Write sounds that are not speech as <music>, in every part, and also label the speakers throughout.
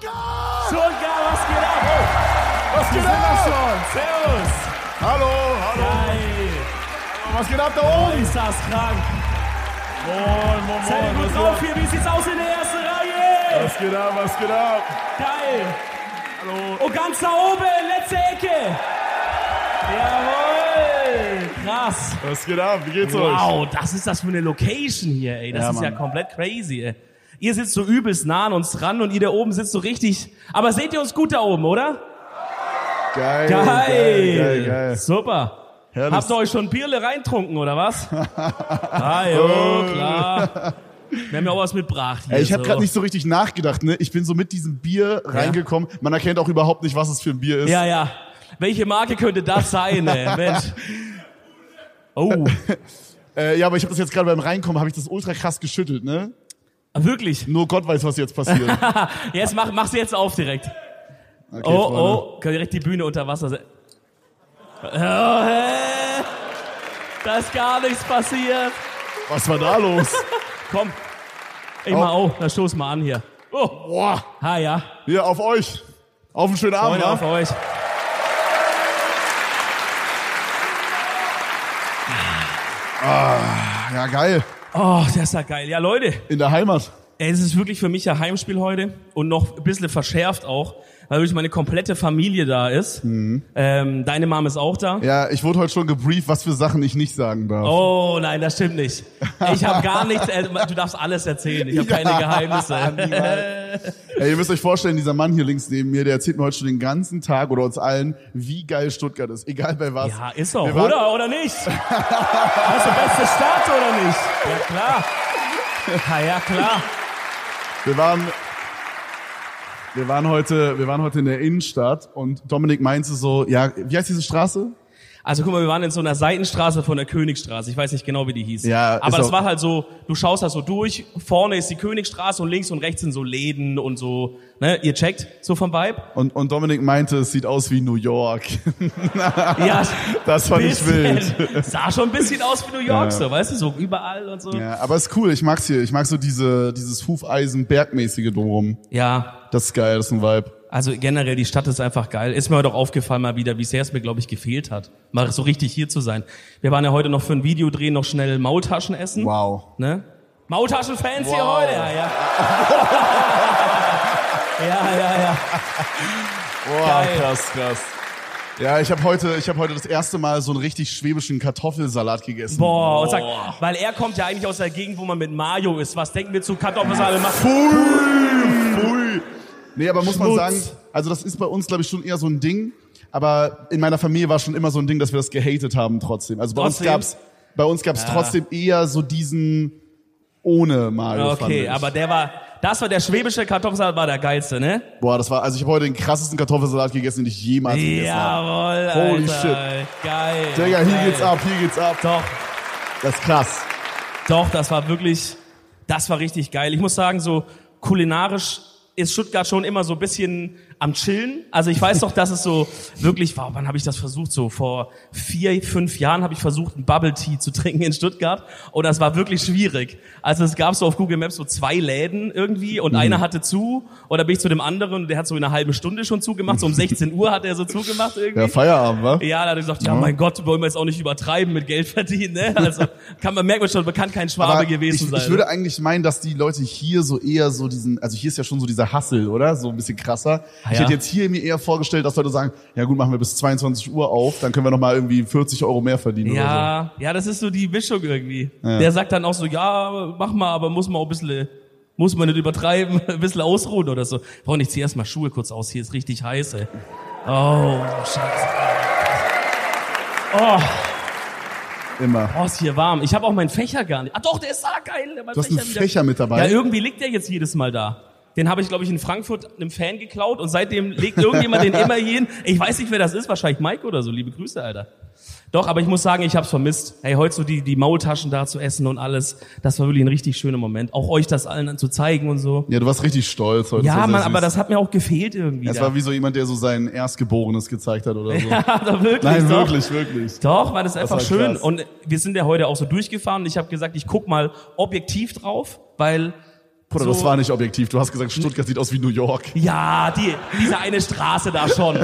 Speaker 1: Stuttgart!
Speaker 2: Stuttgart, was geht ab?
Speaker 1: Was geht ab?
Speaker 2: Oh, Servus!
Speaker 1: Hallo, hallo.
Speaker 2: Hi!
Speaker 1: Was geht ab da oben?
Speaker 2: Ist das krank?
Speaker 1: Moin, moin,
Speaker 2: Seid ihr
Speaker 1: Was
Speaker 2: gut
Speaker 1: geht
Speaker 2: drauf
Speaker 1: ab?
Speaker 2: hier? Wie sieht's aus in der ersten Reihe?
Speaker 1: Was geht ab? Was geht ab?
Speaker 2: Geil!
Speaker 1: Hallo.
Speaker 2: Oh, ganz da oben, letzte Ecke! Jawohl! Krass!
Speaker 1: Was geht ab? Wie geht's euch?
Speaker 2: Wow, das ist das für eine Location hier, ey. Das
Speaker 1: Ja,
Speaker 2: ist ja
Speaker 1: Mann.
Speaker 2: komplett crazy, ey. Ihr sitzt so übelst nah an uns ran und ihr da oben sitzt so richtig. Aber seht ihr uns gut da oben, oder?
Speaker 1: Geil.
Speaker 2: Geil!
Speaker 1: Geil, geil, geil.
Speaker 2: Super!
Speaker 1: Herrlich.
Speaker 2: Habt ihr euch schon Bierle reintrunken,
Speaker 1: <laughs>
Speaker 2: oder was? ah, jo, klar. Wir haben ja auch was mitgebracht hier.
Speaker 1: Oh. Ey, ich habe
Speaker 2: so.
Speaker 1: gerade nicht so richtig nachgedacht, ne? Ich bin so mit diesem Bier reingekommen. Man erkennt auch überhaupt nicht, was es für ein Bier ist.
Speaker 2: Ja, ja. Welche Marke könnte das sein,
Speaker 1: <laughs>
Speaker 2: ey? Mensch. Oh,
Speaker 1: Äh, ja aber ich habe das jetzt gerade beim Reinkommen, habe ich das ultra krass geschüttelt, ne?
Speaker 2: wirklich?
Speaker 1: Nur Gott weiß, was jetzt
Speaker 2: <laughs>
Speaker 1: passiert. Okay,
Speaker 2: Jetzt mach, mach sie jetzt auf direkt. oh, oh, kann direkt die Bühne unter Wasser se- Oh, hä? Da ist gar nichts passiert.
Speaker 1: Was war da
Speaker 2: <laughs>
Speaker 1: los?
Speaker 2: Komm. Ich
Speaker 1: Oh.
Speaker 2: mach auf, da stoß mal an hier. Oh,
Speaker 1: Boah.
Speaker 2: ha ja.
Speaker 1: Hier, auf euch. Auf einen schönen Abend.
Speaker 2: Freunde
Speaker 1: wa?
Speaker 2: auf euch.
Speaker 1: Ja, geil.
Speaker 2: Oh, das ist ja geil. Ja, Leute.
Speaker 1: In der Heimat.
Speaker 2: Ey, es ist wirklich für mich ja Heimspiel heute und noch ein bisschen verschärft auch, weil wirklich meine komplette Familie da ist. Ähm, deine Mom ist auch da.
Speaker 1: Ja, ich wurde heute schon gebrieft, was für Sachen ich nicht sagen darf.
Speaker 2: Oh nein, das stimmt nicht. Ich habe
Speaker 1: <laughs>
Speaker 2: gar nichts, äh, du darfst alles erzählen, ich habe keine Geheimnisse.
Speaker 1: Ey, ihr müsst euch vorstellen, dieser Mann hier links neben mir, der erzählt mir heute schon den ganzen Tag oder uns allen, wie geil Stuttgart ist. Egal bei was.
Speaker 2: Ja, ist auch,
Speaker 1: Wir waren-
Speaker 2: oder? Oder nicht? Hast du beste Stadt oder nicht? Ja, klar. Ja, ja, klar.
Speaker 1: Wir waren, wir waren heute, wir waren heute in der Innenstadt und Dominik meinte so, ja, wie heißt diese Straße?
Speaker 2: Also guck mal, wir waren in so einer Seitenstraße von der Königstraße. Ich weiß nicht genau, wie die hieß.
Speaker 1: Ja, ist
Speaker 2: Aber das
Speaker 1: auch-
Speaker 2: war halt so, du schaust da so durch, vorne ist die Königstraße und links und rechts sind so Läden und so, ne, ihr checkt so vom Vibe.
Speaker 1: <laughs> Und, und Dominik meinte, es sieht aus wie New York. <laughs>
Speaker 2: Ja,
Speaker 1: Das fand Oh, ich wild.
Speaker 2: bisschen. <laughs> Sah schon ein bisschen aus wie New York, so, weißt du, so überall und so. Ja.
Speaker 1: Ja, aber ist cool, ich mag's hier. Ich mag so diese, dieses Hufeisen-Bergmäßige drumherum. Das ist geil, das ist ein Vibe.
Speaker 2: also generell, die Stadt ist einfach geil. Ist mir heute auch aufgefallen mal wieder, wie sehr es mir, glaube ich, gefehlt hat, mal so richtig hier zu sein. Wir waren ja heute noch für ein Videodreh noch schnell Maultaschen essen.
Speaker 1: Wow.
Speaker 2: Ne? Maultaschen-Fans hier
Speaker 1: Wow.
Speaker 2: heute, ja,
Speaker 1: <laughs>
Speaker 2: ja. ja, ja, ja.
Speaker 1: Wow,
Speaker 2: Geil.
Speaker 1: krass, krass. Ja, ich habe heute, ich habe heute das erste Mal so einen richtig schwäbischen Kartoffelsalat gegessen.
Speaker 2: Boah, und sagt, weil er kommt ja eigentlich aus der Gegend, wo man mit Mayo ist. Was denken wir zu Kartoffelsalat? machen?
Speaker 1: Pfui. Nee, aber muss man
Speaker 2: Schnutz.
Speaker 1: sagen, also das ist bei uns, glaube ich, schon eher so ein Ding. Aber in meiner Familie war schon immer so ein Ding, dass wir das gehatet haben trotzdem. Also bei
Speaker 2: Trotzdem?
Speaker 1: uns gab's, bei uns gab's trotzdem eher so diesen ohne Mario. fand
Speaker 2: Okay,
Speaker 1: ich.
Speaker 2: aber der war, das war der schwäbische Kartoffelsalat, war der geilste, ne?
Speaker 1: boah, das war, also ich habe heute den krassesten Kartoffelsalat gegessen, den ich jemals gegessen habe.
Speaker 2: Jawohl, Alter.
Speaker 1: Holy
Speaker 2: Geil.
Speaker 1: Digga, hier
Speaker 2: geil.
Speaker 1: geht's ab, hier geht's ab.
Speaker 2: Doch,
Speaker 1: Das ist krass.
Speaker 2: doch, das war wirklich, das war richtig geil. Ich muss sagen, so kulinarisch ist Stuttgart schon immer so ein bisschen am Chillen. Also ich weiß doch, dass es so wirklich war, wann habe ich das versucht? So vor vier, fünf Jahren habe ich versucht, einen Bubble Tea zu trinken in Stuttgart und das war wirklich schwierig. Also es gab so auf Google Maps so zwei Läden irgendwie und einer hatte zu und da bin ich zu dem anderen und der hat so in einer halben Stunde schon zugemacht. So um 16 Uhr hat er so zugemacht irgendwie.
Speaker 1: Ja, Feierabend, wa?
Speaker 2: Ja, da hat er gesagt, ja, mein Gott, wollen wir jetzt auch nicht übertreiben mit Geld verdienen, ne? Also,
Speaker 1: <laughs>
Speaker 2: kann man, merkt man schon, man kann kein Schwabe
Speaker 1: Aber
Speaker 2: gewesen
Speaker 1: ich,
Speaker 2: sein. ne?
Speaker 1: Ich würde eigentlich meinen, dass die Leute hier so eher so diesen, also hier ist ja schon so dieser Hassel, oder? So ein bisschen krasser. Ich
Speaker 2: Ah, ja.
Speaker 1: hätte jetzt hier mir eher vorgestellt, dass Leute sagen, ja gut, machen wir bis 22 Uhr auf, dann können wir nochmal irgendwie 40 Euro mehr verdienen oder
Speaker 2: ja, ja, das ist so die Mischung irgendwie. Der sagt dann auch so, ja, mach mal, aber muss man auch ein bisschen, muss man nicht übertreiben, <laughs> ein bisschen ausruhen oder so. Warum ich zieh erst mal Schuhe kurz aus, hier ist richtig heiß, ey. Oh, Scheiße. Oh,
Speaker 1: so. Immer.
Speaker 2: oh, ist hier warm. Ich habe auch meinen Fächer gar nicht. Ah doch, der ist da geil. Der mein
Speaker 1: Du hast einen
Speaker 2: wieder-
Speaker 1: Fächer mit
Speaker 2: Ja,
Speaker 1: dabei.
Speaker 2: irgendwie liegt der jetzt jedes Mal da. Den habe ich, glaube ich, in Frankfurt einem Fan geklaut und seitdem legt irgendjemand den immer hier hin. Ich weiß nicht, wer das ist, wahrscheinlich Mike oder so. Liebe Grüße, Alter. Doch, aber ich muss sagen, ich hab's vermisst. Hey, heute so die, die Maultaschen da zu essen und alles, das war wirklich ein richtig schöner Moment. Auch euch das allen zu zeigen und so.
Speaker 1: ja, du warst richtig stolz heute. Das
Speaker 2: Ja,
Speaker 1: war sehr
Speaker 2: Mann,
Speaker 1: süß.
Speaker 2: aber das hat mir auch gefehlt irgendwie.
Speaker 1: Es
Speaker 2: da.
Speaker 1: war wie so jemand, der so sein Erstgeborenes gezeigt hat oder so.
Speaker 2: <laughs> also wirklich,
Speaker 1: Nein,
Speaker 2: doch.
Speaker 1: wirklich, wirklich.
Speaker 2: Doch, war das einfach
Speaker 1: war
Speaker 2: schön.
Speaker 1: krass.
Speaker 2: Und wir sind ja heute auch so durchgefahren. Ich habe gesagt, ich guck mal objektiv drauf, weil
Speaker 1: Bruder,
Speaker 2: so-
Speaker 1: das war nicht objektiv. Du hast gesagt, Stuttgart sieht aus wie New York.
Speaker 2: Ja, die, diese eine Straße da schon.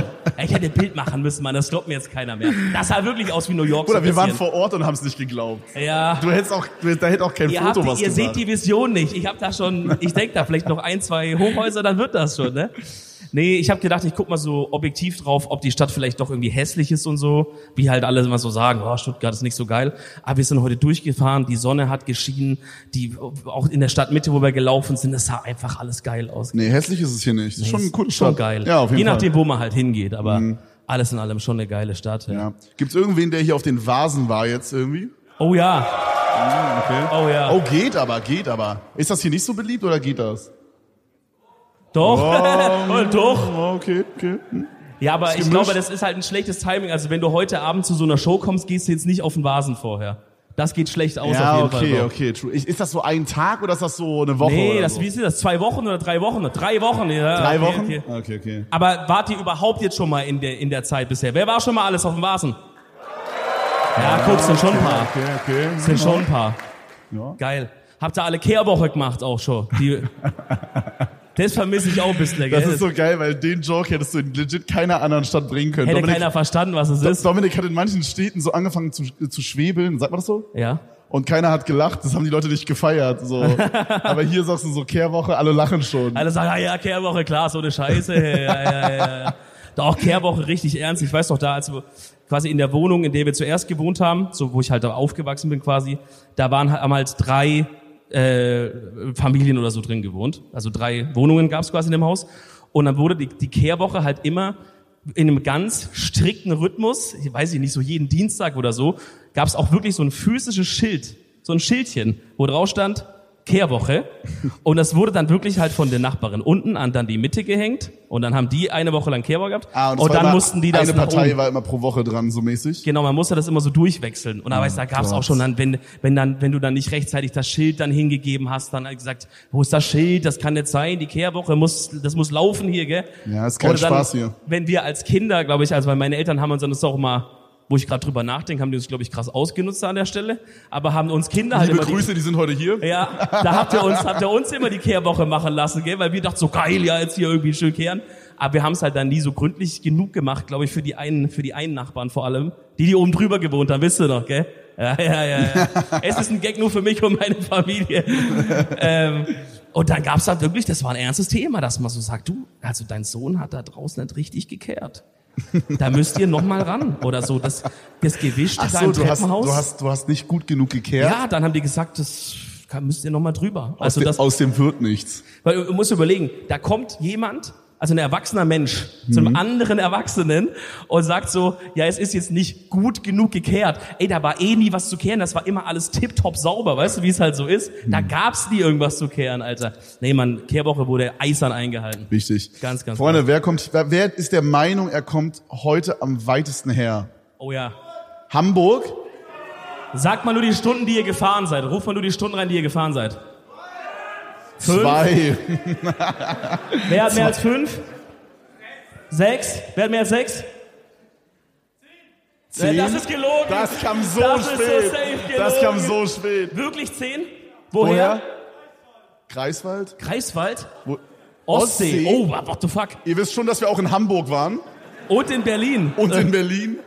Speaker 2: Ich hätte ein Bild machen müssen, Mann. Das glaubt mir jetzt keiner mehr. Das sah wirklich aus wie New York. so
Speaker 1: Bruder,
Speaker 2: ein
Speaker 1: wir waren
Speaker 2: bisschen.
Speaker 1: vor Ort und haben es nicht geglaubt.
Speaker 2: Ja.
Speaker 1: Du hättest auch, da hätte auch kein
Speaker 2: Ihr, habt,
Speaker 1: Foto was
Speaker 2: ihr seht
Speaker 1: gesagt.
Speaker 2: die Vision nicht. Ich habe da schon, ich denk da vielleicht noch ein, zwei Hochhäuser, dann wird das schon, ne? Nee, ich habe gedacht, ich guck mal so objektiv drauf, ob die Stadt vielleicht doch irgendwie hässlich ist und so, wie halt alle immer so sagen, oh, Stuttgart ist nicht so geil. Aber wir sind heute durchgefahren, die Sonne hat geschienen, die auch in der Stadtmitte, wo wir gelaufen sind, das sah einfach alles geil aus.
Speaker 1: nee, hässlich ist es hier nicht. Das ist schon
Speaker 2: Ist
Speaker 1: eine coole Stadt.
Speaker 2: schon geil.
Speaker 1: Ja, auf jeden
Speaker 2: Je
Speaker 1: Fall. Mhm.
Speaker 2: nachdem, wo man halt hingeht, aber alles in allem schon eine geile Stadt. Ja.
Speaker 1: Ja. Gibt's irgendwen, der hier auf den Vasen war jetzt irgendwie? Mm,
Speaker 2: Oh ja,
Speaker 1: Okay.
Speaker 2: oh ja.
Speaker 1: Oh, geht aber, geht aber. Ist das hier nicht so beliebt oder geht das?
Speaker 2: Doch, <laughs>
Speaker 1: Oh.
Speaker 2: doch.
Speaker 1: Oh, okay, okay. Hm.
Speaker 2: Ja, aber ich
Speaker 1: gemischt.
Speaker 2: glaube, das ist halt ein schlechtes Timing. Also wenn du heute Abend zu so einer Show kommst, gehst du jetzt nicht auf den Vasen vorher. Das geht schlecht aus
Speaker 1: Ja,
Speaker 2: auf jeden
Speaker 1: okay,
Speaker 2: Fall.
Speaker 1: okay, true. Ich- Ist das so ein Tag oder ist das so eine Woche?
Speaker 2: Nee,
Speaker 1: oder
Speaker 2: das,
Speaker 1: so?
Speaker 2: wie ist das? Zwei Wochen oder drei Wochen? Drei Wochen, ja.
Speaker 1: Drei
Speaker 2: okay,
Speaker 1: Wochen?
Speaker 2: okay.
Speaker 1: okay. okay.
Speaker 2: Aber wart ihr überhaupt jetzt schon mal in der, in der Zeit bisher? Wer war schon mal alles auf dem Vasen? Ja, guck, sind schon ein paar.
Speaker 1: Okay, okay.
Speaker 2: Sind schon ein paar.
Speaker 1: Genau. Ja.
Speaker 2: Geil. Habt ihr alle Kehrwoche gemacht auch schon?
Speaker 1: <laughs>
Speaker 2: Die, das vermisse ich auch ein bisschen, gell?
Speaker 1: Das ist so geil, weil den Joke hättest du in legit keiner anderen Stadt bringen können.
Speaker 2: Hätte
Speaker 1: Dominik,
Speaker 2: keiner verstanden, was es ist.
Speaker 1: Dominik hat in manchen Städten so angefangen zu, zu schwebeln, sagt man das so?
Speaker 2: Ja.
Speaker 1: Und keiner hat gelacht, das haben die Leute nicht gefeiert.
Speaker 2: <laughs>
Speaker 1: So. Aber hier sagst du so Kehrwoche, alle lachen schon.
Speaker 2: Alle sagen, ah ja, Kehrwoche, klar, so eine Scheiße. Ja, ja, ja, ja. Doch, Kehrwoche richtig ernst. Ich weiß noch da, als wir quasi in der Wohnung, in der wir zuerst gewohnt haben, so wo ich halt da aufgewachsen bin quasi, da waren halt- haben halt drei äh, Familien oder so drin gewohnt. Also drei Wohnungen gab es quasi in dem Haus. Und dann wurde die, die Kehrwoche halt immer in einem ganz strikten Rhythmus, ich weiß ich nicht, so jeden Dienstag oder so, gab es auch wirklich so ein physisches Schild, so ein Schildchen, wo drauf stand, Kehrwoche. Und das wurde dann wirklich halt von den Nachbarin unten an dann die Mitte gehängt. Und dann haben die eine Woche lang Kehrwoche gehabt.
Speaker 1: Ah,
Speaker 2: und
Speaker 1: das war
Speaker 2: Oh, dann
Speaker 1: immer-
Speaker 2: mussten die das
Speaker 1: Eine
Speaker 2: nach
Speaker 1: Partei
Speaker 2: oben.
Speaker 1: war immer pro Woche dran, so mäßig.
Speaker 2: Genau, man musste das immer so durchwechseln. Und da
Speaker 1: Ah,
Speaker 2: weißt du, da gab's auch
Speaker 1: Gott.
Speaker 2: schon dann, wenn, wenn dann, wenn du dann nicht rechtzeitig das Schild dann hingegeben hast, dann halt gesagt, wo ist das Schild? Das kann nicht sein, die Kehrwoche muss, das muss laufen hier, gell?
Speaker 1: Ja, ist kein
Speaker 2: Oder
Speaker 1: Spaß hier.
Speaker 2: Wenn wir als Kinder, glaube ich, also weil meine Eltern haben uns dann das auch mal, wo ich gerade drüber nachdenke, haben die uns, glaube ich, krass ausgenutzt an der Stelle, aber haben uns Kinder halt
Speaker 1: Liebe
Speaker 2: immer die-
Speaker 1: Grüße, die sind heute hier.
Speaker 2: ja, da habt ihr uns, habt ihr uns immer die Kehrwoche machen lassen, gell? weil wir dachten so geil, ja jetzt hier irgendwie schön kehren. Aber wir haben es halt dann nie so gründlich genug gemacht, glaube ich, für die einen, für die einen Nachbarn vor allem, die die oben drüber gewohnt haben, wisst ihr noch, gell? Ja, ja, ja,
Speaker 1: <laughs>
Speaker 2: ja. Es ist ein Gag nur für mich und meine Familie. ähm, und dann gab's halt wirklich, das war ein ernstes Thema, dass man so sagt, du, also dein Sohn hat da draußen nicht richtig gekehrt. Da müsst ihr noch mal ran oder so. Das, das Gewicht
Speaker 1: Ach
Speaker 2: da
Speaker 1: so,
Speaker 2: im
Speaker 1: du hast,
Speaker 2: Treppenhaus.
Speaker 1: du, hast, du hast nicht gut genug gekehrt.
Speaker 2: Ja, dann haben die gesagt, das kann- müsst ihr nochmal drüber.
Speaker 1: aus,
Speaker 2: Also
Speaker 1: de-
Speaker 2: das,
Speaker 1: aus dem wird nichts.
Speaker 2: weil du musst überlegen, da kommt jemand, also ein erwachsener Mensch, zu
Speaker 1: Mhm.
Speaker 2: einem anderen Erwachsenen und sagt so, ja, es ist jetzt nicht gut genug gekehrt. Ey, da war eh nie was zu kehren, das war immer alles tipptopp sauber, weißt du, wie es halt so ist? Da
Speaker 1: Mhm.
Speaker 2: gab's nie irgendwas zu kehren, Alter. Nee, Mann, Kehrwoche wurde eisern eingehalten.
Speaker 1: Wichtig.
Speaker 2: Ganz, genau. ganz
Speaker 1: Freunde, wer kommt, wer, wer ist der Meinung, er kommt heute am weitesten her?
Speaker 2: Oh ja.
Speaker 1: Hamburg?
Speaker 2: Sagt mal nur die Stunden, die ihr gefahren seid. Ruft mal nur die Stunden rein, die ihr gefahren seid. Fünf?
Speaker 1: Zwei.
Speaker 2: <laughs> Wer hat mehr als fünf? Sechs? Wer hat mehr als sechs? Äh,
Speaker 1: Zehn.
Speaker 2: Das ist gelogen.
Speaker 1: Das kam so
Speaker 2: Das ist so
Speaker 1: spät.
Speaker 2: safe gelogen.
Speaker 1: das kam so spät.
Speaker 2: Wirklich zehn?
Speaker 1: Woher?
Speaker 2: Woher?
Speaker 1: Greifswald?
Speaker 2: Greifswald?
Speaker 1: Wo? Ostsee.
Speaker 2: Ostsee. Oh, what the fuck.
Speaker 1: Ihr wisst schon, dass wir auch in Hamburg waren
Speaker 2: Und in Berlin.
Speaker 1: und
Speaker 2: Äh, <laughs>
Speaker 1: in Berlin.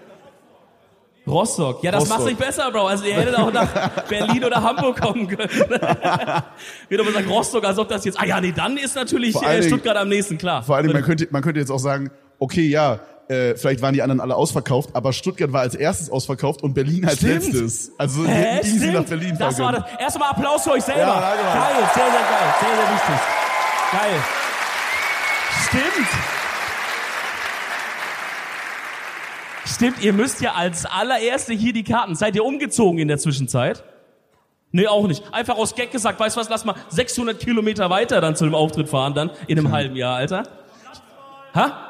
Speaker 2: Rostock. Ja, das
Speaker 1: Rostock.
Speaker 2: macht's nicht besser, Bro. Also ihr hättet auch nach
Speaker 1: <laughs>
Speaker 2: Berlin oder Hamburg kommen können. <laughs> Wieder mal sagen Rostock, als ob das jetzt... Ah ja, nee, dann ist natürlich
Speaker 1: Vor allen
Speaker 2: äh,
Speaker 1: Dingen-
Speaker 2: Stuttgart am nächsten, klar.
Speaker 1: Vor allem, man könnte, man könnte jetzt auch sagen, okay, ja, äh, vielleicht waren die anderen alle ausverkauft, aber Stuttgart war als erstes ausverkauft und Berlin als
Speaker 2: Stimmt.
Speaker 1: letztes. Also wir
Speaker 2: Hä,
Speaker 1: hätten easy
Speaker 2: stimmt.
Speaker 1: nach Berlin
Speaker 2: Das war
Speaker 1: fahren
Speaker 2: das.
Speaker 1: können.
Speaker 2: Erstmal Applaus für euch selber.
Speaker 1: Ja, genau. danke, Mann.
Speaker 2: geil, sehr, sehr geil. Sehr, sehr wichtig. Geil. Stimmt. Stimmt, ihr müsst ja als allererste hier die Karten. Seid ihr umgezogen in der Zwischenzeit? Nee, auch nicht. Einfach aus Gag gesagt, weißt du was, lass mal 600 Kilometer weiter dann zu dem Auftritt fahren, dann in einem halben Jahr, Alter. Ha?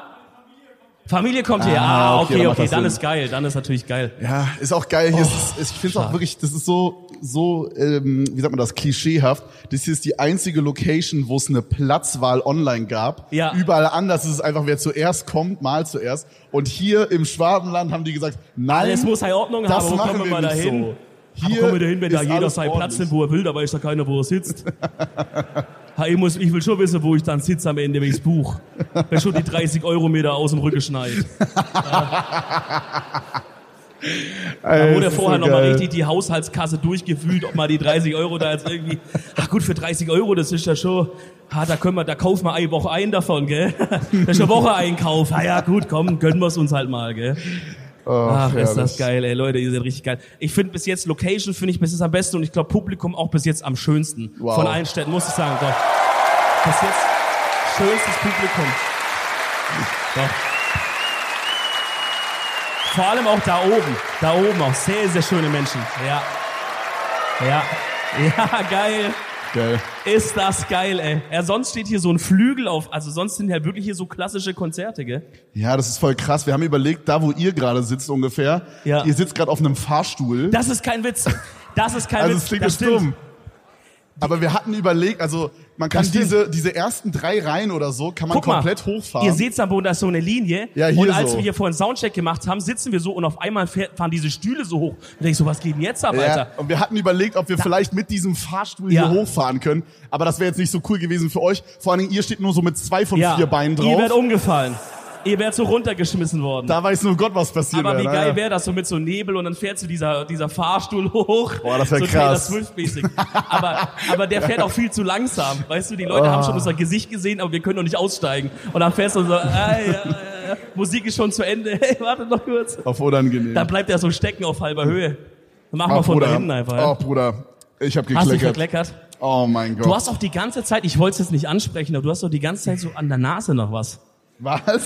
Speaker 2: Familie kommt hier. Ah,
Speaker 1: Ah, okay, dann
Speaker 2: okay, okay,
Speaker 1: macht das
Speaker 2: dann
Speaker 1: Sinn.
Speaker 2: ist geil, dann ist natürlich geil.
Speaker 1: Ja, ist auch geil. Hier
Speaker 2: Oh,
Speaker 1: ist, ist, ich finde es auch
Speaker 2: stark.
Speaker 1: wirklich, das ist so, so, ähm, wie sagt man das, klischeehaft. Das hier ist die einzige Location, wo es eine Platzwahl online gab.
Speaker 2: Ja.
Speaker 1: Überall anders ist es einfach, wer zuerst kommt, mal zuerst. Und hier im Schwabenland haben die gesagt, nein,
Speaker 2: Alles Äh, muss eine Ordnung
Speaker 1: das
Speaker 2: haben, wo
Speaker 1: machen
Speaker 2: kommen wir
Speaker 1: wir
Speaker 2: mal
Speaker 1: nicht
Speaker 2: dahin?
Speaker 1: so.
Speaker 2: Hier kommen wir dahin, wenn
Speaker 1: ist
Speaker 2: da jeder
Speaker 1: alles
Speaker 2: seinen Platz
Speaker 1: ordentlich.
Speaker 2: nimmt, wo er will, da weiß da keiner, wo er sitzt. Ha, ich, muss, ich will schon wissen, wo ich dann sitze am Ende, wenn ich's buch. Wenn schon die 30 Eurometer aus dem Rücken schneit.
Speaker 1: Äh,
Speaker 2: Da wurde vorher nochmal richtig die Haushaltskasse durchgewühlt, ob mal die 30 Euro da jetzt irgendwie, ach gut, für 30 Euro, das ist ja schon, ah, da können wir, da kaufen wir eine Woche ein davon, gell? <laughs> Das ist eine Woche Einkauf. Ah ja, gut, komm, gönnen wir es uns halt mal, gell? Ach, ist das geil, ey, Leute, ihr seid richtig geil. Ich finde bis jetzt Location finde ich bis jetzt am besten und ich glaube Publikum auch bis jetzt am schönsten
Speaker 1: Wow.
Speaker 2: von allen Städten, muss ich sagen. Doch. Bis jetzt schönstes Publikum. Doch. Vor allem auch da oben, da oben auch sehr sehr schöne Menschen. Ja. Ja. <laughs> Ja, geil.
Speaker 1: Geil.
Speaker 2: Ist das geil, ey. Ja, sonst steht hier so ein Flügel auf. Also sonst sind ja wirklich hier so klassische Konzerte, gell?
Speaker 1: Ja, das ist voll krass. Wir haben überlegt, da wo ihr gerade sitzt ungefähr,
Speaker 2: Ja.
Speaker 1: ihr sitzt gerade auf einem Fahrstuhl.
Speaker 2: Das ist kein Witz. Das ist kein
Speaker 1: also
Speaker 2: Witz.
Speaker 1: es klingt
Speaker 2: das
Speaker 1: jetzt
Speaker 2: stimmt.
Speaker 1: dumm. Aber wir hatten überlegt, also man kann
Speaker 2: Das stimmt.
Speaker 1: diese, diese ersten drei Reihen oder so, kann man
Speaker 2: Guck
Speaker 1: komplett
Speaker 2: mal,
Speaker 1: hochfahren.
Speaker 2: Ihr seht's am Boden, da ist so eine Linie.
Speaker 1: Ja, hier
Speaker 2: und als
Speaker 1: so.
Speaker 2: wir hier vorhin Soundcheck gemacht haben, sitzen wir so und auf einmal fährt, fahren diese Stühle so hoch. Und denk ich so, was geht denn jetzt ab,
Speaker 1: ja,
Speaker 2: Alter?
Speaker 1: und wir hatten überlegt, ob wir vielleicht mit diesem Fahrstuhl
Speaker 2: Ja.
Speaker 1: hier hochfahren können. Aber das wäre jetzt nicht so cool gewesen für euch. Vor allen Dingen, ihr steht nur so mit zwei von
Speaker 2: Ja,
Speaker 1: vier Beinen
Speaker 2: Ihr werdet
Speaker 1: drauf.
Speaker 2: umgefallen. Ihr werdet so runtergeschmissen worden.
Speaker 1: Da weiß nur Gott, was passiert
Speaker 2: aber wie
Speaker 1: wäre,
Speaker 2: geil
Speaker 1: ne?
Speaker 2: wäre das so mit so Nebel und dann fährt so dieser, dieser Fahrstuhl hoch.
Speaker 1: Boah, das wär
Speaker 2: so
Speaker 1: krass.
Speaker 2: Taylor Swift-mäßig. Aber, aber der fährt auch viel zu langsam. Weißt du, die Leute
Speaker 1: Oh.
Speaker 2: haben schon unser Gesicht gesehen, aber wir können noch nicht aussteigen. Und dann fährst du so, ah, ja, ja, ja, Musik ist schon zu Ende. <laughs> Hey, warte noch kurz.
Speaker 1: Auf unangenehm.
Speaker 2: Dann bleibt er so stecken auf halber Höhe. Dann machen wir
Speaker 1: Ach,
Speaker 2: von
Speaker 1: Hm. Bruder.
Speaker 2: da hinten einfach.
Speaker 1: Oh,
Speaker 2: ja.
Speaker 1: Bruder. Ich hab
Speaker 2: Hast du
Speaker 1: gekleckert.
Speaker 2: verkleckert?
Speaker 1: Oh mein Gott.
Speaker 2: Du hast auch die ganze Zeit, ich wollte es jetzt nicht ansprechen, aber du hast doch die ganze Zeit so an der Nase noch was.
Speaker 1: was? Das,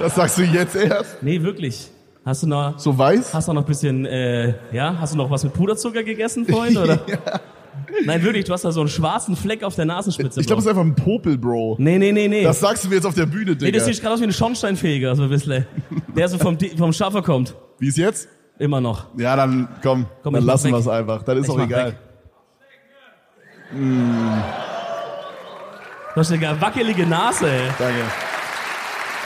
Speaker 1: das sagst du jetzt erst?
Speaker 2: Nee, wirklich. Hast du noch,
Speaker 1: So weiß?
Speaker 2: hast du noch ein bisschen, äh, ja, hast du noch was mit Puderzucker gegessen, Freund, oder?
Speaker 1: <laughs>
Speaker 2: Nein, wirklich, du hast da so einen schwarzen Fleck auf der Nasenspitze.
Speaker 1: Ich glaube, es ist
Speaker 2: Bro.
Speaker 1: einfach ein Popel, Bro.
Speaker 2: Nee, nee, nee, nee.
Speaker 1: Das sagst du mir jetzt auf der Bühne,
Speaker 2: nee,
Speaker 1: Digga.
Speaker 2: das sieht gerade aus wie ein Schornsteinfeger, so ein bisschen. Der so vom, Di- vom Schaffer kommt.
Speaker 1: Wie ist jetzt?
Speaker 2: Immer noch.
Speaker 1: Ja, dann komm,
Speaker 2: Komm,
Speaker 1: dann
Speaker 2: ich mach
Speaker 1: lassen
Speaker 2: weg.
Speaker 1: wir es einfach. Dann ist
Speaker 2: Ich
Speaker 1: auch
Speaker 2: mach
Speaker 1: egal.
Speaker 2: weg. Du hast eine wackelige Nase, ey.
Speaker 1: Danke.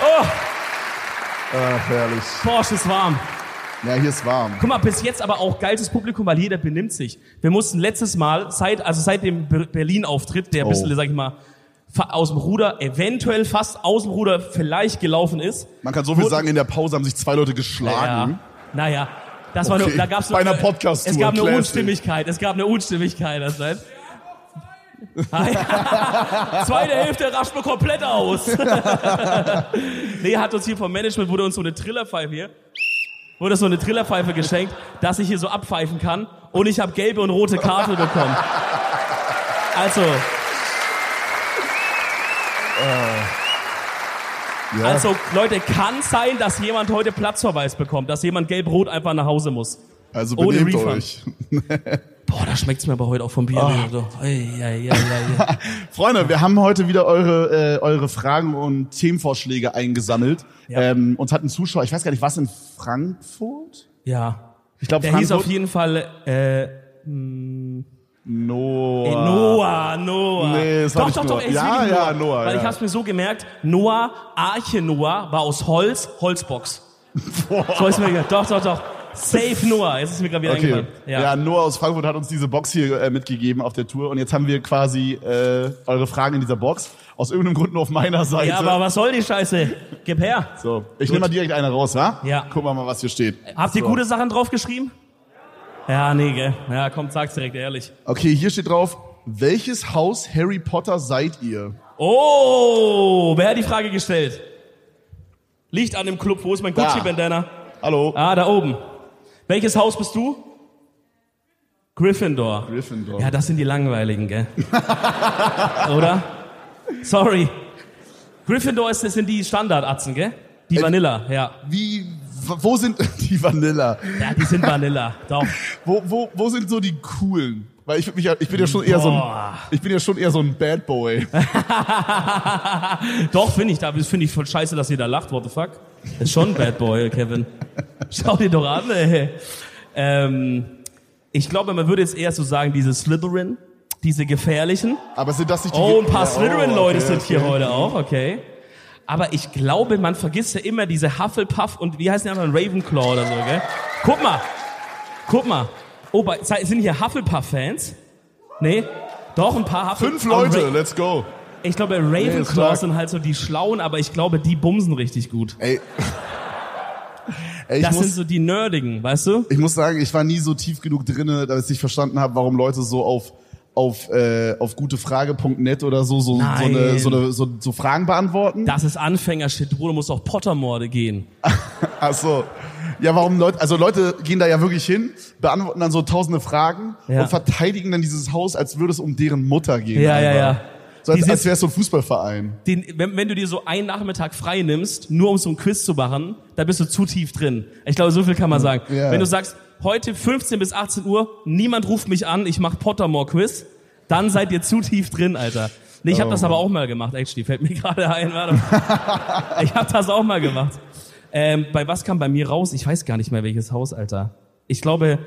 Speaker 2: Oh,
Speaker 1: Ach, Ah, herrlich.
Speaker 2: Porsche ist warm.
Speaker 1: Ja, hier ist warm.
Speaker 2: Guck mal, bis jetzt aber auch geiles Publikum, weil jeder benimmt sich. Wir mussten letztes Mal, seit, also seit dem Ber- Berlin-Auftritt, der ein
Speaker 1: Oh.
Speaker 2: bisschen, sag ich mal, fa- aus dem Ruder, eventuell fast aus dem Ruder vielleicht gelaufen ist.
Speaker 1: Man kann so viel
Speaker 2: Wurden-
Speaker 1: sagen, in der Pause haben sich zwei Leute geschlagen.
Speaker 2: Ja, naja, das war nur,
Speaker 1: Okay,
Speaker 2: da gab's
Speaker 1: bei einer Podcast-Tour,
Speaker 2: Es gab eine
Speaker 1: classy.
Speaker 2: Unstimmigkeit, es gab eine Unstimmigkeit, das heißt. <laughs> Zweite Hälfte rascht mir komplett aus. <laughs> nee, hat uns hier vom Management wurde uns so eine Trillerpfeife hier, wurde so eine Trillerpfeife geschenkt, dass ich hier so abpfeifen kann und ich habe gelbe und rote Karte bekommen. Also,
Speaker 1: Ja.
Speaker 2: also Leute, kann sein, dass jemand heute Platzverweis bekommt, dass jemand gelb-rot einfach nach Hause muss.
Speaker 1: also
Speaker 2: ohne
Speaker 1: benehmt
Speaker 2: Refund.
Speaker 1: euch.
Speaker 2: Boah, da schmeckt's mir aber heute auch vom Bier.
Speaker 1: Ah.
Speaker 2: Also, ei, ei, ei, ei, ei.
Speaker 1: Freunde, wir haben heute wieder eure, äh, eure Fragen und Themenvorschläge eingesammelt.
Speaker 2: Ja.
Speaker 1: Ähm, uns hat ein Zuschauer, ich weiß gar nicht, was in Frankfurt?
Speaker 2: ja.
Speaker 1: Ich glaube,
Speaker 2: Der hieß auf
Speaker 1: Frankfurt.
Speaker 2: jeden Fall äh,
Speaker 1: Noah. <laughs>
Speaker 2: Noah, Noah.
Speaker 1: Nee, das war
Speaker 2: doch,
Speaker 1: nicht
Speaker 2: doch,
Speaker 1: Noah.
Speaker 2: doch, ey, ist
Speaker 1: Ja,
Speaker 2: wirklich
Speaker 1: ja, Noah,
Speaker 2: Weil
Speaker 1: ja.
Speaker 2: ich hab's mir so gemerkt, Noah, Arche Noah, war aus Holz, Holzbox. So ist mir gedacht. Doch, doch, doch. Safe Noah, jetzt ist mir gerade wieder
Speaker 1: Okay.
Speaker 2: eingefallen.
Speaker 1: Ja. Noah aus Frankfurt hat uns diese Box hier äh, mitgegeben auf der Tour und jetzt haben wir quasi äh, eure Fragen in dieser Box. Aus irgendeinem Grund nur auf meiner Seite.
Speaker 2: ja, aber was soll die Scheiße? Gib her.
Speaker 1: so, ich
Speaker 2: Gut.
Speaker 1: nehme mal direkt eine raus, wa?
Speaker 2: Ja.
Speaker 1: Gucken wir mal, was hier steht.
Speaker 2: Habt ihr
Speaker 1: So.
Speaker 2: gute Sachen draufgeschrieben? Ja, nee, gell. Ja, komm, sag's direkt ehrlich.
Speaker 1: Okay, hier steht drauf, welches Haus Harry Potter seid ihr?
Speaker 2: Oh, wer hat die Frage gestellt? Liegt an dem Club, wo ist mein
Speaker 1: Da.
Speaker 2: Gucci-Bandana?
Speaker 1: Hallo.
Speaker 2: Ah, da oben. Welches Haus bist du? Gryffindor.
Speaker 1: Gryffindor.
Speaker 2: Ja, das sind die langweiligen, gell? <laughs> Oder? Sorry. Gryffindor ist, das sind die Standardatzen, gell? Die Vanilla, ja.
Speaker 1: Wie, w- wo sind <laughs> die Vanilla?
Speaker 2: Ja, die sind Vanilla. Doch.
Speaker 1: Wo, wo, wo sind so die coolen? Weil ich, würd mich, ja- ich bin ja schon eher so ein,
Speaker 2: Boah.
Speaker 1: ich bin ja schon eher so ein Bad
Speaker 2: <laughs>
Speaker 1: Boy.
Speaker 2: Doch, finde ich, da finde ich voll scheiße, dass jeder lacht. What the fuck? Ist schon ein Bad Boy, Kevin. Schau dir doch an, ey. Ähm, ich glaube, man würde jetzt eher so sagen, diese Slytherin, diese gefährlichen.
Speaker 1: Aber sind das nicht die?
Speaker 2: Oh, ein paar
Speaker 1: Ja,
Speaker 2: Slytherin-Leute
Speaker 1: okay,
Speaker 2: sind hier
Speaker 1: okay.
Speaker 2: heute auch, okay. Aber ich glaube, man vergisst ja immer diese Hufflepuff und wie heißen die anderen? Ravenclaw oder so, gell? Guck mal, guck mal. Oh, bei, sind hier Hufflepuff-Fans? Nee? Doch, ein paar Hafen.
Speaker 1: Fünf Leute, ne? let's go.
Speaker 2: Ich glaube,
Speaker 1: Nee, ist stark.
Speaker 2: Ravenclaws sind halt so die Schlauen, aber ich glaube, die bumsen richtig gut.
Speaker 1: Ey. Ey, ich
Speaker 2: Das sind
Speaker 1: muss,
Speaker 2: so die Nerdigen, weißt du?
Speaker 1: ich muss sagen, ich war nie so tief genug drinne, dass ich verstanden habe, warum Leute so auf auf äh, auf gutefrage.net oder so so so
Speaker 2: Nein.
Speaker 1: eine, so, eine, so so Fragen beantworten.
Speaker 2: Das ist Anfängershit, Bruder, muss auf Pottermorde gehen.
Speaker 1: Ach so. Ja, warum Leute, also Leute gehen da ja wirklich hin, beantworten dann so tausende Fragen
Speaker 2: Ja.
Speaker 1: und verteidigen dann dieses Haus, als würde es um deren Mutter gehen.
Speaker 2: Ja, ja,
Speaker 1: einfach.
Speaker 2: ja.
Speaker 1: So als,
Speaker 2: Die
Speaker 1: als
Speaker 2: sind-
Speaker 1: wäre es so ein Fußballverein.
Speaker 2: Den, wenn, wenn du dir so einen Nachmittag frei nimmst, nur um so ein Quiz zu machen, da bist du zu tief drin. Ich glaube, so viel kann man sagen.
Speaker 1: Mhm. Ja.
Speaker 2: Wenn du sagst, heute 15 bis 18 Uhr, niemand ruft mich an, ich mache Pottermore-Quiz, dann seid ihr zu tief drin, Alter. Nee, ich habe
Speaker 1: Oh,
Speaker 2: das
Speaker 1: Mann.
Speaker 2: aber auch mal gemacht, actually, fällt mir <laughs> gerade ein. Warte mal. ich habe das auch mal gemacht. Ähm, bei was kam bei mir raus? Ich weiß gar nicht mehr, welches Haus, Alter. Ich glaube,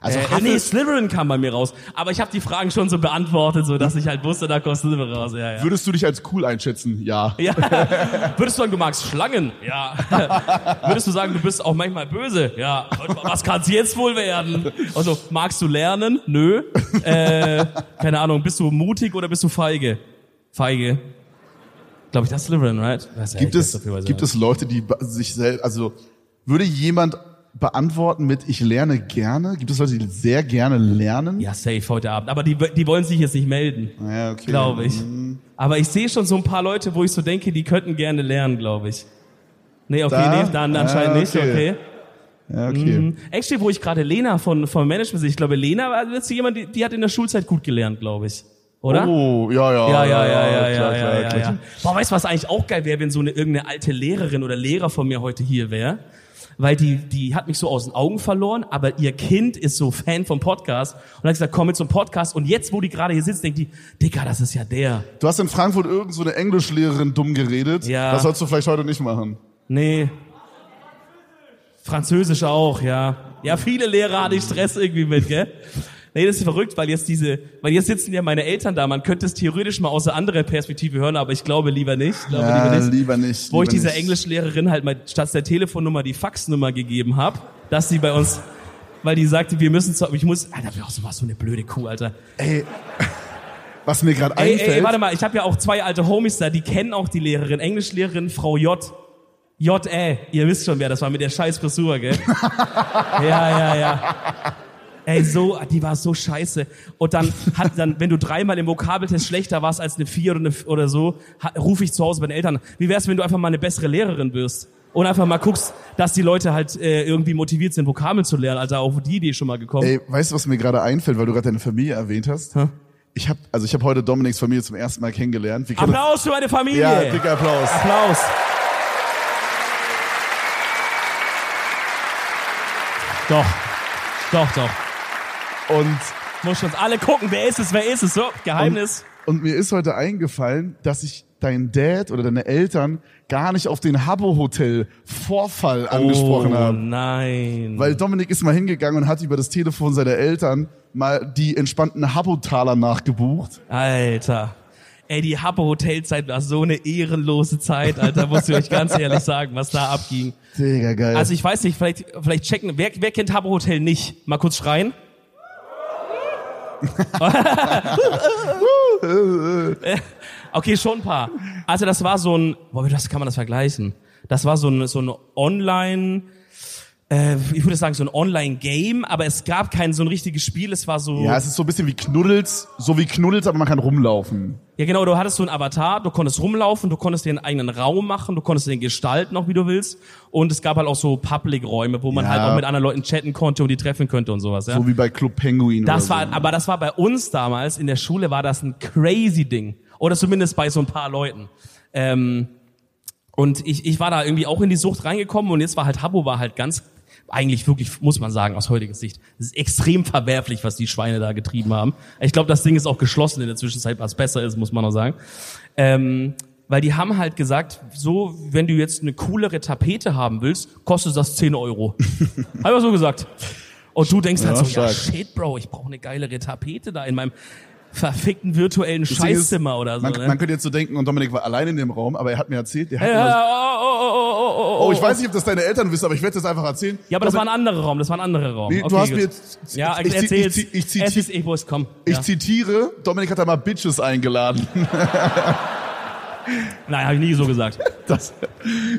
Speaker 1: Also
Speaker 2: äh,
Speaker 1: Havel-
Speaker 2: nee, Slytherin kam bei mir raus. Aber ich habe die Fragen schon so beantwortet, so dass ich halt wusste, da kommt Slytherin raus. Ja, ja.
Speaker 1: würdest du dich als cool einschätzen? Ja.
Speaker 2: Ja. <laughs> Würdest du sagen, du magst Schlangen? Ja. <laughs> Würdest du sagen, du bist auch manchmal böse? Ja. Und was kann's jetzt wohl werden? Also, magst du lernen? Nö. Äh, keine Ahnung, bist du mutig oder bist du feige? Feige. Glaube ich, das ist Slytherin, right? Weiß ja,
Speaker 1: Gibt
Speaker 2: ich weiß so
Speaker 1: es
Speaker 2: viel, weiß ich
Speaker 1: gibt
Speaker 2: nicht.
Speaker 1: es Leute, die be- sich selbst also würde jemand beantworten mit ich lerne gerne? Gibt es Leute, die sehr gerne lernen?
Speaker 2: Ja, safe heute Abend. Aber die, die wollen sich jetzt nicht melden.
Speaker 1: Ja, okay.
Speaker 2: Glaube ich.
Speaker 1: Mhm.
Speaker 2: Aber ich sehe schon so ein paar Leute, wo ich so denke, die könnten gerne lernen, glaube ich. Nee, okay,
Speaker 1: Da?
Speaker 2: nee, dann
Speaker 1: Ah,
Speaker 2: anscheinend nicht,
Speaker 1: okay.
Speaker 2: okay.
Speaker 1: Ja, okay.
Speaker 2: Mhm. Actually, wo ich gerade Lena von, vom Management sehe, ich glaube, Lena war letzte jemand, die, die hat in der Schulzeit gut gelernt, glaube ich. Oder?
Speaker 1: Oh, ja, ja.
Speaker 2: Ja, ja, ja, ja,
Speaker 1: klar,
Speaker 2: ja,
Speaker 1: klar,
Speaker 2: ja, ja,
Speaker 1: klar.
Speaker 2: ja. Boah, weißt du, was eigentlich auch geil wäre, wenn so eine irgendeine alte Lehrerin oder Lehrer von mir heute hier wäre? Weil die, die hat mich so aus den Augen verloren, aber ihr Kind ist so Fan vom Podcast und hat gesagt, komm mit zum Podcast. Und jetzt, wo die gerade hier sitzt, denkt die, Digga, das ist ja der.
Speaker 1: Du hast in Frankfurt irgend so eine Englischlehrerin dumm geredet.
Speaker 2: Ja.
Speaker 1: Das sollst du vielleicht heute nicht machen.
Speaker 2: Nee. Französisch auch, ja. Ja, viele Lehrer hatte ich Stress irgendwie mit, gell? Nee, das ist verrückt, weil jetzt diese, weil jetzt sitzen ja meine Eltern da. Man könnte es theoretisch mal aus einer anderen Perspektive hören, aber ich glaube lieber nicht. Ich Glaube lieber nicht.
Speaker 1: lieber nicht.
Speaker 2: Wo ich
Speaker 1: lieber
Speaker 2: dieser
Speaker 1: nicht.
Speaker 2: Englischlehrerin halt mal statt der Telefonnummer die Faxnummer gegeben habe, dass sie bei uns, weil die sagte, wir müssen zu, ich muss, Alter, wir auch so was so eine blöde Kuh, Alter.
Speaker 1: Ey, <laughs> was mir gerade
Speaker 2: Ey,
Speaker 1: einfällt.
Speaker 2: ey, warte mal, ich habe ja auch zwei alte Homies da, die kennen auch die Lehrerin, Englischlehrerin Frau J. J. Ä. Ihr wisst schon, wer das war mit der scheiß Frisur,
Speaker 1: <laughs>
Speaker 2: gell? ja, ja, ja. Ey, so, die war so scheiße. Und dann hat dann, wenn du dreimal im Vokabeltest schlechter warst als eine vier oder, eine, F- oder so, ha- ruf ich zu Hause bei den Eltern. an. Wie wär's, wenn du einfach mal eine bessere Lehrerin wirst? Und einfach mal guckst, dass die Leute halt äh, irgendwie motiviert sind, Vokabeln zu lernen. Also auf die Idee schon mal gekommen.
Speaker 1: Ey, weißt du, was mir gerade einfällt, weil du gerade deine Familie erwähnt hast?
Speaker 2: Hä?
Speaker 1: Ich habe also ich habe heute Dominiks Familie zum ersten Mal kennengelernt. Wir kennen-
Speaker 2: Applaus für meine Familie!
Speaker 1: Ja, dicker Applaus.
Speaker 2: Applaus. Doch, doch, doch.
Speaker 1: Und
Speaker 2: Muss uns alle gucken, wer ist es, wer ist es. So, Geheimnis.
Speaker 1: Und mir ist heute eingefallen, dass ich deinen Dad oder deine Eltern gar nicht auf den Habbo Hotel Vorfall angesprochen
Speaker 2: oh,
Speaker 1: habe.
Speaker 2: nein.
Speaker 1: Weil Dominik ist mal hingegangen und hat über das Telefon seiner Eltern mal die entspannten Habbo-Taler nachgebucht.
Speaker 2: Alter. Ey, die Happe Hotelzeit war so eine ehrenlose Zeit, Alter, muss ich euch ganz ehrlich sagen, was da abging.
Speaker 1: Digga, geil.
Speaker 2: Also ich weiß nicht, vielleicht, vielleicht checken, wer, wer kennt Happe Hotel nicht? Mal kurz schreien. okay, schon ein paar. Also das war so ein, boah, mit was kann man das vergleichen? Das war so ein, so ein Online, äh, ich würde sagen so ein Online-Game, aber es gab kein so ein richtiges Spiel, es war so...
Speaker 1: ja, es ist so ein bisschen wie Knuddels, so wie Knuddels, aber man kann rumlaufen.
Speaker 2: Ja, genau, du hattest so einen Avatar, du konntest rumlaufen, du konntest dir einen eigenen Raum machen, du konntest den gestalten, auch wie du willst. Und es gab halt auch so Public-Räume, wo man
Speaker 1: Ja.
Speaker 2: halt auch mit anderen Leuten chatten konnte und die treffen könnte und sowas, ja.
Speaker 1: So wie bei Club Penguin
Speaker 2: das
Speaker 1: oder
Speaker 2: war,
Speaker 1: so.
Speaker 2: aber das war bei uns damals in der Schule war das ein crazy Ding. Oder zumindest bei so ein paar Leuten. Ähm, und ich, ich war da irgendwie auch in die Sucht reingekommen und jetzt war halt Habbo war halt ganz, eigentlich wirklich, muss man sagen, aus heutiger Sicht, es ist extrem verwerflich, was die Schweine da getrieben haben. Ich glaube, das Ding ist auch geschlossen in der Zwischenzeit, was besser ist, muss man auch sagen. Ähm, weil die haben halt gesagt, so, wenn du jetzt eine coolere Tapete haben willst, kostet das
Speaker 1: <laughs>
Speaker 2: 10 Euro. Einfach so gesagt. Und du denkst halt
Speaker 1: Ja,
Speaker 2: so, ja,
Speaker 1: stark.
Speaker 2: shit, Bro, ich brauche eine geilere Tapete da in meinem verfickten virtuellen
Speaker 1: Ding ist,
Speaker 2: Scheißzimmer oder so.
Speaker 1: man,
Speaker 2: ne?
Speaker 1: man könnte jetzt so denken, und Dominik war allein in dem Raum, aber er hat mir erzählt, der hat
Speaker 2: Ja,
Speaker 1: immer
Speaker 2: ja, oh, oh, oh, oh, oh,
Speaker 1: also- Oh, ich weiß nicht, ob das deine Eltern wissen, aber ich werde das einfach erzählen. Also,
Speaker 2: Ja, aber das war ein
Speaker 1: Dominik-
Speaker 2: anderer Raum, das war ein anderer Raum.
Speaker 1: Nee, du hast mir
Speaker 2: gut.
Speaker 1: jetzt-
Speaker 2: Ja,
Speaker 1: ich- ich-
Speaker 2: ich, erzähl's.
Speaker 1: ich- ich- ich-
Speaker 2: es ist eh Wurst, komm.
Speaker 1: Ich
Speaker 2: ja.
Speaker 1: zitiere, Dominik hat da mal Bitches eingeladen.
Speaker 2: Nein, habe ich nie so gesagt.
Speaker 1: Das,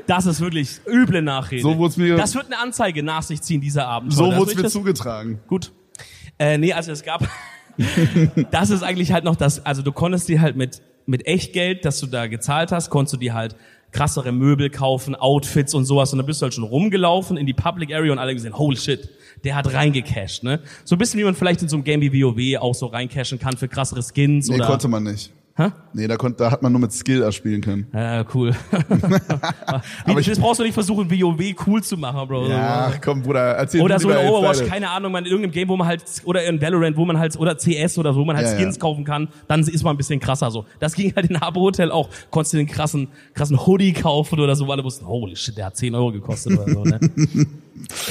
Speaker 2: Das ist wirklich üble Nachrede.
Speaker 1: So wurd's mir-
Speaker 2: Das wird eine Anzeige nach sich ziehen, dieser Abend.
Speaker 1: so
Speaker 2: Heute.
Speaker 1: wurde es
Speaker 2: Soll
Speaker 1: mir
Speaker 2: ich das-
Speaker 1: zugetragen.
Speaker 2: Gut. Äh, nee, also es gab. <laughs> das ist eigentlich halt noch das. Also du konntest dir halt mit mit Echtgeld, das du da gezahlt hast, konntest du dir halt krassere Möbel kaufen, Outfits und sowas. Und dann bist du halt schon rumgelaufen in die Public Area und alle gesehen, holy shit, der hat reingecashed, ne? So ein bisschen wie man vielleicht in so einem Game wie WoW auch so reincashen kann für krassere Skins
Speaker 1: Nee,
Speaker 2: oder.
Speaker 1: konnte man nicht.
Speaker 2: Hä?
Speaker 1: Nee, da, konnte, da hat man nur mit Skill erspielen können.
Speaker 2: Äh, cool.
Speaker 1: <laughs>
Speaker 2: <laughs>
Speaker 1: Aber
Speaker 2: Aber
Speaker 1: ich-
Speaker 2: das brauchst du nicht versuchen, WoW cool zu machen, Bro.
Speaker 1: Ja, komm, Bruder, erzähl
Speaker 2: Oder
Speaker 1: du
Speaker 2: so in
Speaker 1: lieber jetzt
Speaker 2: Overwatch,
Speaker 1: deine-
Speaker 2: keine Ahnung, man, in irgendeinem Game, wo man halt, oder in Valorant, wo man halt, oder CS oder so, wo man halt
Speaker 1: Ja, ja.
Speaker 2: Skins kaufen kann, dann ist man ein bisschen krasser so. Das ging halt in Abo Hotel auch. Konntest du den krassen, krassen Hoodie kaufen oder so, weil alle wussten, holy shit, der hat 10 Euro gekostet oder
Speaker 1: <laughs>
Speaker 2: so, ne?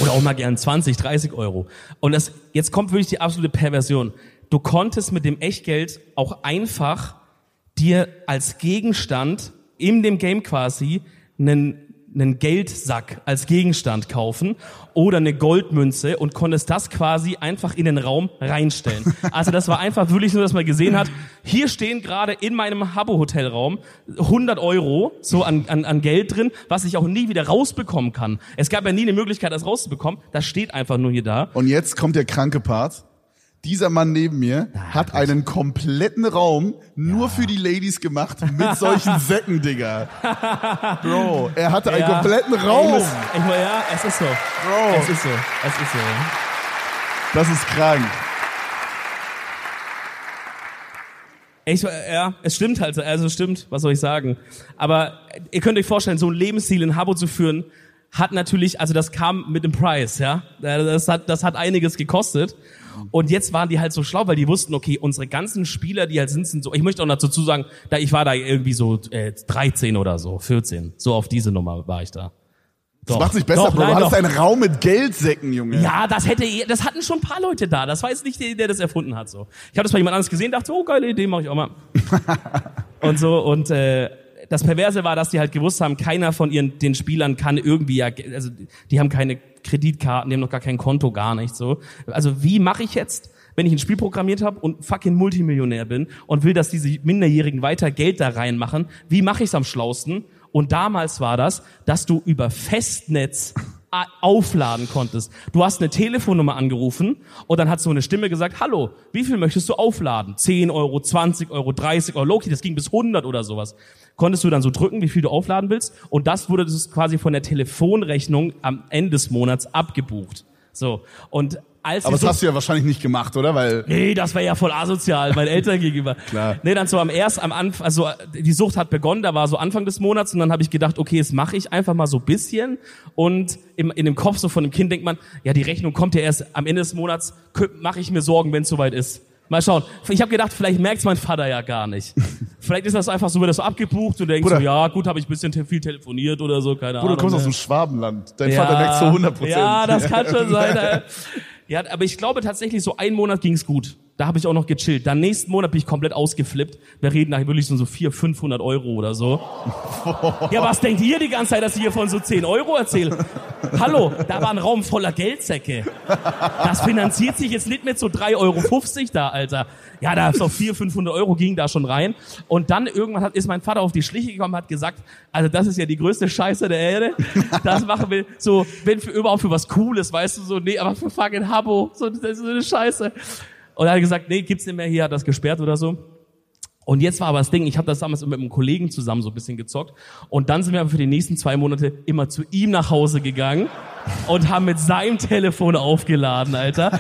Speaker 2: Oder auch mal gern 20, 30 Euro. Und das, jetzt kommt wirklich die absolute Perversion. Du konntest mit dem Echtgeld auch einfach dir als Gegenstand in dem Game quasi einen, einen Geldsack als Gegenstand kaufen oder eine Goldmünze und konntest das quasi einfach in den Raum
Speaker 1: <laughs>
Speaker 2: reinstellen. Also das war einfach wirklich nur, dass man gesehen hat, hier stehen gerade in meinem Habbo-Hotelraum 100 Euro so an, an, an Geld drin, was ich auch nie wieder rausbekommen kann. Es gab ja nie eine Möglichkeit, das rauszubekommen. Das steht einfach nur hier da.
Speaker 1: Und jetzt kommt der kranke Part. Dieser Mann neben mir hat einen kompletten Raum nur für die Ladies gemacht mit
Speaker 2: <laughs>
Speaker 1: solchen Säcken, Digga. Bro, er hatte einen
Speaker 2: Ja.
Speaker 1: kompletten
Speaker 2: Ich
Speaker 1: Raum.
Speaker 2: muss, ich, muss- ja, es ist so. Es
Speaker 1: Bro,
Speaker 2: ist so. Es ist so.
Speaker 1: das ist krank.
Speaker 2: Ich, ja, es stimmt halt, also es stimmt, was soll ich sagen. Aber ihr könnt euch vorstellen, so ein Lebensstil in Habo zu führen, hat natürlich, also das kam mit dem Preis, ja. Äh, Das hat, das hat einiges gekostet. Und jetzt waren die halt so schlau, weil die wussten, okay, unsere ganzen Spieler, die halt sind, sind so, ich möchte auch dazu sagen, da ich war da irgendwie so äh, 13 oder so, 14, so auf diese Nummer war ich da.
Speaker 1: Das macht sich besser, Bro. du hast einen Raum mit Geldsäcken, Junge.
Speaker 2: ja, das hätte, das hatten schon ein paar Leute da. Das war jetzt nicht der, der das erfunden hat. So, ich habe das bei jemand anders gesehen, dachte, oh geile Idee, mache ich auch mal. und so und äh, das Perverse war, dass die halt gewusst haben, keiner von ihren den Spielern kann irgendwie ja, also die haben keine Kreditkarten, die haben noch gar kein Konto, gar nicht so. Also wie mache ich jetzt? wenn ich ein Spiel programmiert habe und fucking Multimillionär bin und will, dass diese Minderjährigen weiter Geld da reinmachen, wie mache ich es am schlausten? Und damals war das, dass du über Festnetz a- aufladen konntest. Du hast eine Telefonnummer angerufen und dann hat so eine Stimme gesagt, hallo, wie viel möchtest du aufladen? 10 Euro, 20 Euro, 30 Euro, okay, das ging bis 100 oder sowas. Konntest du dann so drücken, wie viel du aufladen willst und das wurde das quasi von der Telefonrechnung am Ende des Monats abgebucht. So. Und als
Speaker 1: Aber
Speaker 2: ich
Speaker 1: das hast du ja wahrscheinlich nicht gemacht, oder? Weil
Speaker 2: Nee, das wäre ja voll asozial, meinen Eltern gegenüber.
Speaker 1: <laughs> Klar.
Speaker 2: Nee, dann so am erst am Anfang, also äh, die Sucht hat begonnen, da war so Anfang des Monats und dann habe ich gedacht, okay, das mache ich einfach mal so bisschen und im, in dem Kopf so von dem Kind denkt man, ja, die Rechnung kommt ja erst am Ende des Monats, mache ich mir Sorgen, wenn es soweit ist. Mal schauen. Ich habe gedacht, vielleicht merkt's mein Vater ja
Speaker 1: <laughs>
Speaker 2: gar nicht. vielleicht ist das einfach so, wird das so abgebucht und denkst
Speaker 1: Bruder.
Speaker 2: so, ja, gut, habe ich ein bisschen te viel telefoniert oder so, keine
Speaker 1: Bruder,
Speaker 2: Ahnung.
Speaker 1: du kommst
Speaker 2: ne?
Speaker 1: aus dem Schwabenland. Dein Vater merkt zu 100 Prozent.
Speaker 2: Ja, das kann schon sein. Alter. Ja, aber ich glaube tatsächlich, so einen Monat ging's gut. Da habe ich auch noch gechillt. Dann nächsten Monat bin ich komplett ausgeflippt. Wir reden nachher wirklich so so 400, 500 Euro oder so. Ja, was denkt ihr die ganze Zeit, dass ich hier von so 10 Euro erzähle? Hallo, da war ein Raum voller Geldsäcke. Das finanziert sich jetzt nicht mit so 3,50 Euro da, Alter. Ja, da ist doch 400, 500 Euro ging da schon rein. Und dann irgendwann hat, ist mein Vater auf die Schliche gekommen hat gesagt, also das ist ja die größte Scheiße der Erde. Das machen wir so, wenn für überhaupt für was Cooles, weißt du, so, nee, aber für fucking Habo, so, das ist so eine Scheiße. Und er hat gesagt, nee, gibt's nicht mehr hier, hat das gesperrt oder so. Und jetzt war aber das Ding, ich habe das damals mit einem Kollegen zusammen so ein bisschen gezockt. Und dann sind wir aber für die nächsten zwei Monate immer zu ihm nach Hause gegangen und haben mit seinem Telefon aufgeladen, Alter.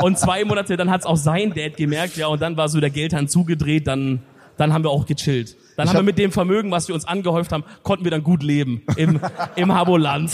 Speaker 2: Und zwei Monate, dann hat's auch sein Dad gemerkt, ja, und dann war so der Geldhahn zugedreht, dann, dann haben wir auch gechillt. Dann haben
Speaker 1: hab-
Speaker 2: wir mit dem Vermögen, was wir uns angehäuft haben, konnten wir dann gut leben im, im Haboland.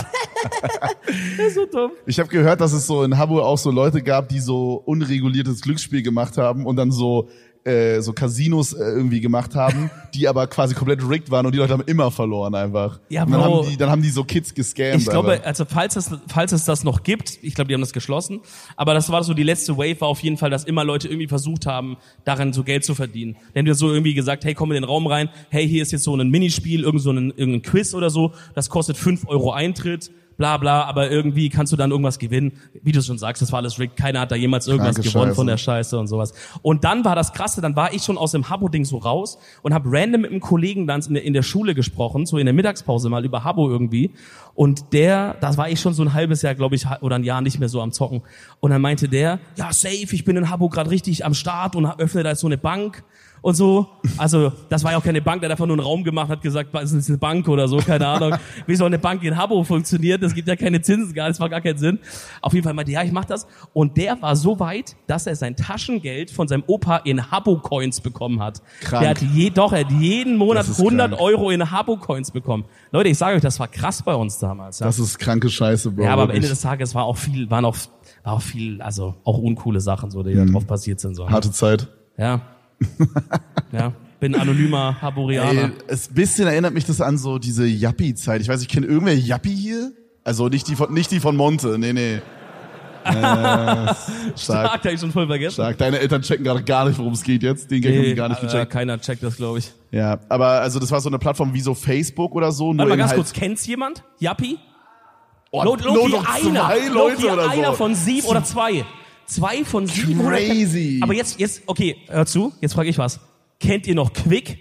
Speaker 2: das ist so dumm.
Speaker 1: Ich habe gehört, dass es so in Hamburg auch so Leute gab, die so unreguliertes Glücksspiel gemacht haben und dann so äh, so Casinos äh, irgendwie gemacht
Speaker 2: <laughs>
Speaker 1: haben, die aber quasi komplett rigged waren und die Leute haben immer verloren einfach.
Speaker 2: Ja,
Speaker 1: und dann,
Speaker 2: Bro.
Speaker 1: haben die, dann haben die so Kids gescammt.
Speaker 2: Ich glaube,
Speaker 1: Alter.
Speaker 2: also falls es, falls es das noch gibt, ich glaube, die haben das geschlossen, aber das war so die letzte Wave war auf jeden Fall, dass immer Leute irgendwie versucht haben, daran so Geld zu verdienen. Dann haben die so irgendwie gesagt, hey, komm in den Raum rein, hey, hier ist jetzt so ein Minispiel, irgend so ein, irgendein Quiz oder so, das kostet 5 Euro Eintritt, bla bla, aber irgendwie kannst du dann irgendwas gewinnen. Wie du schon sagst, das war alles rigged, keiner hat da jemals irgendwas
Speaker 1: Kranke
Speaker 2: gewonnen von
Speaker 1: Scheiße.
Speaker 2: der Scheiße und sowas. Und dann war das Krasse, dann war ich schon aus dem Habo-Ding so raus und habe random mit einem Kollegen dann in der, in der Schule gesprochen, so in der Mittagspause mal über Habo irgendwie. Und der, das war ich schon so ein halbes Jahr, glaube ich, ha- oder ein Jahr nicht mehr so am Zocken. Und dann meinte der, ja safe, ich bin in Habo gerade richtig am Start und ha- öffne da jetzt so eine Bank und so. Also das war ja auch keine Bank, der hat einfach nur einen Raum gemacht, hat gesagt, es ist eine Bank oder so,
Speaker 1: <laughs>
Speaker 2: keine Ahnung. Wie soll eine Bank in Habo funktionieren? Das gibt ja keine Zinsen, gar, das macht gar keinen Sinn. Auf jeden Fall meinte, ja, ich mach das. Und der war so weit, dass er sein Taschengeld von seinem Opa in Habo-Coins bekommen hat.
Speaker 1: Krank.
Speaker 2: Der hat je, doch, er hat jeden Monat
Speaker 1: Das ist
Speaker 2: 100
Speaker 1: krank.
Speaker 2: Euro in Habo-Coins bekommen. Leute, ich sage euch, das war krass bei uns damals. Ja,
Speaker 1: das ist kranke Scheiße, Bro.
Speaker 2: ja aber am
Speaker 1: wirklich.
Speaker 2: Ende des Tages war auch viel, waren auch, war auch viel, also auch uncoole Sachen, so, die
Speaker 1: Mhm.
Speaker 2: da drauf passiert sind. So.
Speaker 1: Harte Zeit.
Speaker 2: Ja. ja. Bin anonymer Haborianer.
Speaker 1: Ey, es bisschen erinnert mich das an so diese Yappi-Zeit. Ich weiß, ich kenne irgendwer Yappi hier. Also nicht die von, nicht die von Monte. Nee, nee.
Speaker 2: <laughs>
Speaker 1: Äh,
Speaker 2: Stark,
Speaker 1: stark,
Speaker 2: Ah, hab ich schon voll vergessen.
Speaker 1: stark. Deine Eltern checken gerade gar nicht, worum es geht jetzt. Den Gag haben die gar nicht
Speaker 2: aber
Speaker 1: gecheckt.
Speaker 2: keiner checkt das, glaube ich.
Speaker 1: Ja, aber also das war so eine Plattform wie so Facebook oder so. Nur
Speaker 2: Warte mal
Speaker 1: in
Speaker 2: ganz
Speaker 1: halt,
Speaker 2: kurz, kennt's jemand? Yappi?
Speaker 1: Oh,
Speaker 2: Not,
Speaker 1: nur
Speaker 2: Loki
Speaker 1: noch
Speaker 2: einer.
Speaker 1: zwei Leute
Speaker 2: Loki
Speaker 1: oder so.
Speaker 2: einer von sieben oder zwei. Zwei von sieben.
Speaker 1: Crazy.
Speaker 2: Aber jetzt, jetzt, okay, hör zu, jetzt frage ich was. Kennt ihr noch Quick?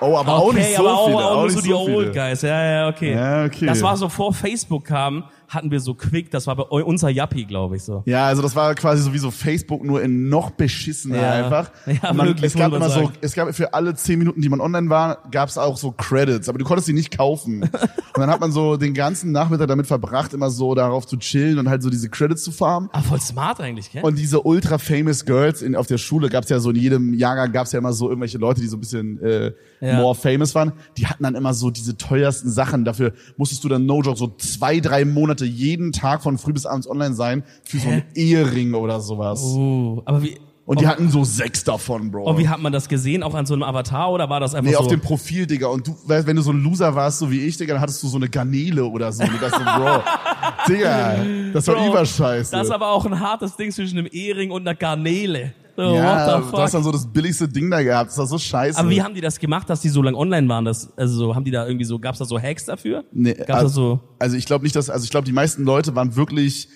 Speaker 1: oh, aber auch nicht so
Speaker 2: aber auch,
Speaker 1: viele.
Speaker 2: auch, nur
Speaker 1: nicht
Speaker 2: so die
Speaker 1: viele.
Speaker 2: Old Guys. Ja, ja, okay.
Speaker 1: Ja, okay.
Speaker 2: Das war so vor Facebook kam, hatten wir so Quick, das war bei eu- unser Yappi, glaube ich, so.
Speaker 1: Ja, also das war quasi so wie so Facebook, nur in noch beschissener
Speaker 2: Ja.
Speaker 1: einfach.
Speaker 2: <laughs> Ja,
Speaker 1: man,
Speaker 2: wirklich,
Speaker 1: es gab
Speaker 2: muss man
Speaker 1: immer so,
Speaker 2: sagen.
Speaker 1: es gab für alle zehn Minuten, die man online war, gab's auch so Credits, aber du konntest die nicht
Speaker 2: <laughs>
Speaker 1: kaufen. und dann hat man so den ganzen Nachmittag damit verbracht, immer so darauf zu chillen und halt so diese Credits zu farmen.
Speaker 2: Ah, voll smart eigentlich, gell?
Speaker 1: Und diese ultra famous Girls in, auf der Schule gab's ja so in jedem Jahrgang gab's ja immer so irgendwelche Leute, die so ein bisschen äh,
Speaker 2: Ja.
Speaker 1: more famous waren. Die hatten dann immer so diese teuersten Sachen. Dafür musstest du dann no joke so zwei, drei Monate jeden Tag von früh bis abends online sein für so einen Ehering oder sowas.
Speaker 2: Uh, aber wie,
Speaker 1: Und die hatten so sechs davon, Bro.
Speaker 2: Und Oh, wie Also- hat man das gesehen? Auch an so einem Avatar oder war das einfach
Speaker 1: Oh. Nee,
Speaker 2: so?
Speaker 1: auf dem Profil, Digga. Und du, weißt, wenn du so ein Loser warst, so wie ich, Digga, dann hattest du so eine Garnele oder so. Und du dachtest so,
Speaker 2: <laughs>
Speaker 1: Bro, Digga, das war
Speaker 2: Bro,
Speaker 1: überscheiße.
Speaker 2: Das ist aber auch ein hartes Ding zwischen einem Ehering und einer Garnele. So,
Speaker 1: ja, du
Speaker 2: what
Speaker 1: hast
Speaker 2: the fuck?
Speaker 1: dann so das billigste Ding da gehabt. Das war so scheiße.
Speaker 2: Aber wie haben die das gemacht, dass die so lange online waren? Das, also so, haben die da irgendwie so, gab's da so Hacks dafür?
Speaker 1: Nee,
Speaker 2: Gab's da
Speaker 1: also,
Speaker 2: so?
Speaker 1: also ich glaube nicht, dass, also ich glaube, die meisten Leute waren wirklich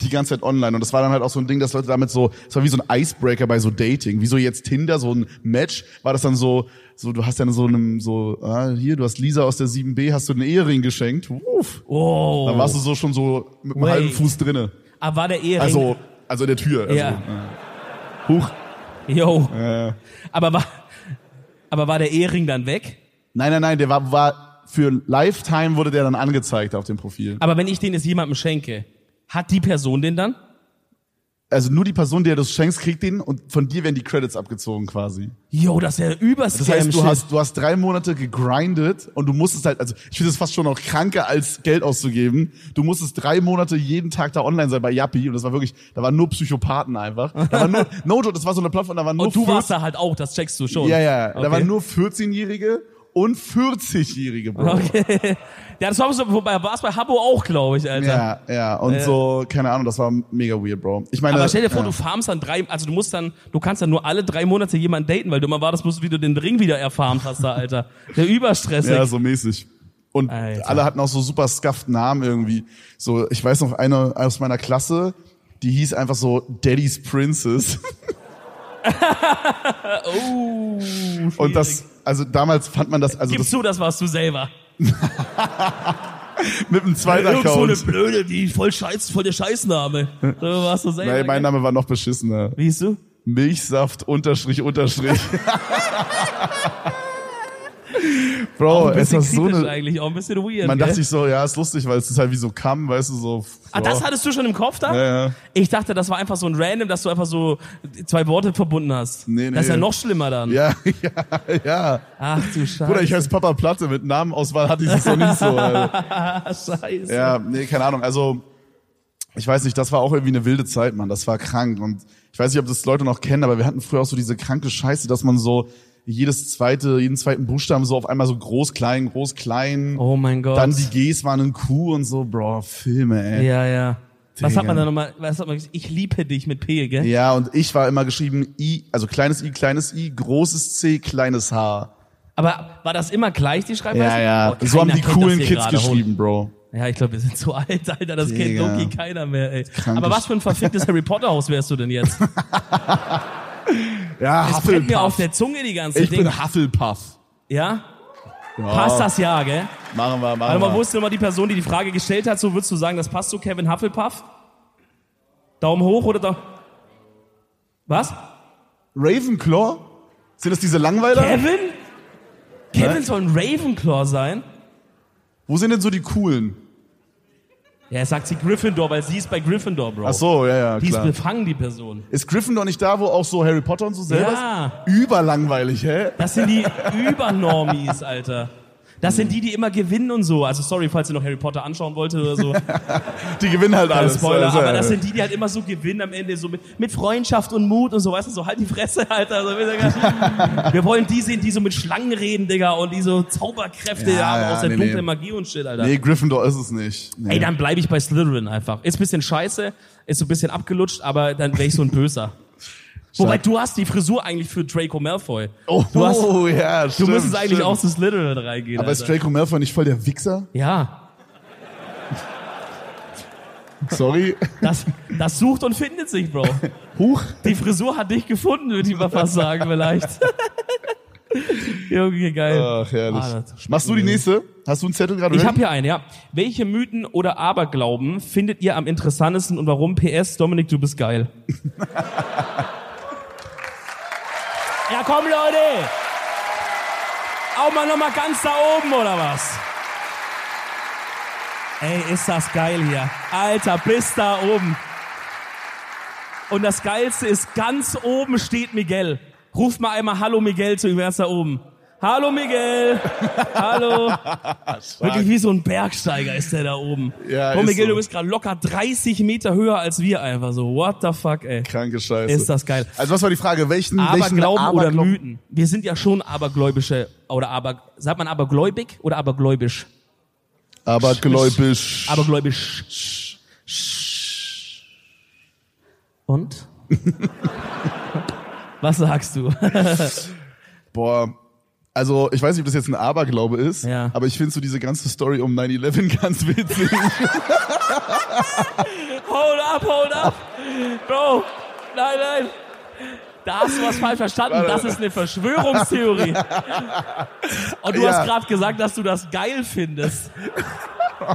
Speaker 1: die ganze Zeit online und das war dann halt auch so ein Ding, dass Leute damit so, es war wie so ein Icebreaker bei so Dating, wie so jetzt Tinder, so ein Match, war das dann so, so du hast dann so einem, so, ah, hier, du hast Lisa aus der 7b, hast du einen Ehering geschenkt, uff,
Speaker 2: Oh.
Speaker 1: dann warst du so schon so mit einem
Speaker 2: Wait.
Speaker 1: halben Fuß drinne,
Speaker 2: Aber Ah, war der Ehering?
Speaker 1: also, also in der Tür, also,
Speaker 2: Ja.
Speaker 1: äh, huch,
Speaker 2: Yo.
Speaker 1: äh,
Speaker 2: Aber war, aber war der Ehering dann weg?
Speaker 1: nein, nein, nein, der war, war, für Lifetime wurde der dann angezeigt auf dem Profil.
Speaker 2: Aber wenn ich den jetzt jemandem schenke, hat die Person den dann?
Speaker 1: also nur die Person, der du es schenkst, kriegt den und von dir werden die Credits abgezogen quasi.
Speaker 2: Yo, das ist ja überscam
Speaker 1: Das heißt, du hast, du hast drei Monate gegrindet und du musstest halt, also ich finde es fast schon noch kranker, als Geld auszugeben. Du musstest drei Monate jeden Tag da online sein bei Yappi und das war wirklich, da waren nur Psychopathen einfach. Da war
Speaker 2: <laughs>
Speaker 1: nur, no joke, das war so eine Plattform, da waren nur
Speaker 2: Und du
Speaker 1: 14
Speaker 2: warst da halt auch, das checkst du schon.
Speaker 1: Ja, ja, da
Speaker 2: Okay.
Speaker 1: waren nur 14-Jährige und 40-Jährige, Bro.
Speaker 2: Okay. <laughs> Ja, das war so, wobei war es bei Habbo auch, glaube ich, Alter.
Speaker 1: Ja, ja, und so, keine Ahnung, das war mega weird, Bro. Ich meine,
Speaker 2: Aber stell dir vor,
Speaker 1: ja.
Speaker 2: du farmst dann drei, also du musst dann, du kannst dann nur alle drei Monate jemanden daten, weil du immer wartest, musst, wie du den Ring wieder erfahren hast, da, Alter. Der Überstress.
Speaker 1: Ja, so mäßig. Und
Speaker 2: Alter.
Speaker 1: alle hatten auch so super scuffed Namen irgendwie. So, ich weiß noch, eine aus meiner Klasse, die hieß einfach so Daddy's
Speaker 2: <laughs>
Speaker 1: Princess.
Speaker 2: oh, schwierig.
Speaker 1: Und das, also damals fand man das, also
Speaker 2: Gibst
Speaker 1: das
Speaker 2: du, das warst du selber.
Speaker 1: mit einem zweiten
Speaker 2: Irgend so eine
Speaker 1: Account.
Speaker 2: blöde, die voll scheiß, voll der Scheißname. So warst du selber.
Speaker 1: Nein, mein Name war noch beschissener.
Speaker 2: Wie hieß du?
Speaker 1: Milchsaft unterstrich
Speaker 2: <laughs>
Speaker 1: unterstrich.
Speaker 2: Auch
Speaker 1: Bro,
Speaker 2: ein
Speaker 1: es
Speaker 2: bisschen
Speaker 1: war so
Speaker 2: kritisch
Speaker 1: eine,
Speaker 2: eigentlich, auch ein bisschen weird.
Speaker 1: man
Speaker 2: gell?
Speaker 1: dachte sich so, ja, ist lustig, weil es ist halt wie so Kamm, weißt du, so.
Speaker 2: Ah, das hattest du schon im Kopf da?
Speaker 1: Ja, ja.
Speaker 2: Ich dachte, das war einfach so ein Random, dass du einfach so zwei Worte verbunden hast.
Speaker 1: Nee, nee.
Speaker 2: Das ist ja noch schlimmer dann.
Speaker 1: Ja, <laughs> ja, ja.
Speaker 2: Ach du Scheiße.
Speaker 1: Bruder, ich heiße Papa Platte, mit
Speaker 2: <laughs>
Speaker 1: Namenauswahl hatte ich es noch nicht so. Alter.
Speaker 2: Scheiße.
Speaker 1: Ja, nee, keine Ahnung. Also ich weiß nicht, das war auch irgendwie eine wilde Zeit, Mann. Das war krank. Und ich weiß nicht, ob das Leute noch kennen, aber wir hatten früher auch so diese kranke Scheiße, dass man so jedes zweite, jeden zweiten Buchstaben so auf einmal so groß, klein, groß, klein.
Speaker 2: Oh mein Gott.
Speaker 1: Dann die Gs waren ein Q und so, bro, Filme, ey.
Speaker 2: ja, ja. Was
Speaker 1: Digga.
Speaker 2: hat man da nochmal? Was hat man gesagt? Ich liebe dich mit P, gell?
Speaker 1: Ja, und ich war immer geschrieben I, also kleines I, kleines I, großes C, kleines H.
Speaker 2: Aber war das immer gleich, die Schreibweise?
Speaker 1: Ja, ja.
Speaker 2: Oh,
Speaker 1: so haben die
Speaker 2: keiner kennt das
Speaker 1: coolen
Speaker 2: hier
Speaker 1: Kids
Speaker 2: gerade, holy
Speaker 1: geschrieben, Bro.
Speaker 2: Ja, ich glaube, wir sind zu <laughs> alt, Alter. Das kennt
Speaker 1: Digga.
Speaker 2: Loki keiner mehr, ey.
Speaker 1: Krank
Speaker 2: Aber
Speaker 1: ist-
Speaker 2: was für ein verficktes Harry Potter Haus wärst du
Speaker 1: <laughs>
Speaker 2: denn jetzt?
Speaker 1: Ja,
Speaker 2: Das brennt mir auf der Zunge die ganze
Speaker 1: Ich
Speaker 2: Ding.
Speaker 1: bin Oh. Hufflepuff.
Speaker 2: Ja?
Speaker 1: Ja,
Speaker 2: Passt das ja, gell?
Speaker 1: Machen wir, machen
Speaker 2: Warte mal, wo
Speaker 1: wir.
Speaker 2: ist denn mal die Person, die die Frage gestellt hat? So würdest du sagen, das passt zu Kevin Hufflepuff? Daumen hoch oder Daumen... Was?
Speaker 1: Ravenclaw? Sind das diese Langweiler?
Speaker 2: Kevin? Kevin soll ein Ravenclaw sein?
Speaker 1: Wo sind denn so die coolen?
Speaker 2: Ja, er sagt sie Gryffindor, weil sie ist bei Gryffindor, Bro.
Speaker 1: Ach so, ja, ja,
Speaker 2: die ist
Speaker 1: klar.
Speaker 2: befangen, die Person.
Speaker 1: Ist Gryffindor nicht da, wo auch so Harry Potter und so selber
Speaker 2: Ja.
Speaker 1: ist? Überlangweilig, hä?
Speaker 2: Das sind die Übernormies, Alter. Das sind die, die immer gewinnen und so. Also sorry, falls ihr noch Harry Potter anschauen wolltet
Speaker 1: <laughs>
Speaker 2: oder so.
Speaker 1: Die gewinnen halt
Speaker 2: Alles,
Speaker 1: alles.
Speaker 2: Spoiler,
Speaker 1: Also,
Speaker 2: aber das
Speaker 1: äh,
Speaker 2: sind die, die halt immer so gewinnen am Ende, so mit, mit Freundschaft und Mut und so, weißt du, so halt die Fresse, Alter. Also, wir,
Speaker 1: <laughs>
Speaker 2: sagen, wir wollen die sehen, die so mit Schlangen reden, Digga, und die so Zauberkräfte
Speaker 1: Ja,
Speaker 2: haben
Speaker 1: ja,
Speaker 2: aus der
Speaker 1: nee,
Speaker 2: dunklen
Speaker 1: nee.
Speaker 2: Magie und shit, Alter.
Speaker 1: Nee, Gryffindor ist es nicht. Nee.
Speaker 2: Ey, dann bleibe ich bei Slytherin einfach. Ist bisschen scheiße, ist so ein bisschen abgelutscht, aber dann wäre ich so ein Böser.
Speaker 1: <laughs>
Speaker 2: Wobei, du hast die Frisur eigentlich für Draco Malfoy.
Speaker 1: oh,
Speaker 2: du hast-
Speaker 1: ja,
Speaker 2: Du
Speaker 1: stimmt,
Speaker 2: müsstest eigentlich
Speaker 1: stimmt.
Speaker 2: auch zu Slytherin reingehen.
Speaker 1: Aber ist
Speaker 2: Alter.
Speaker 1: Draco Malfoy nicht voll der Wichser?
Speaker 2: Ja, <laughs>
Speaker 1: Sorry.
Speaker 2: das, das sucht und findet sich, Bro.
Speaker 1: Huch.
Speaker 2: Die Frisur hat dich gefunden, würde ich mal fast sagen, vielleicht. <laughs> Junge, geil.
Speaker 1: Ach, herrlich.
Speaker 2: Ah, das schmeckt
Speaker 1: Machst du die
Speaker 2: mir.
Speaker 1: nächste? Hast du einen Zettel gerade?
Speaker 2: Ich
Speaker 1: drin?
Speaker 2: habe hier einen, ja. Welche Mythen oder Aberglauben findet ihr am interessantesten und warum? PS, Dominik, du bist geil. ja, komm, Leute! Auch mal nochmal ganz da oben, oder was? Ey, ist das geil hier. Alter, bis da oben. Und das Geilste ist, ganz oben steht Miguel. Ruf mal einmal Hallo Miguel zu ihm, wer ist da oben?
Speaker 1: <laughs>
Speaker 2: Hallo Miguel! Hallo! Wirklich wie so ein Bergsteiger ist der da oben.
Speaker 1: Ja,
Speaker 2: Komm,
Speaker 1: ist
Speaker 2: Miguel,
Speaker 1: so.
Speaker 2: du bist gerade locker 30 Meter höher als wir einfach so. What the fuck, ey.
Speaker 1: Kranke Scheiße.
Speaker 2: Ist das geil.
Speaker 1: Also was war die Frage? Welchen, welchen
Speaker 2: Aberglauben oder
Speaker 1: Aberglauben-
Speaker 2: Mythen? Wir sind ja schon abergläubische oder aber sagt man abergläubig oder abergläubisch?
Speaker 1: Abergläubisch.
Speaker 2: Abergläubisch. Und? Was sagst du?
Speaker 1: Boah. Also, ich weiß nicht, ob das jetzt ein Aberglaube ist,
Speaker 2: Ja.
Speaker 1: aber ich finde so diese ganze Story um 9-11 <laughs> ganz
Speaker 2: <laughs>
Speaker 1: witzig.
Speaker 2: Hold up, hold up. Bro, nein, nein. Da hast du was falsch verstanden.
Speaker 1: Warte.
Speaker 2: Das ist eine Verschwörungstheorie. Und du
Speaker 1: Ja.
Speaker 2: hast gerade gesagt, dass du das geil findest.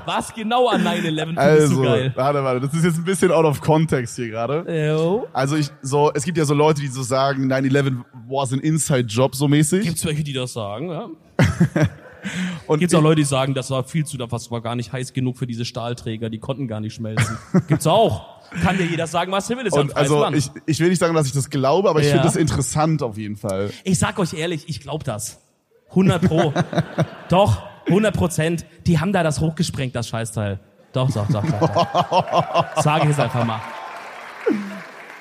Speaker 2: Was genau an 9-11 findest
Speaker 1: also,
Speaker 2: du geil?
Speaker 1: warte, warte, das ist jetzt ein bisschen out of context hier gerade.
Speaker 2: Yo.
Speaker 1: Also ich so, es gibt ja so Leute, die so sagen, 9/11 was an inside job so mäßig.
Speaker 2: Gibt's welche, die das sagen? Ja?
Speaker 1: Und
Speaker 2: Gibt's auch Leute, die sagen, das war viel zu, das war gar nicht heiß genug für diese Stahlträger, die konnten gar nicht
Speaker 1: <laughs>
Speaker 2: schmelzen. Gibt's auch. Kann dir jeder sagen, was er will. Ist ja ein
Speaker 1: und
Speaker 2: freies
Speaker 1: also
Speaker 2: Land.
Speaker 1: ich, ich will nicht sagen, dass ich das glaube, aber ich
Speaker 2: Ja.
Speaker 1: finde das interessant auf jeden Fall.
Speaker 2: Ich sag euch ehrlich, ich glaub das. 100
Speaker 1: <laughs>
Speaker 2: pro. doch, 100 Prozent. Die haben da das hochgesprengt, das Scheißteil. Doch, doch, doch. doch, doch. Sag ich es einfach
Speaker 1: <laughs>
Speaker 2: mal.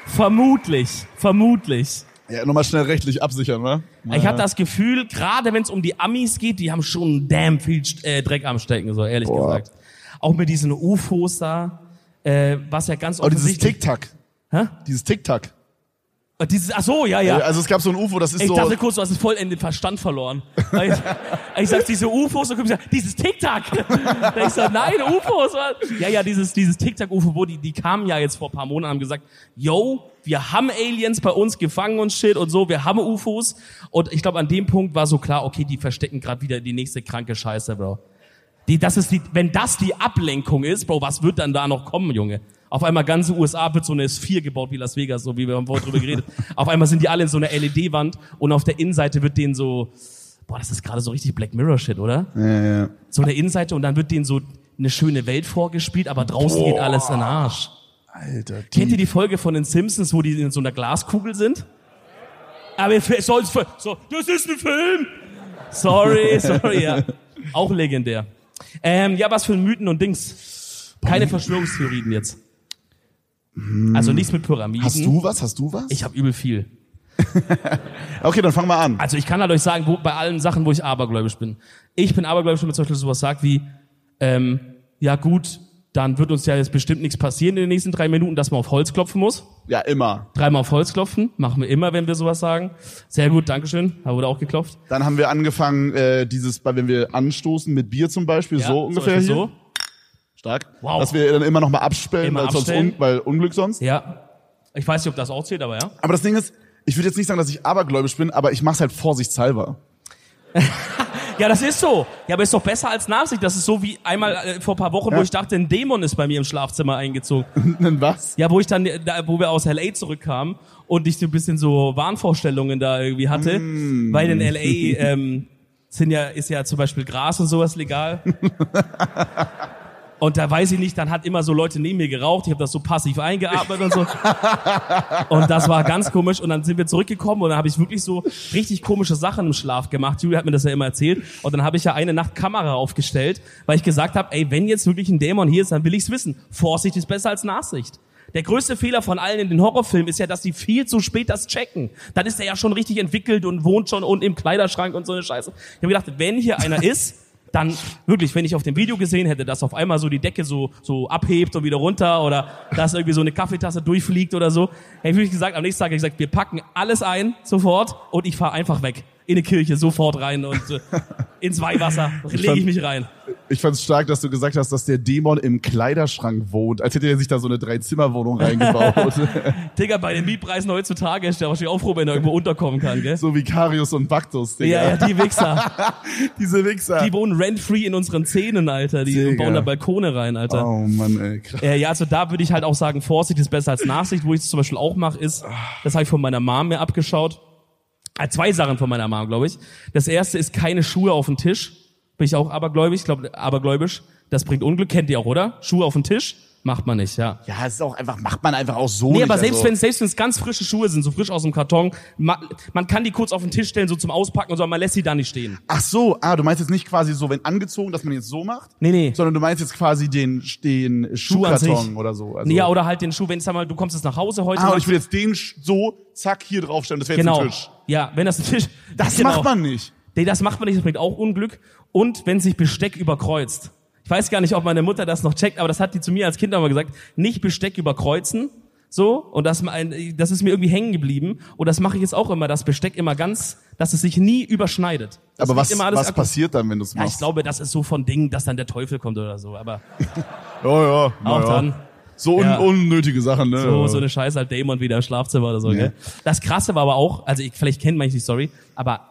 Speaker 2: Vermutlich, vermutlich.
Speaker 1: Ja, nochmal schnell rechtlich absichern, ne?
Speaker 2: Ich habe das Gefühl, gerade wenn es um die Amis geht, die haben schon damn viel äh, Dreck am Stecken, so ehrlich
Speaker 1: Boah.
Speaker 2: gesagt. Auch mit diesen UFOs da, äh, was ja ganz
Speaker 1: Und Oh, dieses
Speaker 2: offensichtlich...
Speaker 1: Tic-Tac.
Speaker 2: Hä?
Speaker 1: Dieses Tic-Tac.
Speaker 2: Dieses, ach so, ja, ja.
Speaker 1: Also es gab so ein UFO, das ist
Speaker 2: Ich
Speaker 1: so.
Speaker 2: dachte kurz, du hast es voll in den Verstand verloren. Weil ich, ich sag, diese UFOs, und kommst du dieses Tic-Tac. Da ich sag, nein, UFOs. Was? Ja, ja, dieses, dieses Tic-Tac-UFO, wo die, die kamen ja jetzt vor ein paar Monaten, haben gesagt, yo, wir haben Aliens bei uns gefangen und shit und so, wir haben UFOs. Und ich glaube, an dem Punkt war so klar, okay, die verstecken gerade wieder die nächste kranke Scheiße, Bro. Die, das ist die, wenn das die Ablenkung ist, Bro, was wird dann da noch kommen, Junge? Auf einmal ganze USA wird so eine S4 gebaut wie Las Vegas, so wie wir haben vorhin drüber geredet. Auf einmal sind die alle in so einer LED-Wand und auf der Innenseite wird denen so, boah, das ist gerade so richtig Black Mirror-Shit, oder?
Speaker 1: ja, ja.
Speaker 2: So eine Innenseite und dann wird denen so eine schöne Welt vorgespielt, aber draußen geht alles in den Arsch.
Speaker 1: Alter, die,
Speaker 2: Kennt ihr die Folge von den Simpsons, wo die in so einer Glaskugel sind? Aber es soll, es soll- so, das ist ein Film.
Speaker 1: <laughs>
Speaker 2: Sorry, sorry, ja. Auch legendär. Ähm, ja, was für Mythen und Dings. Keine Verschwörungstheorien jetzt. Also nichts mit Pyramiden.
Speaker 1: Hast du was? Hast du was?
Speaker 2: Ich habe übel viel.
Speaker 1: okay, dann fangen wir an.
Speaker 2: Also ich kann halt euch sagen, wo, bei allen Sachen, wo ich abergläubisch bin. Ich bin abergläubisch, wenn man zum Beispiel sowas sagt wie, ähm, ja gut, dann wird uns ja jetzt bestimmt nichts passieren in den nächsten drei Minuten, dass man auf Holz klopfen muss.
Speaker 1: Ja, immer.
Speaker 2: Dreimal auf Holz klopfen, machen wir immer, wenn wir sowas sagen. Sehr gut, Dankeschön. Da wurde auch geklopft.
Speaker 1: Dann haben wir angefangen, äh, dieses, bei- wenn wir anstoßen mit Bier zum Beispiel,
Speaker 2: Ja,
Speaker 1: so ungefähr
Speaker 2: zum
Speaker 1: hier.
Speaker 2: Beispiel
Speaker 1: So. Stark.
Speaker 2: Wow.
Speaker 1: Dass wir dann immer nochmal abspellen,
Speaker 2: Immer
Speaker 1: weil, sonst
Speaker 2: abstellen.
Speaker 1: un weil Unglück sonst.
Speaker 2: So. Ja. Ich weiß nicht, ob das auch zählt, aber ja.
Speaker 1: Aber das Ding ist, ich würde jetzt nicht sagen, dass ich abergläubisch bin, aber ich mach's halt vorsichtshalber. <laughs>
Speaker 2: Ja, das ist so. Ja, aber ist doch besser als Nachsicht. Das ist so wie einmal äh, vor ein paar Wochen,
Speaker 1: Ja.
Speaker 2: wo ich dachte, ein Dämon ist bei mir im Schlafzimmer eingezogen.
Speaker 1: Dann was?
Speaker 2: Ja, wo ich dann, äh, da, wo wir aus LA zurückkamen und ich so ein bisschen so Wahnvorstellungen da irgendwie hatte, weil in LA ähm, sind ja, ist ja zum Beispiel Gras und sowas legal. Und da weiß ich nicht, dann hat immer so Leute neben mir geraucht, ich habe das so passiv eingeatmet und so. Und das war ganz komisch. Und dann sind wir zurückgekommen und dann habe ich wirklich so richtig komische Sachen im Schlaf gemacht. Julia hat mir das ja immer erzählt. Und dann habe ich ja eine Nacht Kamera aufgestellt, weil ich gesagt habe, ey, wenn jetzt wirklich ein Dämon hier ist, dann will ich's wissen. Vorsicht ist besser als Nachsicht. Der größte Fehler von allen in den Horrorfilmen ist ja, dass die viel zu spät das checken. Dann ist er ja schon richtig entwickelt und wohnt schon unten im Kleiderschrank und so eine Scheiße. Ich habe gedacht, wenn hier einer ist, dann wirklich, wenn ich auf dem Video gesehen hätte, dass auf einmal so die Decke so, so abhebt und wieder runter oder dass irgendwie so eine Kaffeetasse durchfliegt oder so, hätte ich wirklich gesagt, am nächsten Tag hätte ich gesagt, wir packen alles ein sofort und ich fahre einfach weg. In eine Kirche sofort rein und äh, ins Weihwasser lege ich
Speaker 1: fand-
Speaker 2: mich rein.
Speaker 1: Ich fand's stark, dass du gesagt hast, dass der Dämon im Kleiderschrank wohnt, als hätte er sich da so eine Drei-Zimmer-Wohnung <laughs> reingebaut.
Speaker 2: Digga, bei den Mietpreisen heutzutage ist der wahrscheinlich auch froh, wenn er irgendwo unterkommen kann, gell?
Speaker 1: so wie Karius und Baktus, Digga.
Speaker 2: Ja, ja, die Wichser.
Speaker 1: <laughs> Diese Wichser.
Speaker 2: Die wohnen rent-free in unseren Zähnen, Alter. Die
Speaker 1: Digga.
Speaker 2: bauen da Balkone rein, Alter.
Speaker 1: oh Mann, ey. krass.
Speaker 2: Äh, ja, also da würde ich halt auch sagen, Vorsicht ist besser als Nachsicht, wo ich es zum Beispiel auch mache, ist, das habe ich von meiner Mom mir abgeschaut. Äh, zwei Sachen von meiner Mom, glaube ich. Das erste ist keine Schuhe auf den Tisch. Bin ich auch abergläubig, glaube abergläubisch. Das bringt Unglück, kennt ihr auch, oder? Schuhe auf den Tisch macht man nicht, ja.
Speaker 1: Ja, es ist auch einfach, macht man einfach auch so.
Speaker 2: Nee,
Speaker 1: nicht,
Speaker 2: aber selbst
Speaker 1: also.
Speaker 2: wenn selbst wenn es ganz frische Schuhe sind, so frisch aus dem Karton, ma, man kann die kurz auf den Tisch stellen, so zum Auspacken und so, aber man lässt sie da nicht stehen.
Speaker 1: Ach so, ah, du meinst jetzt nicht quasi so, wenn angezogen, dass man jetzt so macht?
Speaker 2: Nee, nee.
Speaker 1: Sondern du meinst jetzt quasi den, den
Speaker 2: an sich.
Speaker 1: Schuhkarton oder so. Also,
Speaker 2: ja, oder halt den Schuh, wenn es mal, du kommst jetzt nach Hause heute.
Speaker 1: ah, und
Speaker 2: machst-
Speaker 1: ich will jetzt den Sch- so, zack, hier draufstellen, das wäre jetzt
Speaker 2: genau.
Speaker 1: ein Tisch.
Speaker 2: Ja, wenn das ein Tisch.
Speaker 1: Das
Speaker 2: <laughs> genau.
Speaker 1: macht man nicht.
Speaker 2: Nee, das macht man nicht, das bringt auch Unglück. Und wenn sich Besteck überkreuzt. Ich weiß gar nicht, ob meine Mutter das noch checkt, aber das hat die zu mir als Kind immer gesagt. Nicht Besteck überkreuzen. So, und das, mein- das ist mir irgendwie hängen geblieben. Und das mache ich jetzt auch immer, das Besteck immer ganz, dass es sich nie überschneidet. Das
Speaker 1: Aber
Speaker 2: liegt
Speaker 1: was,
Speaker 2: immer alles
Speaker 1: was
Speaker 2: akkurat.
Speaker 1: passiert dann, wenn du es
Speaker 2: Ja, ich
Speaker 1: machst?
Speaker 2: glaube, das ist so von Dingen, dass dann der Teufel kommt oder so. Aber
Speaker 1: oh, ja, na
Speaker 2: auch
Speaker 1: ja.
Speaker 2: dann.
Speaker 1: So un
Speaker 2: Ja.
Speaker 1: unnötige Sachen, ne?
Speaker 2: So, so eine Scheiße halt Dämon wieder im Schlafzimmer oder so. Gell? Das Krasse war aber auch, also ich, vielleicht kennt man die Story, aber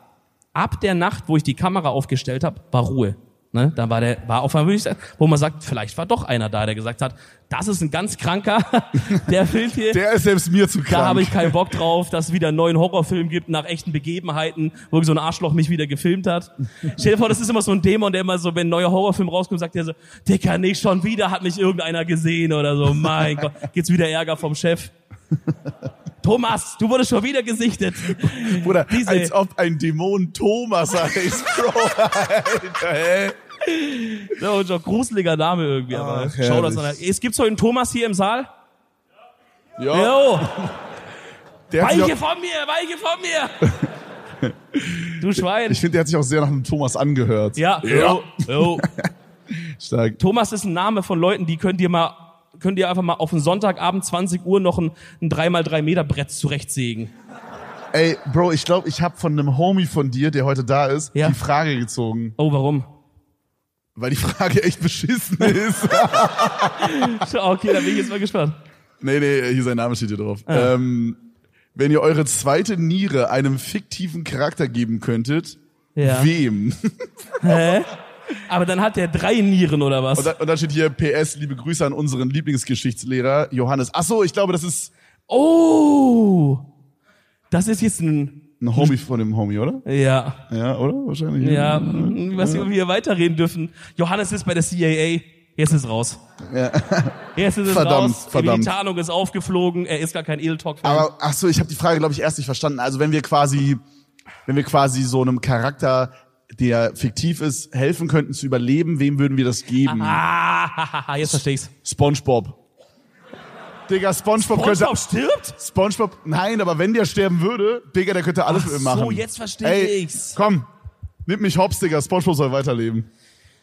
Speaker 2: ab der Nacht, wo ich die Kamera aufgestellt habe, war Ruhe. Ne? Da war der, war auf einmal, wirklich- wo man sagt, vielleicht war doch einer da, der gesagt hat, das ist ein ganz kranker, <laughs> der filmt hier.
Speaker 1: Der ist selbst mir zu krank.
Speaker 2: da habe ich keinen Bock drauf, dass es wieder einen neuen Horrorfilm gibt nach echten Begebenheiten, wo so ein Arschloch mich wieder gefilmt hat. Stell dir vor, das ist immer so ein Dämon, der immer so, wenn ein neuer Horrorfilm rauskommt, sagt er so, Dicker, nicht schon wieder, hat mich irgendeiner gesehen oder so. Mein Gott, gibt's wieder Ärger vom Chef. Thomas, du wurdest schon wieder gesichtet.
Speaker 1: Bruder,
Speaker 2: Diese-
Speaker 1: als ob ein Dämon Thomas heißt, <laughs> Bro. Alter, hä?
Speaker 2: Ja, und so ein gruseliger Name irgendwie. Aber
Speaker 1: Ach,
Speaker 2: schau das an.
Speaker 1: herrlich.
Speaker 2: Es gibt heute einen Thomas hier im Saal.
Speaker 1: Ja,
Speaker 2: Jo,
Speaker 1: der hat sich
Speaker 2: weiche
Speaker 1: auch,
Speaker 2: von mir, weiche von mir. Du Schwein.
Speaker 1: ich finde, der hat sich auch sehr nach einem Thomas angehört.
Speaker 2: Ja,
Speaker 1: ja.
Speaker 2: Jo, jo.
Speaker 1: stark.
Speaker 2: Thomas ist ein Name von Leuten, die könnt ihr mal, könnt ihr einfach mal auf einen Sonntagabend 20 Uhr noch ein, ein 3x3 Meter Brett zurechtsägen.
Speaker 1: Ey, Bro, ich glaube, ich habe von einem Homie von dir, der heute da ist,
Speaker 2: Ja.
Speaker 1: die Frage gezogen,
Speaker 2: Oh, warum? <laughs>
Speaker 1: weil die Frage echt beschissen ist.
Speaker 2: Okay, da bin ich jetzt mal gespannt.
Speaker 1: nee, nee, hier sein Name steht hier drauf.
Speaker 2: Ah.
Speaker 1: Ähm, wenn ihr eure zweite Niere einem fiktiven Charakter geben könntet,
Speaker 2: Ja.
Speaker 1: wem?
Speaker 2: Hä? Aber dann hat der drei Nieren oder was?
Speaker 1: Und dann, und dann steht hier PS, liebe Grüße an unseren Lieblingsgeschichtslehrer Johannes. Ach so, ich glaube, das ist
Speaker 2: oh! Das ist jetzt ein,
Speaker 1: ein Homie von dem Homie, oder?
Speaker 2: ja,
Speaker 1: Ja, oder? Wahrscheinlich.
Speaker 2: ja, ich weiß nicht, ob wir hier weiterreden dürfen. Johannes ist bei der CAA. Jetzt ist raus. Ja. Jetzt ist es
Speaker 1: Verdammt,
Speaker 2: raus.
Speaker 1: verdammt.
Speaker 2: Die Tarnung ist aufgeflogen. Er ist gar kein Edel Talk.
Speaker 1: Aber ach so, ich habe die Frage, glaube ich, erst nicht verstanden. Also wenn wir quasi, wenn wir quasi so einem Charakter, der fiktiv ist, helfen könnten zu
Speaker 2: <laughs>
Speaker 1: überleben, wem würden wir das geben?
Speaker 2: Ah, jetzt verstehe ich's.
Speaker 1: SpongeBob. Digga, Spongebob, könnte.
Speaker 2: SpongeBob stirbt?
Speaker 1: Spongebob, nein, aber wenn der sterben würde, Digga, der könnte alles
Speaker 2: Ach
Speaker 1: mit machen.
Speaker 2: so, jetzt verstehe
Speaker 1: Ey,
Speaker 2: ich's.
Speaker 1: Komm, nimm mich hops, Digga, Spongebob soll weiterleben.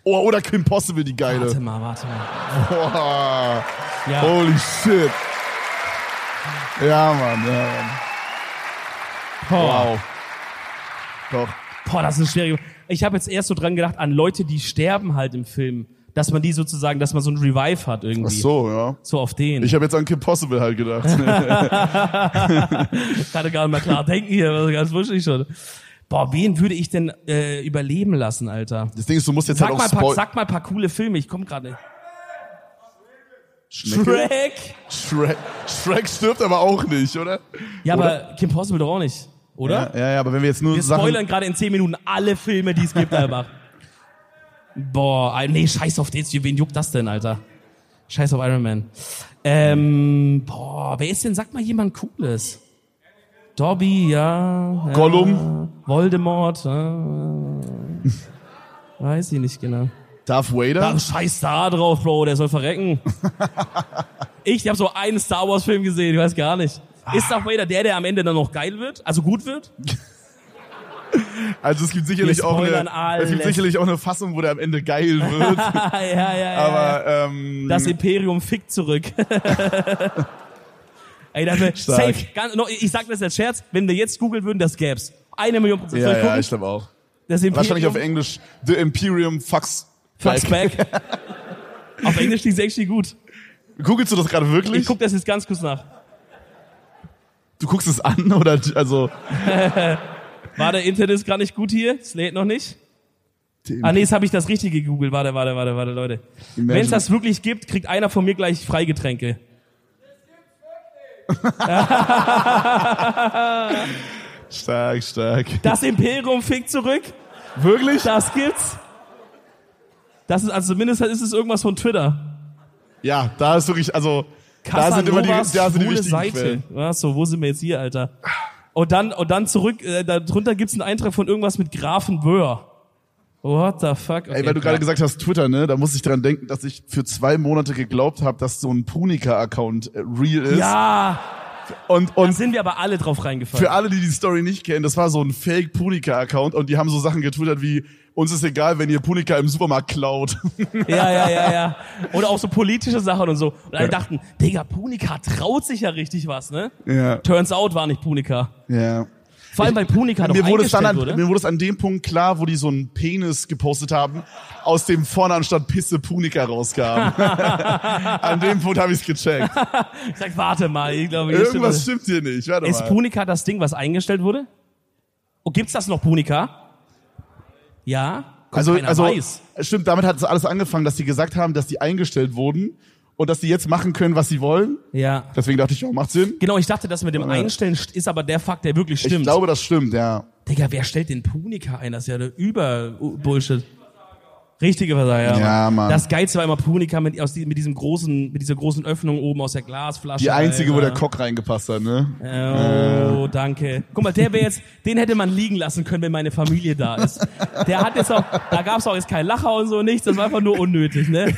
Speaker 1: Oh, oder Kim Possible, die
Speaker 2: Warte
Speaker 1: Geile.
Speaker 2: mal, warte mal.
Speaker 1: Boah.
Speaker 2: Ja.
Speaker 1: Holy shit. Ja, Mann, ja, Mann.
Speaker 2: Boah.
Speaker 1: Wow. Doch.
Speaker 2: Boah, das ist eine schwierige. Ich habe jetzt erst so dran gedacht an Leute, die sterben halt im Film, dass man die sozusagen, dass man so ein Revive hat irgendwie.
Speaker 1: Ach so, ja.
Speaker 2: So auf den.
Speaker 1: Ich habe jetzt an Kim Possible halt
Speaker 2: <laughs>
Speaker 1: gedacht.
Speaker 2: Ich hatte gar nicht
Speaker 1: <laughs>
Speaker 2: mal klar denken hier, also ganz wusste ich schon. Boah, wen würde ich denn äh, überleben lassen, Alter?
Speaker 1: Das Ding ist, du musst jetzt
Speaker 2: Sag
Speaker 1: halt
Speaker 2: mal,
Speaker 1: auch
Speaker 2: ein paar,
Speaker 1: Spoil-
Speaker 2: sag mal ein paar coole Filme, ich komm gerade nicht.
Speaker 1: Schnecke?
Speaker 2: Shrek!
Speaker 1: Shrek. Shrek stirbt aber auch nicht, oder?
Speaker 2: Ja,
Speaker 1: Oder?
Speaker 2: aber Kim Possible doch auch nicht, oder?
Speaker 1: Ja, ja, ja, aber wenn wir jetzt nur
Speaker 2: Wir
Speaker 1: Sachen...
Speaker 2: spoilern gerade in 10 Minuten alle Filme, die
Speaker 1: <laughs>
Speaker 2: es gibt einfach. Boah, ah, nee, scheiß auf den, wen juckt das denn, Alter? Scheiß auf Iron Man. Ähm, boah, wer ist denn, sag mal jemand Cooles? Dobby, ja. ja.
Speaker 1: Gollum,
Speaker 2: Voldemort. Äh, weiß ich nicht genau.
Speaker 1: Darth Vader.
Speaker 2: Da, scheiß Star drauf, Bro, der
Speaker 1: <laughs>
Speaker 2: soll verrecken. ich habe so einen Star Wars Film gesehen, ich weiß gar nicht.
Speaker 1: Ah.
Speaker 2: Ist Darth Vader der, der am Ende dann noch geil wird? Also gut
Speaker 1: <laughs>
Speaker 2: wird? <laughs>
Speaker 1: Also es gibt sicherlich
Speaker 2: Wir
Speaker 1: auch
Speaker 2: spoilern
Speaker 1: eine,
Speaker 2: alles.
Speaker 1: es gibt sicherlich auch eine Fassung, wo der am Ende geil wird.
Speaker 2: <laughs> ja, ja, ja. ja.
Speaker 1: aber ähm,
Speaker 2: Das Imperium
Speaker 1: <laughs>
Speaker 2: fickt zurück. Ey, das wär,
Speaker 1: Stark.
Speaker 2: safe. Ganz, no, ich sag das als Scherz, wenn wir jetzt googeln würden, das gäb's. Eine Million Prozent. Soll
Speaker 1: ja,
Speaker 2: ich
Speaker 1: ja,
Speaker 2: gucken?
Speaker 1: ich glaube auch.
Speaker 2: das Imperium
Speaker 1: Wahrscheinlich auf Englisch The Imperium fucks.
Speaker 2: fucks
Speaker 1: back.
Speaker 2: back.
Speaker 1: <laughs>
Speaker 2: auf Englisch klingt actually gut.
Speaker 1: Googelst du das gerade
Speaker 2: Ich
Speaker 1: wirklich?
Speaker 2: guck das jetzt ganz kurz nach.
Speaker 1: du guckst es an <laughs> oder also
Speaker 2: War der Internet ist gerade nicht gut hier? Es lädt noch nicht?
Speaker 1: The
Speaker 2: Ah nee, jetzt habe ich das richtige gegoogelt. Warte, warte, warte, warte, Leute.
Speaker 1: Imagine-
Speaker 2: Wenn es das wirklich gibt, kriegt einer von mir gleich Freigetränke.
Speaker 1: stark, stark.
Speaker 2: Das Imperium fickt zurück.
Speaker 1: Wirklich?
Speaker 2: Das gibt's. Das ist also zumindest ist es irgendwas von Twitter.
Speaker 1: Ja, da ist wirklich also da sind immer die da
Speaker 2: Casanovas
Speaker 1: sind die
Speaker 2: schwule
Speaker 1: richtigen
Speaker 2: Seite.
Speaker 1: Quellen.
Speaker 2: Ja, so, wo sind wir jetzt hier, Alter? Und dann und dann zurück. Äh, darunter gibt's einen Eintrag von irgendwas mit Grafen Wöhr. What the fuck? Okay,
Speaker 1: Ey, weil du gerade
Speaker 2: klar.
Speaker 1: gesagt hast Twitter, ne? Da muss ich dran denken, dass ich für zwei Monate geglaubt habe, dass so ein Punika-Account äh, real ist.
Speaker 2: Ja,
Speaker 1: Und und
Speaker 2: da sind wir aber alle drauf reingefallen.
Speaker 1: Für alle, die die Story nicht kennen, das war so ein Fake Punika-Account und die haben so Sachen getwittert wie, uns ist egal, wenn ihr Punika im Supermarkt klaut.
Speaker 2: Ja, ja, ja, ja. Oder auch so politische Sachen und so. Und alle dachten, Digga, Punika traut sich ja richtig was, ne?
Speaker 1: <laughs> Ja.
Speaker 2: Turns out war nicht Punika.
Speaker 1: ja.
Speaker 2: Vor allem, weil Punika doch
Speaker 1: Mir wurde, es dann an,
Speaker 2: eingestellt wurde.
Speaker 1: mir wurde es an dem Punkt klar, wo die so einen Penis gepostet haben, aus dem vorne anstatt Pisse Punika rauskam.
Speaker 2: <laughs>
Speaker 1: an dem Punkt habe ich es gecheckt.
Speaker 2: Ich sag, warte mal, ich glaube, hier
Speaker 1: Irgendwas
Speaker 2: stimmt
Speaker 1: stimmt hier nicht. Warte
Speaker 2: was. Ist
Speaker 1: mal.
Speaker 2: Punika das Ding, was eingestellt wurde? Oh, gibt's das noch, Punika? Ja? Guck,
Speaker 1: Also,
Speaker 2: keiner
Speaker 1: also
Speaker 2: weiß.
Speaker 1: stimmt, damit hat es alles angefangen, dass die gesagt haben, dass die eingestellt wurden und dass die jetzt machen können, was sie wollen.
Speaker 2: Ja.
Speaker 1: Deswegen dachte ich, oh, macht Sinn.
Speaker 2: Genau, ich dachte, das mit dem Einstellen st- ist aber der Fakt, der wirklich stimmt.
Speaker 1: Ich glaube, das stimmt, ja.
Speaker 2: Digga, wer stellt den Punika ein? Das ist ja der Über-Bullshit. Richtige Versager.
Speaker 1: Ja, Mann.
Speaker 2: Das Geilste war immer Punika mit, aus die, mit diesem großen, mit dieser großen Öffnung oben aus der Glasflasche.
Speaker 1: Die einzige,
Speaker 2: Alter.
Speaker 1: wo der Kock reingepasst hat, ne?
Speaker 2: Oh, danke. Guck mal, der wäre jetzt, den hätte man liegen lassen können, wenn meine Familie da ist. Der hat jetzt auch, da gab's auch jetzt kein Lacher und so nichts, das war einfach nur unnötig, ne?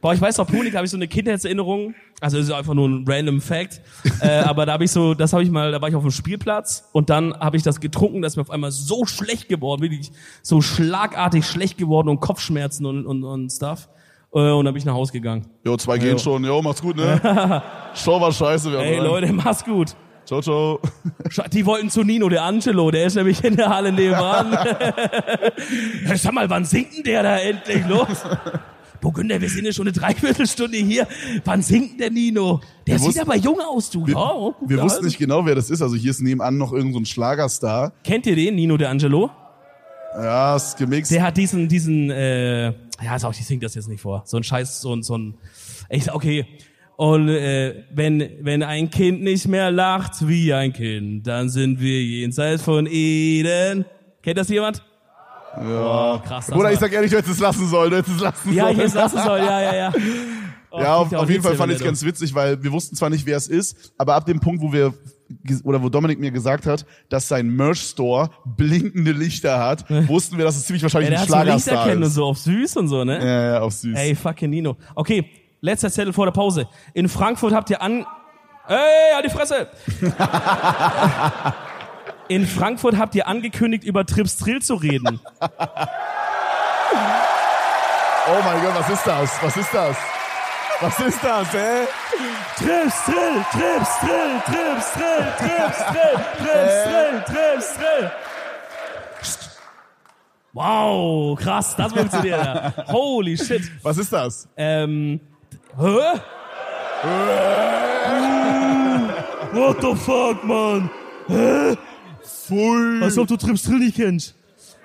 Speaker 2: Boah, ich weiß noch, Punika habe ich so eine Kindheitserinnerung. Also das ist einfach nur ein random Fact. Äh, aber da habe ich so, das habe ich mal, da war ich auf dem Spielplatz und dann habe ich das getrunken, dass mir auf einmal so schlecht geworden, wirklich so schlagartig schlecht geworden und Kopfschmerzen und, und, und Stuff. Äh, und dann bin ich nach Hause gegangen.
Speaker 1: Jo, zwei gehen
Speaker 2: jo.
Speaker 1: schon. Jo, macht's gut,
Speaker 2: <laughs>
Speaker 1: ne? Show war scheiße. Wir haben
Speaker 2: Ey
Speaker 1: rein.
Speaker 2: Leute, mach's gut.
Speaker 1: Ciao, ciao.
Speaker 2: Scha- Die wollten zu Nino, der Angelo, der ist nämlich in der Halle
Speaker 1: <laughs>
Speaker 2: nebenan. Ja, Sag mal, wann singt denn der da endlich los? Bo Günther, wir sind ja schon eine Dreiviertelstunde hier. Wann singt denn der Nino? Der
Speaker 1: Wir
Speaker 2: sieht
Speaker 1: wussten-
Speaker 2: aber jung aus, du.
Speaker 1: Wir,
Speaker 2: Ja, oh, gut,
Speaker 1: wir
Speaker 2: ja.
Speaker 1: wussten nicht genau, wer das ist. Also hier ist nebenan noch irgendein so ein Schlagerstar.
Speaker 2: Kennt ihr den, Nino, der Angelo?
Speaker 1: Ja, ist gemixt.
Speaker 2: Der hat diesen, diesen, äh, ja, ist auch, ich sing das jetzt nicht vor. So ein Scheiß, so ein, so ein, ich sag, okay. Und äh, wenn, wenn ein Kind nicht mehr lacht wie ein Kind, dann sind wir jenseits von Eden. Kennt das jemand?
Speaker 1: ja.
Speaker 2: Oh, krass, das
Speaker 1: Oder ich
Speaker 2: war-
Speaker 1: sag ehrlich, du hättest es lassen sollen. Du hättest es lassen
Speaker 2: <laughs> Ja,
Speaker 1: sollen.
Speaker 2: ich jetzt lassen soll,
Speaker 1: <laughs>
Speaker 2: ja, ja, ja. Oh,
Speaker 1: ja, auf,
Speaker 2: kriegt er auch
Speaker 1: auf jeden Fall
Speaker 2: Hitze,
Speaker 1: fand
Speaker 2: wenn
Speaker 1: ich es
Speaker 2: der
Speaker 1: ganz witzig, weil wir wussten zwar nicht, wer es ist, aber ab dem Punkt, wo wir ge- oder wo Dominik mir gesagt hat, dass sein Merch-Store blinkende Lichter
Speaker 2: <laughs>
Speaker 1: hat, wussten wir, dass es ziemlich
Speaker 2: da- Ja,
Speaker 1: wahrscheinlich
Speaker 2: der
Speaker 1: ein
Speaker 2: hat so Lichter
Speaker 1: Schlagerstar
Speaker 2: kennen und
Speaker 1: ist.
Speaker 2: so auf süß und so, ne?
Speaker 1: Ja, ja, auf süß.
Speaker 2: Ey, fucking Nino. Okay, Letzter Zettel vor der Pause. In Frankfurt habt ihr an... Ey, halt
Speaker 1: <laughs>
Speaker 2: die Fresse! In Frankfurt habt ihr angekündigt, über Trips Trill zu reden.
Speaker 1: Oh mein Gott, was ist das? Was ist das? Was ist das, ey?
Speaker 2: Trips Trill, Trips Trill, Trips Trill, Trips Trill,
Speaker 1: Äh.
Speaker 2: Trips Trill, Trips Trill. Psst. Wow, krass, das funktioniert <laughs> ja. Holy shit.
Speaker 1: Was ist das?
Speaker 2: Ähm, hä? What the fuck, man?
Speaker 1: Pfui.
Speaker 2: Als ob du Trips Drill nicht kennst.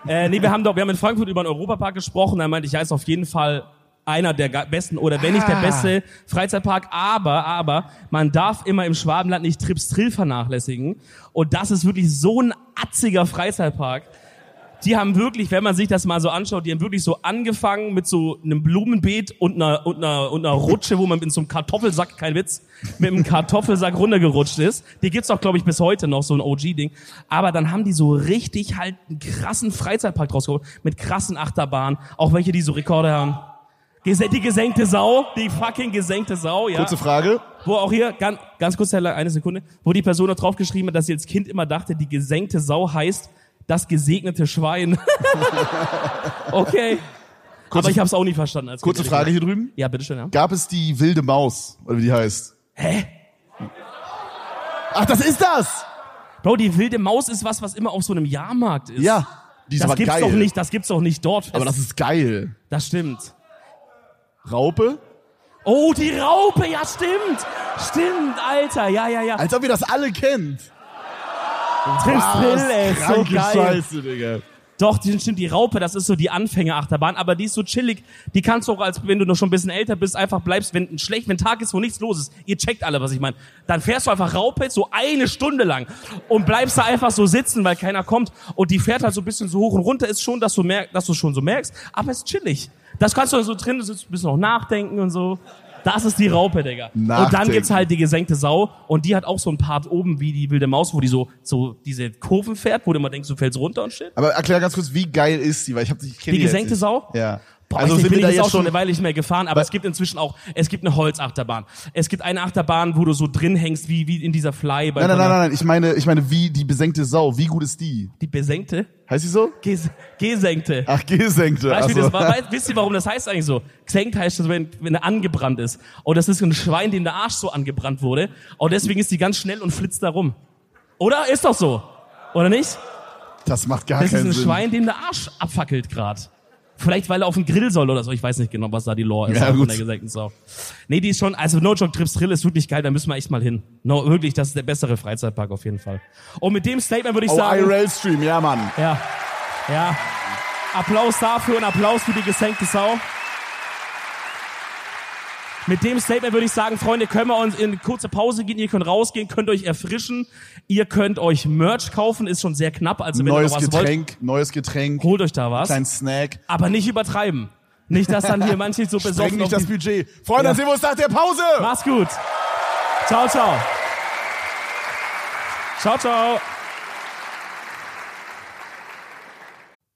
Speaker 2: Äh, nee, wir haben doch, wir haben in Frankfurt über den Europapark gesprochen. Da meinte ich, ja, ist auf jeden Fall einer der ge- besten oder wenn nicht der
Speaker 1: Ah.
Speaker 2: beste Freizeitpark. Aber, aber, man darf immer im Schwabenland nicht Trips Drill vernachlässigen. Und das ist wirklich so ein atziger Freizeitpark. Die haben wirklich, wenn man sich das mal so anschaut, die haben wirklich so angefangen mit so einem Blumenbeet und einer, und einer, und einer Rutsche, wo man in so einem Kartoffelsack, kein Witz, mit einem Kartoffelsack runtergerutscht ist. Die gibt's auch, glaube ich, bis heute noch, so ein OG-Ding. Aber dann haben die so richtig halt einen krassen Freizeitpark draus geholt, mit krassen Achterbahnen, auch welche, die so Rekorde haben. Ges die gesenkte Sau, die fucking gesenkte Sau, ja.
Speaker 1: Kurze Frage.
Speaker 2: Wo auch hier, ganz, ganz kurz, Herr Lang, eine Sekunde, wo die Person noch draufgeschrieben hat, dass sie als Kind immer dachte, die gesenkte Sau heißt das gesegnete Schwein. <laughs> okay. Aber ich habe es auch nicht verstanden. Als
Speaker 1: Kurze
Speaker 2: Kind,
Speaker 1: Frage
Speaker 2: ehrlich
Speaker 1: hier drüben.
Speaker 2: gesagt. Ja, bitteschön. Ja.
Speaker 1: Gab es die wilde Maus, oder wie die heißt? Hä? Ach, das ist das!
Speaker 2: Bro, die wilde Maus ist was, was immer auf so einem Jahrmarkt ist.
Speaker 1: Ja. Die ist
Speaker 2: Das
Speaker 1: aber
Speaker 2: gibt's
Speaker 1: geil.
Speaker 2: doch nicht, das gibt's doch nicht dort.
Speaker 1: Aber das ist geil.
Speaker 2: das stimmt.
Speaker 1: Raupe?
Speaker 2: Oh, die Raupe, ja stimmt. Stimmt, Alter, ja, ja, ja.
Speaker 1: Als ob ihr das alle kennt.
Speaker 2: Trips Drill, ey, so
Speaker 1: kranke
Speaker 2: geil.
Speaker 1: Scheiße, Digga.
Speaker 2: Doch, die sind stimmt, die Raupe, das ist so die Anfängerachterbahn, aber die ist so chillig. Die kannst du auch, als wenn du noch schon ein bisschen älter bist, einfach bleibst, wenn ein schlecht, wenn ein Tag ist, wo nichts los ist. Ihr checkt alle, was ich meine. Dann fährst du einfach Raupe so eine Stunde lang und bleibst da einfach so sitzen, weil keiner kommt. Und die fährt halt so ein bisschen so hoch und runter, ist schon, dass du merkst, dass du schon so merkst, aber ist chillig. Das kannst du so drin, du sitzt ein bisschen noch nachdenken und so. Das ist die Raupe, Digga. Und dann
Speaker 1: Nachdenken.
Speaker 2: gibt's halt die gesenkte Sau und die hat auch so ein Part oben wie die wilde Maus, wo die so, so diese Kurven fährt, wo du immer denkst, du fällst runter und shit.
Speaker 1: Aber erklär ganz kurz, wie geil ist die, weil ich hab dich
Speaker 2: Die gesenkte Sau?
Speaker 1: Ja.
Speaker 2: Boah,
Speaker 1: also
Speaker 2: ich
Speaker 1: sind
Speaker 2: bin
Speaker 1: wir da
Speaker 2: jetzt
Speaker 1: jetzt
Speaker 2: auch schon eine
Speaker 1: schon.
Speaker 2: Weile nicht mehr gefahren, aber es gibt inzwischen auch, es gibt eine Holzachterbahn. Es gibt eine Achterbahn, wo du so drin hängst, wie, wie in dieser Fly. Bei
Speaker 1: Nein, nein, nein, nein, nein. Ich meine, ich meine, wie die besenkte Sau, wie gut ist die?
Speaker 2: Die besenkte?
Speaker 1: Heißt sie so?
Speaker 2: Ges gesenkte.
Speaker 1: Ach, gesenkte. Also,
Speaker 2: Weißt du, wie
Speaker 1: Ah, Ach
Speaker 2: das
Speaker 1: so. <laughs>
Speaker 2: war? Weißt- wisst ihr, warum das heißt eigentlich so? Gesenkt heißt das, wenn, wenn er angebrannt ist. Und das ist ein Schwein, dem der Arsch so angebrannt wurde. Und deswegen ist die ganz schnell und flitzt da rum. Oder? Ist doch so. Oder nicht?
Speaker 1: Das macht gar
Speaker 2: Das ist
Speaker 1: keinen
Speaker 2: ein
Speaker 1: Sinn.
Speaker 2: Schwein, dem der Arsch abfackelt grad. Vielleicht, weil er auf den Grill soll oder so. Ich weiß nicht genau, was da die Lore ist.
Speaker 1: Ja,
Speaker 2: von
Speaker 1: gut.
Speaker 2: der gesenkten Sau. Nee, die ist schon, also No Joke Trips Grill ist wirklich geil, da müssen wir echt mal hin. No, wirklich, das ist der bessere Freizeitpark auf jeden Fall. Und mit dem Statement würde ich
Speaker 1: Oh,
Speaker 2: sagen,
Speaker 1: IRL-Stream, ja, Mann.
Speaker 2: ja, ja. Applaus dafür und Applaus für die gesenkte Sau. Mit dem Statement würde ich sagen, Freunde, können wir uns in eine kurze Pause gehen. Ihr könnt rausgehen, könnt euch erfrischen. Ihr könnt euch Merch kaufen, ist schon sehr knapp. Also wenn
Speaker 1: Neues
Speaker 2: ihr noch was wollt,
Speaker 1: Getränk, neues Getränk,
Speaker 2: holt euch da was.
Speaker 1: kleinen Snack.
Speaker 2: Aber nicht übertreiben. Nicht,
Speaker 1: <laughs>
Speaker 2: dass dann hier manche so
Speaker 1: Bring
Speaker 2: besoffen auf
Speaker 1: nicht das
Speaker 2: die-
Speaker 1: Budget. Freunde, dann sehen wir uns nach der Pause.
Speaker 2: Mach's gut. Ciao, ciao. Ciao, ciao.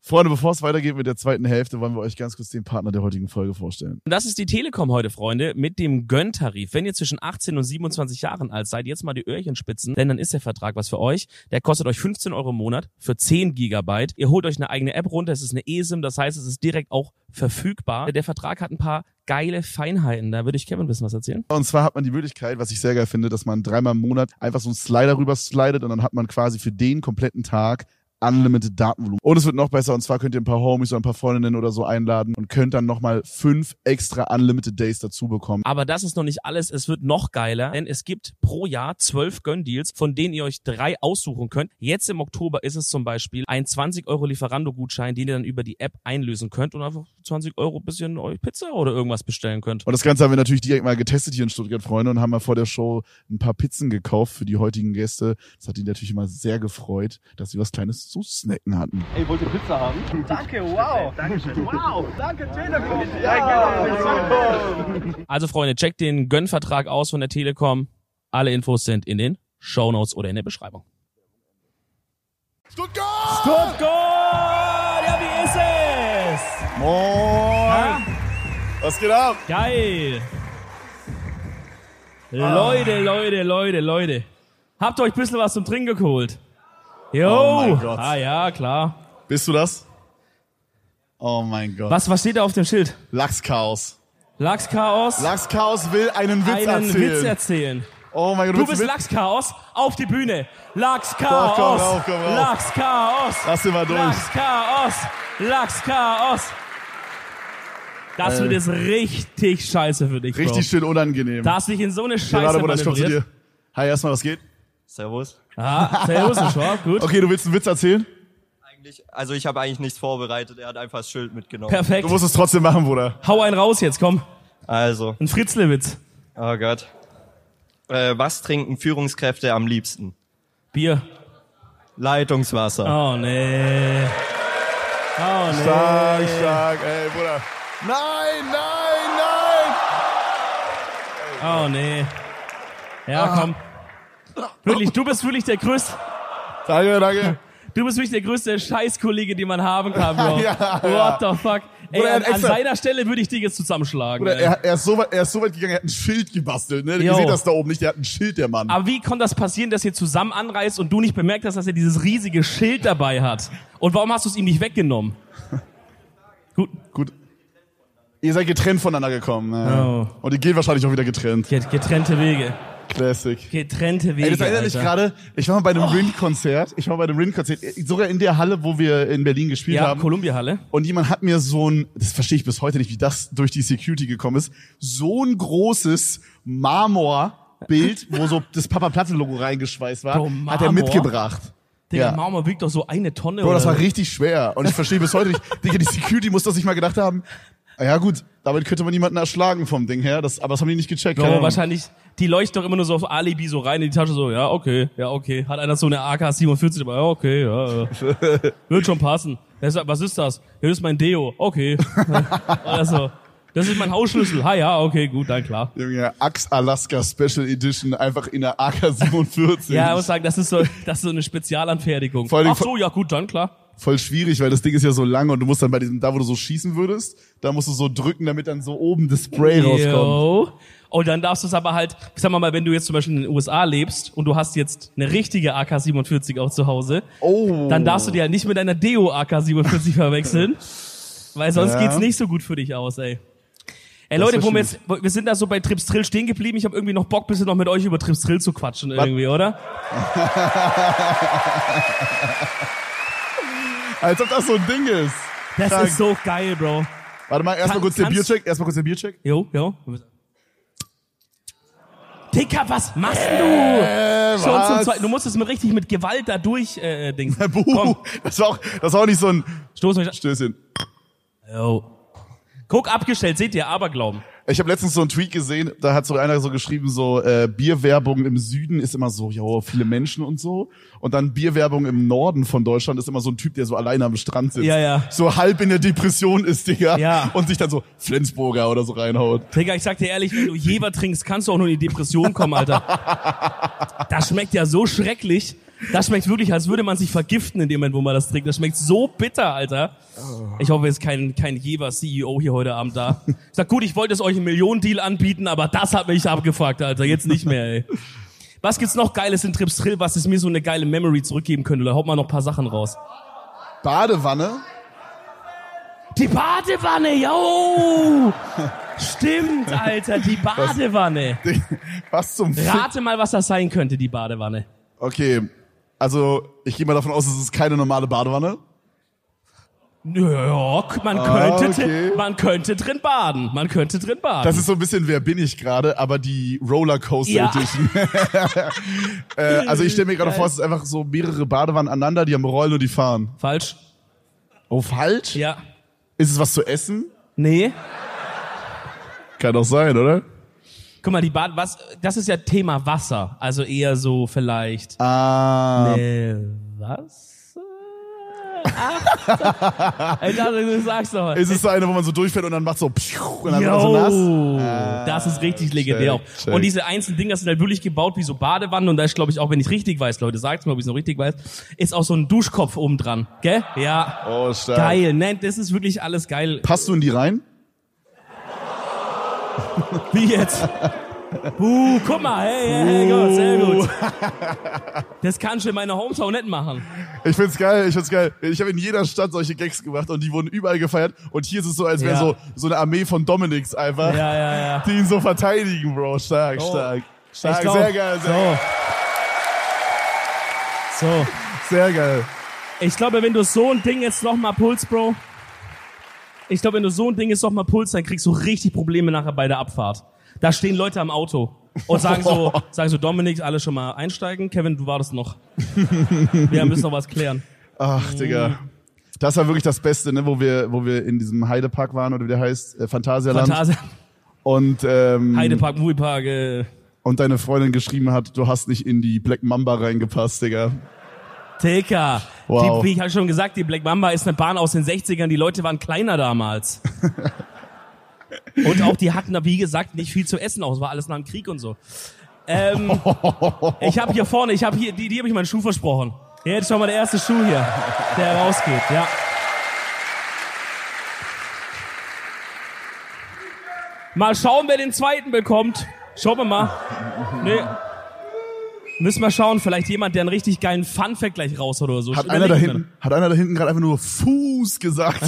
Speaker 1: Freunde, bevor es weitergeht mit der zweiten Hälfte, wollen wir euch ganz kurz den Partner der heutigen Folge vorstellen.
Speaker 2: Und Das ist die Telekom heute, Freunde, mit dem Gönntarif. Wenn ihr zwischen 18 und 27 Jahren alt seid, jetzt mal die Öhrchen spitzen, denn dann ist der Vertrag was für euch. Der kostet euch 15 Euro im Monat für 10 Gigabyte. Ihr holt euch eine eigene App runter, es ist eine E ESIM, das heißt, es ist direkt auch verfügbar. Der Vertrag hat ein paar geile Feinheiten, da würde ich Kevin ein bisschen was erzählen.
Speaker 1: Und zwar hat man die Möglichkeit, was ich sehr geil finde, dass man dreimal im Monat einfach so einen Slider rüber slidet und dann hat man quasi für den kompletten Tag unlimited Datenvolumen. Und es wird noch besser, und zwar könnt ihr ein paar Homies oder ein paar Freundinnen oder so einladen und könnt dann nochmal fünf extra unlimited Days dazu bekommen.
Speaker 2: Aber das ist noch nicht alles. Es wird noch geiler, denn es gibt pro Jahr zwölf Gönndeals, von denen ihr euch drei aussuchen könnt. Jetzt im Oktober ist es zum Beispiel ein 20 Euro Lieferando-Gutschein, den ihr dann über die App einlösen könnt und einfach 20 Euro bisschen euch Pizza oder irgendwas bestellen könnt.
Speaker 1: Und das Ganze haben wir natürlich direkt mal getestet hier in Stuttgart, Freunde, und haben mal vor der Show ein paar Pizzen gekauft für die heutigen Gäste. Das hat die natürlich immer sehr gefreut, dass sie was Kleines zu snacken hatten.
Speaker 3: Ey, wollt ihr Pizza haben? Danke, wow. Dankeschön. Wow, danke Telekom.
Speaker 2: Also Freunde, checkt den Gönnvertrag aus von der Telekom. Alle Infos sind in den Shownotes oder in der Beschreibung.
Speaker 1: Stuttgart!
Speaker 2: Stuttgart! Ja, wie ist es?
Speaker 1: Moin! Was geht ab?
Speaker 2: Geil!
Speaker 1: Ah.
Speaker 2: Leute, Leute, Leute, Leute. Habt euch ein bisschen was zum Trinken geholt? Jo.
Speaker 1: Oh mein Gott.
Speaker 2: Ah ja, klar.
Speaker 1: Bist du das? Oh mein Gott.
Speaker 2: Was, was steht da auf dem Schild?
Speaker 1: Lachschaos.
Speaker 2: Lachschaos.
Speaker 1: Lachschaus will einen Witz
Speaker 2: einen
Speaker 1: erzählen.
Speaker 2: Witz erzählen.
Speaker 1: oh mein Gott,
Speaker 2: Du
Speaker 1: willst
Speaker 2: bist
Speaker 1: einen Witz-
Speaker 2: Lachschaos auf die Bühne.
Speaker 1: Doch, komm
Speaker 2: Lachschaos.
Speaker 1: rauf, komm rauf.
Speaker 2: Lachschaos.
Speaker 1: Lass ihn mal durch.
Speaker 2: Lachschaos. Lachschaos. Das wird jetzt richtig scheiße für dich,
Speaker 1: Äh. Richtig schön unangenehm.
Speaker 2: Bro. Da hast du dich in so eine Scheiße
Speaker 1: Gerade, Bruder, ich komm zu
Speaker 2: manövriert.
Speaker 1: dir. Hi, erstmal, was geht?
Speaker 4: Servus.
Speaker 2: Ah, servus, ein Schwab,
Speaker 1: <laughs>
Speaker 2: gut.
Speaker 1: Okay, du willst einen Witz erzählen?
Speaker 4: Eigentlich, also ich habe eigentlich nichts vorbereitet. Er hat einfach das Schild mitgenommen.
Speaker 1: Du
Speaker 2: Perfekt.
Speaker 1: musst es trotzdem machen, Bruder.
Speaker 2: Hau einen raus jetzt, komm.
Speaker 4: Also,
Speaker 2: Ein Fritzlewitz.
Speaker 4: oh Gott. Äh, was trinken Führungskräfte am liebsten?
Speaker 2: Bier.
Speaker 4: Leitungswasser.
Speaker 2: Oh, nee. Oh, nee.
Speaker 1: Stark, stark, ey, Bruder. Nein, nein, nein!
Speaker 2: Oh, nee.
Speaker 1: Ah.
Speaker 2: Ja, komm. Wirklich, du bist wirklich der größte,
Speaker 1: Danke, danke.
Speaker 2: Du bist wirklich der größte Scheißkollege, den man haben
Speaker 1: <laughs>
Speaker 2: kann, Bro.
Speaker 1: Ja,
Speaker 2: What the fuck? Ey,
Speaker 1: Bruder, er
Speaker 2: an,
Speaker 1: hat
Speaker 2: an
Speaker 1: extra-
Speaker 2: seiner Stelle würde ich dich jetzt zusammenschlagen.
Speaker 1: Bruder,
Speaker 2: ey.
Speaker 1: er, er, ist so weit, er ist so weit gegangen, er hat ein Schild gebastelt. Ne? Ihr
Speaker 2: Jo.
Speaker 1: seht das da oben nicht, der hat ein Schild, der Mann.
Speaker 2: Aber wie konnte das passieren, dass ihr zusammen anreist und du nicht bemerkt hast, dass er dieses riesige Schild dabei hat? Und warum hast du es ihm
Speaker 1: <laughs>
Speaker 2: nicht weggenommen? Gut,
Speaker 1: Gut. Ihr seid getrennt voneinander gekommen. Ne?
Speaker 2: Oh.
Speaker 1: Und ihr geht wahrscheinlich auch wieder getrennt.
Speaker 2: get- getrennte Wege.
Speaker 1: Classic.
Speaker 2: Getrennte Wege.
Speaker 1: Ey, das erinnert mich
Speaker 2: Alter. Oh.
Speaker 1: gerade, ich war mal bei einem Rin-Konzert, ich war bei einem Rin-Konzert, sogar in der Halle, wo wir in Berlin gespielt
Speaker 2: Ja,
Speaker 1: haben.
Speaker 2: Kolumbia-Halle.
Speaker 1: Und jemand hat mir so ein, das verstehe ich bis heute nicht, wie das durch die Security gekommen ist, so ein großes Marmorbild, wo so das Papa Platte Logo reingeschweißt war,
Speaker 2: Bro,
Speaker 1: hat er
Speaker 2: Marmor?
Speaker 1: mitgebracht.
Speaker 2: Digga,
Speaker 1: ja.
Speaker 2: Marmor wiegt doch so eine Tonne
Speaker 1: Bro,
Speaker 2: oder
Speaker 1: das war
Speaker 2: so.
Speaker 1: richtig schwer. Und ich verstehe bis heute nicht, Digga, die Security muss das nicht mal gedacht haben. Ah Ja gut, damit könnte man niemanden erschlagen vom Ding her, das, aber das haben die nicht gecheckt.
Speaker 2: Bro,
Speaker 1: Keine Ahnung.
Speaker 2: wahrscheinlich, die leuchten doch immer nur so auf Alibi so rein in die Tasche, so, ja, okay, ja, okay. Hat einer so eine AK-47 dabei, ja, okay, ja, ja.
Speaker 1: <laughs>
Speaker 2: Wird schon passen. Er sagt, was ist das? Ja, das ist mein Deo,
Speaker 1: <laughs>
Speaker 2: okay. Oder so. Das ist mein Hausschlüssel, ha, ja, okay, gut, dann klar.
Speaker 1: Junge, Axe Alaska Special Edition, einfach in der AK-47.
Speaker 2: Ja, ich muss sagen, das ist so, das ist so eine Spezialanfertigung.
Speaker 1: Vor allen Dingen
Speaker 2: Ach so, ja, gut, dann klar.
Speaker 1: voll schwierig, weil das Ding ist ja so lang und du musst dann bei diesem, da wo du so schießen würdest, da musst du so drücken, damit dann so oben das Spray rauskommt.
Speaker 2: Yo. Und dann darfst du es aber halt, ich sag mal, wenn du jetzt zum Beispiel in den USA lebst und du hast jetzt eine richtige AK-47 auch zu Hause,
Speaker 1: Oh.
Speaker 2: dann darfst du die halt nicht mit einer Deo AK-47 verwechseln, weil sonst
Speaker 1: Ja.
Speaker 2: geht's nicht so gut für dich aus, ey. Ey
Speaker 1: Das
Speaker 2: Leute, wo wir, jetzt,
Speaker 1: verstehe
Speaker 2: wo- wir sind da so bei Trips Drill stehen geblieben. Ich habe irgendwie noch Bock, bisschen noch mit euch über Trips Drill zu quatschen irgendwie, oder?
Speaker 1: Als ob das so ein Ding ist.
Speaker 2: Das
Speaker 1: Krank.
Speaker 2: ist so geil, Bro.
Speaker 1: Warte mal, erstmal
Speaker 2: Kann-
Speaker 1: kurz den
Speaker 2: kannst-
Speaker 1: Biercheck, erstmal kurz den Biercheck.
Speaker 2: Jo, jo. Dicker, was machst du?
Speaker 1: Äh,
Speaker 2: Schon zum zweiten. Du musst es mir richtig mit Gewalt da durch, äh, äh, Dings.
Speaker 1: Buh,
Speaker 2: Komm,
Speaker 1: das war auch, das war auch nicht so ein
Speaker 2: stoß mich.
Speaker 1: Stößchen.
Speaker 2: Jo. Guck, abgestellt, seht ihr, Aberglauben.
Speaker 1: Ich habe letztens so einen Tweet gesehen, da hat so einer so geschrieben, so äh, Bierwerbung im Süden ist immer so, ja, viele Menschen und so. Und dann Bierwerbung im Norden von Deutschland ist immer so ein Typ, der so alleine am Strand sitzt.
Speaker 2: Ja, ja.
Speaker 1: So halb in der Depression ist, Digga.
Speaker 2: Ja.
Speaker 1: Und sich dann so Flensburger oder so reinhaut.
Speaker 2: Digga, ich sag dir ehrlich, wenn du Jever trinkst, kannst du auch nur in die Depression kommen, Alter. Das schmeckt ja so schrecklich. Das schmeckt wirklich, als würde man sich vergiften in dem Moment, wo man das trinkt. Das schmeckt so bitter, Alter. Ich hoffe, jetzt ist kein, kein Jever-CEO hier heute Abend da. Ich sag, gut, ich wollte es euch einen Millionendeal anbieten, aber das hat mich abgefuckt, Alter. Jetzt nicht mehr, ey. Was gibt's noch Geiles in Trips Trill, was es mir so eine geile Memory zurückgeben könnte? Da haut mal noch ein paar Sachen raus.
Speaker 1: Badewanne?
Speaker 2: Die Badewanne, yo! Stimmt, Alter, die Badewanne.
Speaker 1: Was zum Fick?
Speaker 2: Rate mal, was das sein könnte, die Badewanne.
Speaker 1: Okay, also ich gehe mal davon aus, es ist keine normale Badewanne.
Speaker 2: Ja, man könnte,
Speaker 1: Ah, okay.
Speaker 2: drin- man könnte drin baden. Man könnte drin baden.
Speaker 1: Das ist so ein bisschen, wer bin ich gerade, aber die Rollercoaster
Speaker 2: Ja.
Speaker 1: Edition. <laughs> äh, also ich stelle mir gerade vor, es ist einfach so mehrere Badewannen aneinander, die haben Rollen und die fahren.
Speaker 2: Falsch.
Speaker 1: Oh, falsch?
Speaker 2: Ja.
Speaker 1: Ist es was zu essen?
Speaker 2: Nee.
Speaker 1: Kann doch sein, oder?
Speaker 2: Guck mal, die Bad was, das ist ja Thema Wasser. Also eher so vielleicht.
Speaker 1: Ah,
Speaker 2: Äh,
Speaker 1: <laughs>
Speaker 2: was? Ach, ich dachte, du sagst doch.
Speaker 1: ist es so eine, wo man so durchfährt und dann macht so pschuh, und dann wird man so nass?
Speaker 2: Yo, Ah, das ist richtig legendär.
Speaker 1: check.
Speaker 2: Und diese einzelnen Dinger sind halt wirklich gebaut wie so Badewannen und da ist, glaube ich, auch wenn ich richtig weiß, Leute, sagt's mir, ob ich es noch richtig weiß, ist auch so ein Duschkopf oben dran, gell? Ja,
Speaker 1: Oh, stark.
Speaker 2: geil. Nein, das ist wirklich alles geil.
Speaker 1: Passt du in die rein? <laughs>
Speaker 2: Wie jetzt? Buh, guck mal, hey, hey, hey, Gott, sehr gut. Das kannst du in meiner Hometown nicht machen.
Speaker 1: Ich find's geil, ich find's geil. Ich habe in jeder Stadt solche Gags gemacht und die wurden überall gefeiert. Und hier ist es so, als wäre
Speaker 2: Ja.
Speaker 1: so, so eine Armee von Dominics einfach,
Speaker 2: Ja, ja, ja.
Speaker 1: die ihn so verteidigen, Bro. Stark,
Speaker 2: Oh.
Speaker 1: stark.
Speaker 2: Ich
Speaker 1: Stark,
Speaker 2: glaub-
Speaker 1: sehr geil, sehr,
Speaker 2: So. so.
Speaker 1: sehr geil.
Speaker 2: Ich glaube, wenn du so ein Ding jetzt nochmal pulst, Bro. Ich glaube, wenn du so ein Ding jetzt nochmal pulst, dann kriegst du richtig Probleme nachher bei der Abfahrt. Da stehen Leute am Auto und sagen
Speaker 1: <laughs>
Speaker 2: so, sagen so, Dominik, alle schon mal einsteigen. Kevin, du wartest noch. Wir müssen noch was klären. Mhm.
Speaker 1: Ach, Digga. Das war wirklich das Beste, ne, wo wir, wo wir in diesem Heidepark waren oder wie der heißt, äh, Phantasialand.
Speaker 2: Fantasia,
Speaker 1: und, ähm,
Speaker 2: Heidepark, Moviepark, äh,
Speaker 1: und deine Freundin geschrieben hat, du hast nicht in die Black Mamba reingepasst, Digga.
Speaker 2: Tilka.
Speaker 1: Wow.
Speaker 2: Die, wie ich hab schon gesagt, die Black Mamba ist eine Bahn aus den 60ern. Die Leute waren kleiner damals. und auch die hatten da, wie gesagt, nicht viel zu essen. Auch es war alles nach dem Krieg und so. Ähm, ich habe hier vorne, ich habe hier, die, die habe ich meinen Schuh versprochen. Hier ist schon mal der erste Schuh hier, der rausgeht. Ja. Mal schauen, wer den zweiten bekommt. Schauen wir mal. Nee. Müssen wir schauen, vielleicht jemand, der einen richtig geilen Fun-Fact gleich raus oder so.
Speaker 1: Hat einer da
Speaker 2: Überlegen wir.
Speaker 1: hinten, hat einer da hinten gerade einfach nur Fuß gesagt.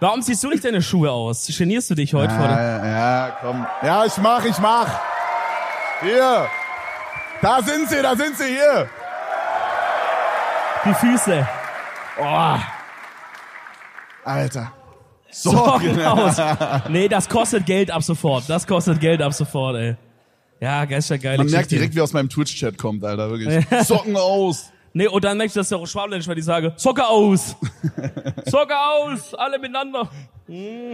Speaker 2: Warum ziehst du nicht deine Schuhe aus? Genierst du dich heute vor dem-
Speaker 1: Ja, ja, komm. Ja, ich mach, ich mach. Hier. Da sind sie, da sind sie hier.
Speaker 2: die Füße? Oh,
Speaker 1: Alter. <laughs>
Speaker 2: Sorgen aus. Nee, das kostet Geld ab sofort. Das kostet Geld ab sofort, ey. Ja, geistergeile
Speaker 1: Man merkt
Speaker 2: Geschichte.
Speaker 1: direkt, wie aus meinem Twitch-Chat kommt, Alter, wirklich. Socken aus.
Speaker 2: Nee, und dann merkst du, dass der auch Schwabländisch, weil die sage, Zocker
Speaker 1: <laughs>
Speaker 2: aus! Zocker aus! Alle miteinander!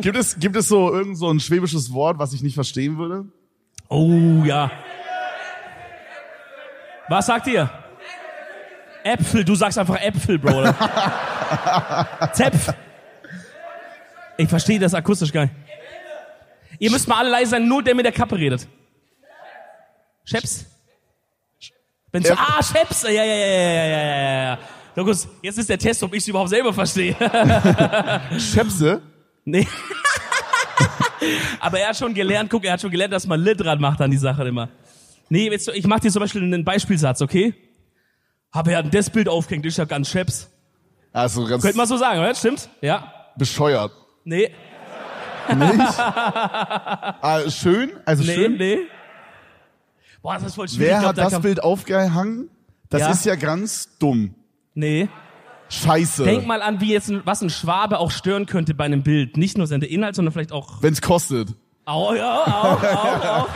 Speaker 1: Gibt es, gibt es so irgend so ein schwäbisches Wort, was ich nicht verstehen würde?
Speaker 2: Oh, ja. Was sagt ihr? Äpfel, du sagst einfach Äpfel, Bro. oder? Zepf. Ich verstehe das akustisch geil. Ihr müsst mal alle leise sein, nur der mit der Kappe redet. Scheps? Wenn's,
Speaker 1: Äpfel.
Speaker 2: ah, Scheps! Ja, ja, ja, ja, ja, ja, ja, ja. Lukas, jetzt ist der Test, ob ich es überhaupt selber verstehe.
Speaker 1: Schäpse?
Speaker 2: Nee. Aber er hat schon gelernt, guck, er hat schon gelernt, dass man Lit dran macht an die Sache immer. Nee, jetzt, ich mach dir zum Beispiel einen Beispielsatz, okay? Hab er hat das Bild aufgehängt, ich hab ganz Scheps.
Speaker 1: Also ganz
Speaker 2: Könnte man so sagen, oder? Stimmt? Ja.
Speaker 1: bescheuert.
Speaker 2: Nee,
Speaker 1: Nicht? ah, schön? Also
Speaker 2: nee,
Speaker 1: schön?
Speaker 2: nee. Boah, das ist voll schwierig.
Speaker 1: Wer
Speaker 2: Ich glaub,
Speaker 1: hat
Speaker 2: da
Speaker 1: das
Speaker 2: kann-
Speaker 1: Bild aufgehangen? Das
Speaker 2: Ja.
Speaker 1: ist ja ganz dumm. Äh.
Speaker 2: Nee.
Speaker 1: Scheiße.
Speaker 2: Denk mal an, wie jetzt ein, was ein Schwabe auch stören könnte bei einem Bild. Nicht nur sein Inhalt, sondern vielleicht auch.
Speaker 1: Wenn's kostet.
Speaker 2: Au, ja, au, au, au.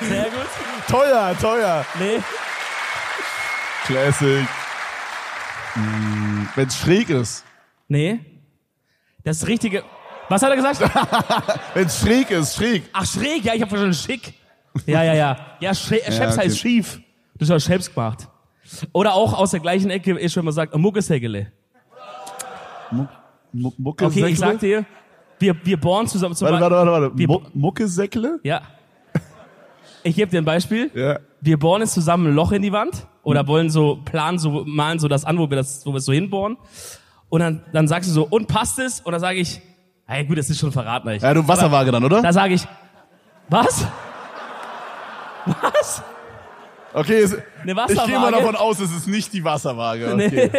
Speaker 2: Sehr gut.
Speaker 1: Teuer, teuer.
Speaker 2: Nee.
Speaker 1: Classic. Mm, Wenn's schräg ist.
Speaker 2: Nee. Das richtige. Was hat er gesagt?
Speaker 1: Wenn's schräg ist, schräg.
Speaker 2: Ach, schräg, ja, ich habe verstanden, schick. Ja, ja, ja. Ja, Schrä Scheps
Speaker 1: okay.
Speaker 2: heißt schief. Das hast du Scheps gemacht. Oder auch aus der gleichen Ecke ist, wenn man sagt, Muckeshägele.
Speaker 1: Muck, Muck, Mucke
Speaker 2: Okay, ich sag dir, wir, wir bohren zusammen zum
Speaker 1: Warte,
Speaker 2: Beispiel-
Speaker 1: warte, warte, warte.
Speaker 2: Wir-
Speaker 1: Muck, Muckesäckle?
Speaker 2: Ja. Ich gebe dir ein Beispiel.
Speaker 1: Ja.
Speaker 2: Wir bohren jetzt zusammen ein Loch in die Wand
Speaker 1: Mhm.
Speaker 2: oder wollen so planen, so malen so das an, wo wir das, wo wir es so hinbohren. Und dann, dann sagst du so, und passt es? Und dann sage ich, hey, gut, das ist schon verraten. eigentlich.
Speaker 1: Ja, du Wasserwaage dann, oder?
Speaker 2: Da sage ich, was? Was?
Speaker 1: Okay, es,
Speaker 2: Eine
Speaker 1: ich
Speaker 2: Wasserwaage?
Speaker 1: gehe mal davon aus, es ist nicht die Wasserwaage. Okay.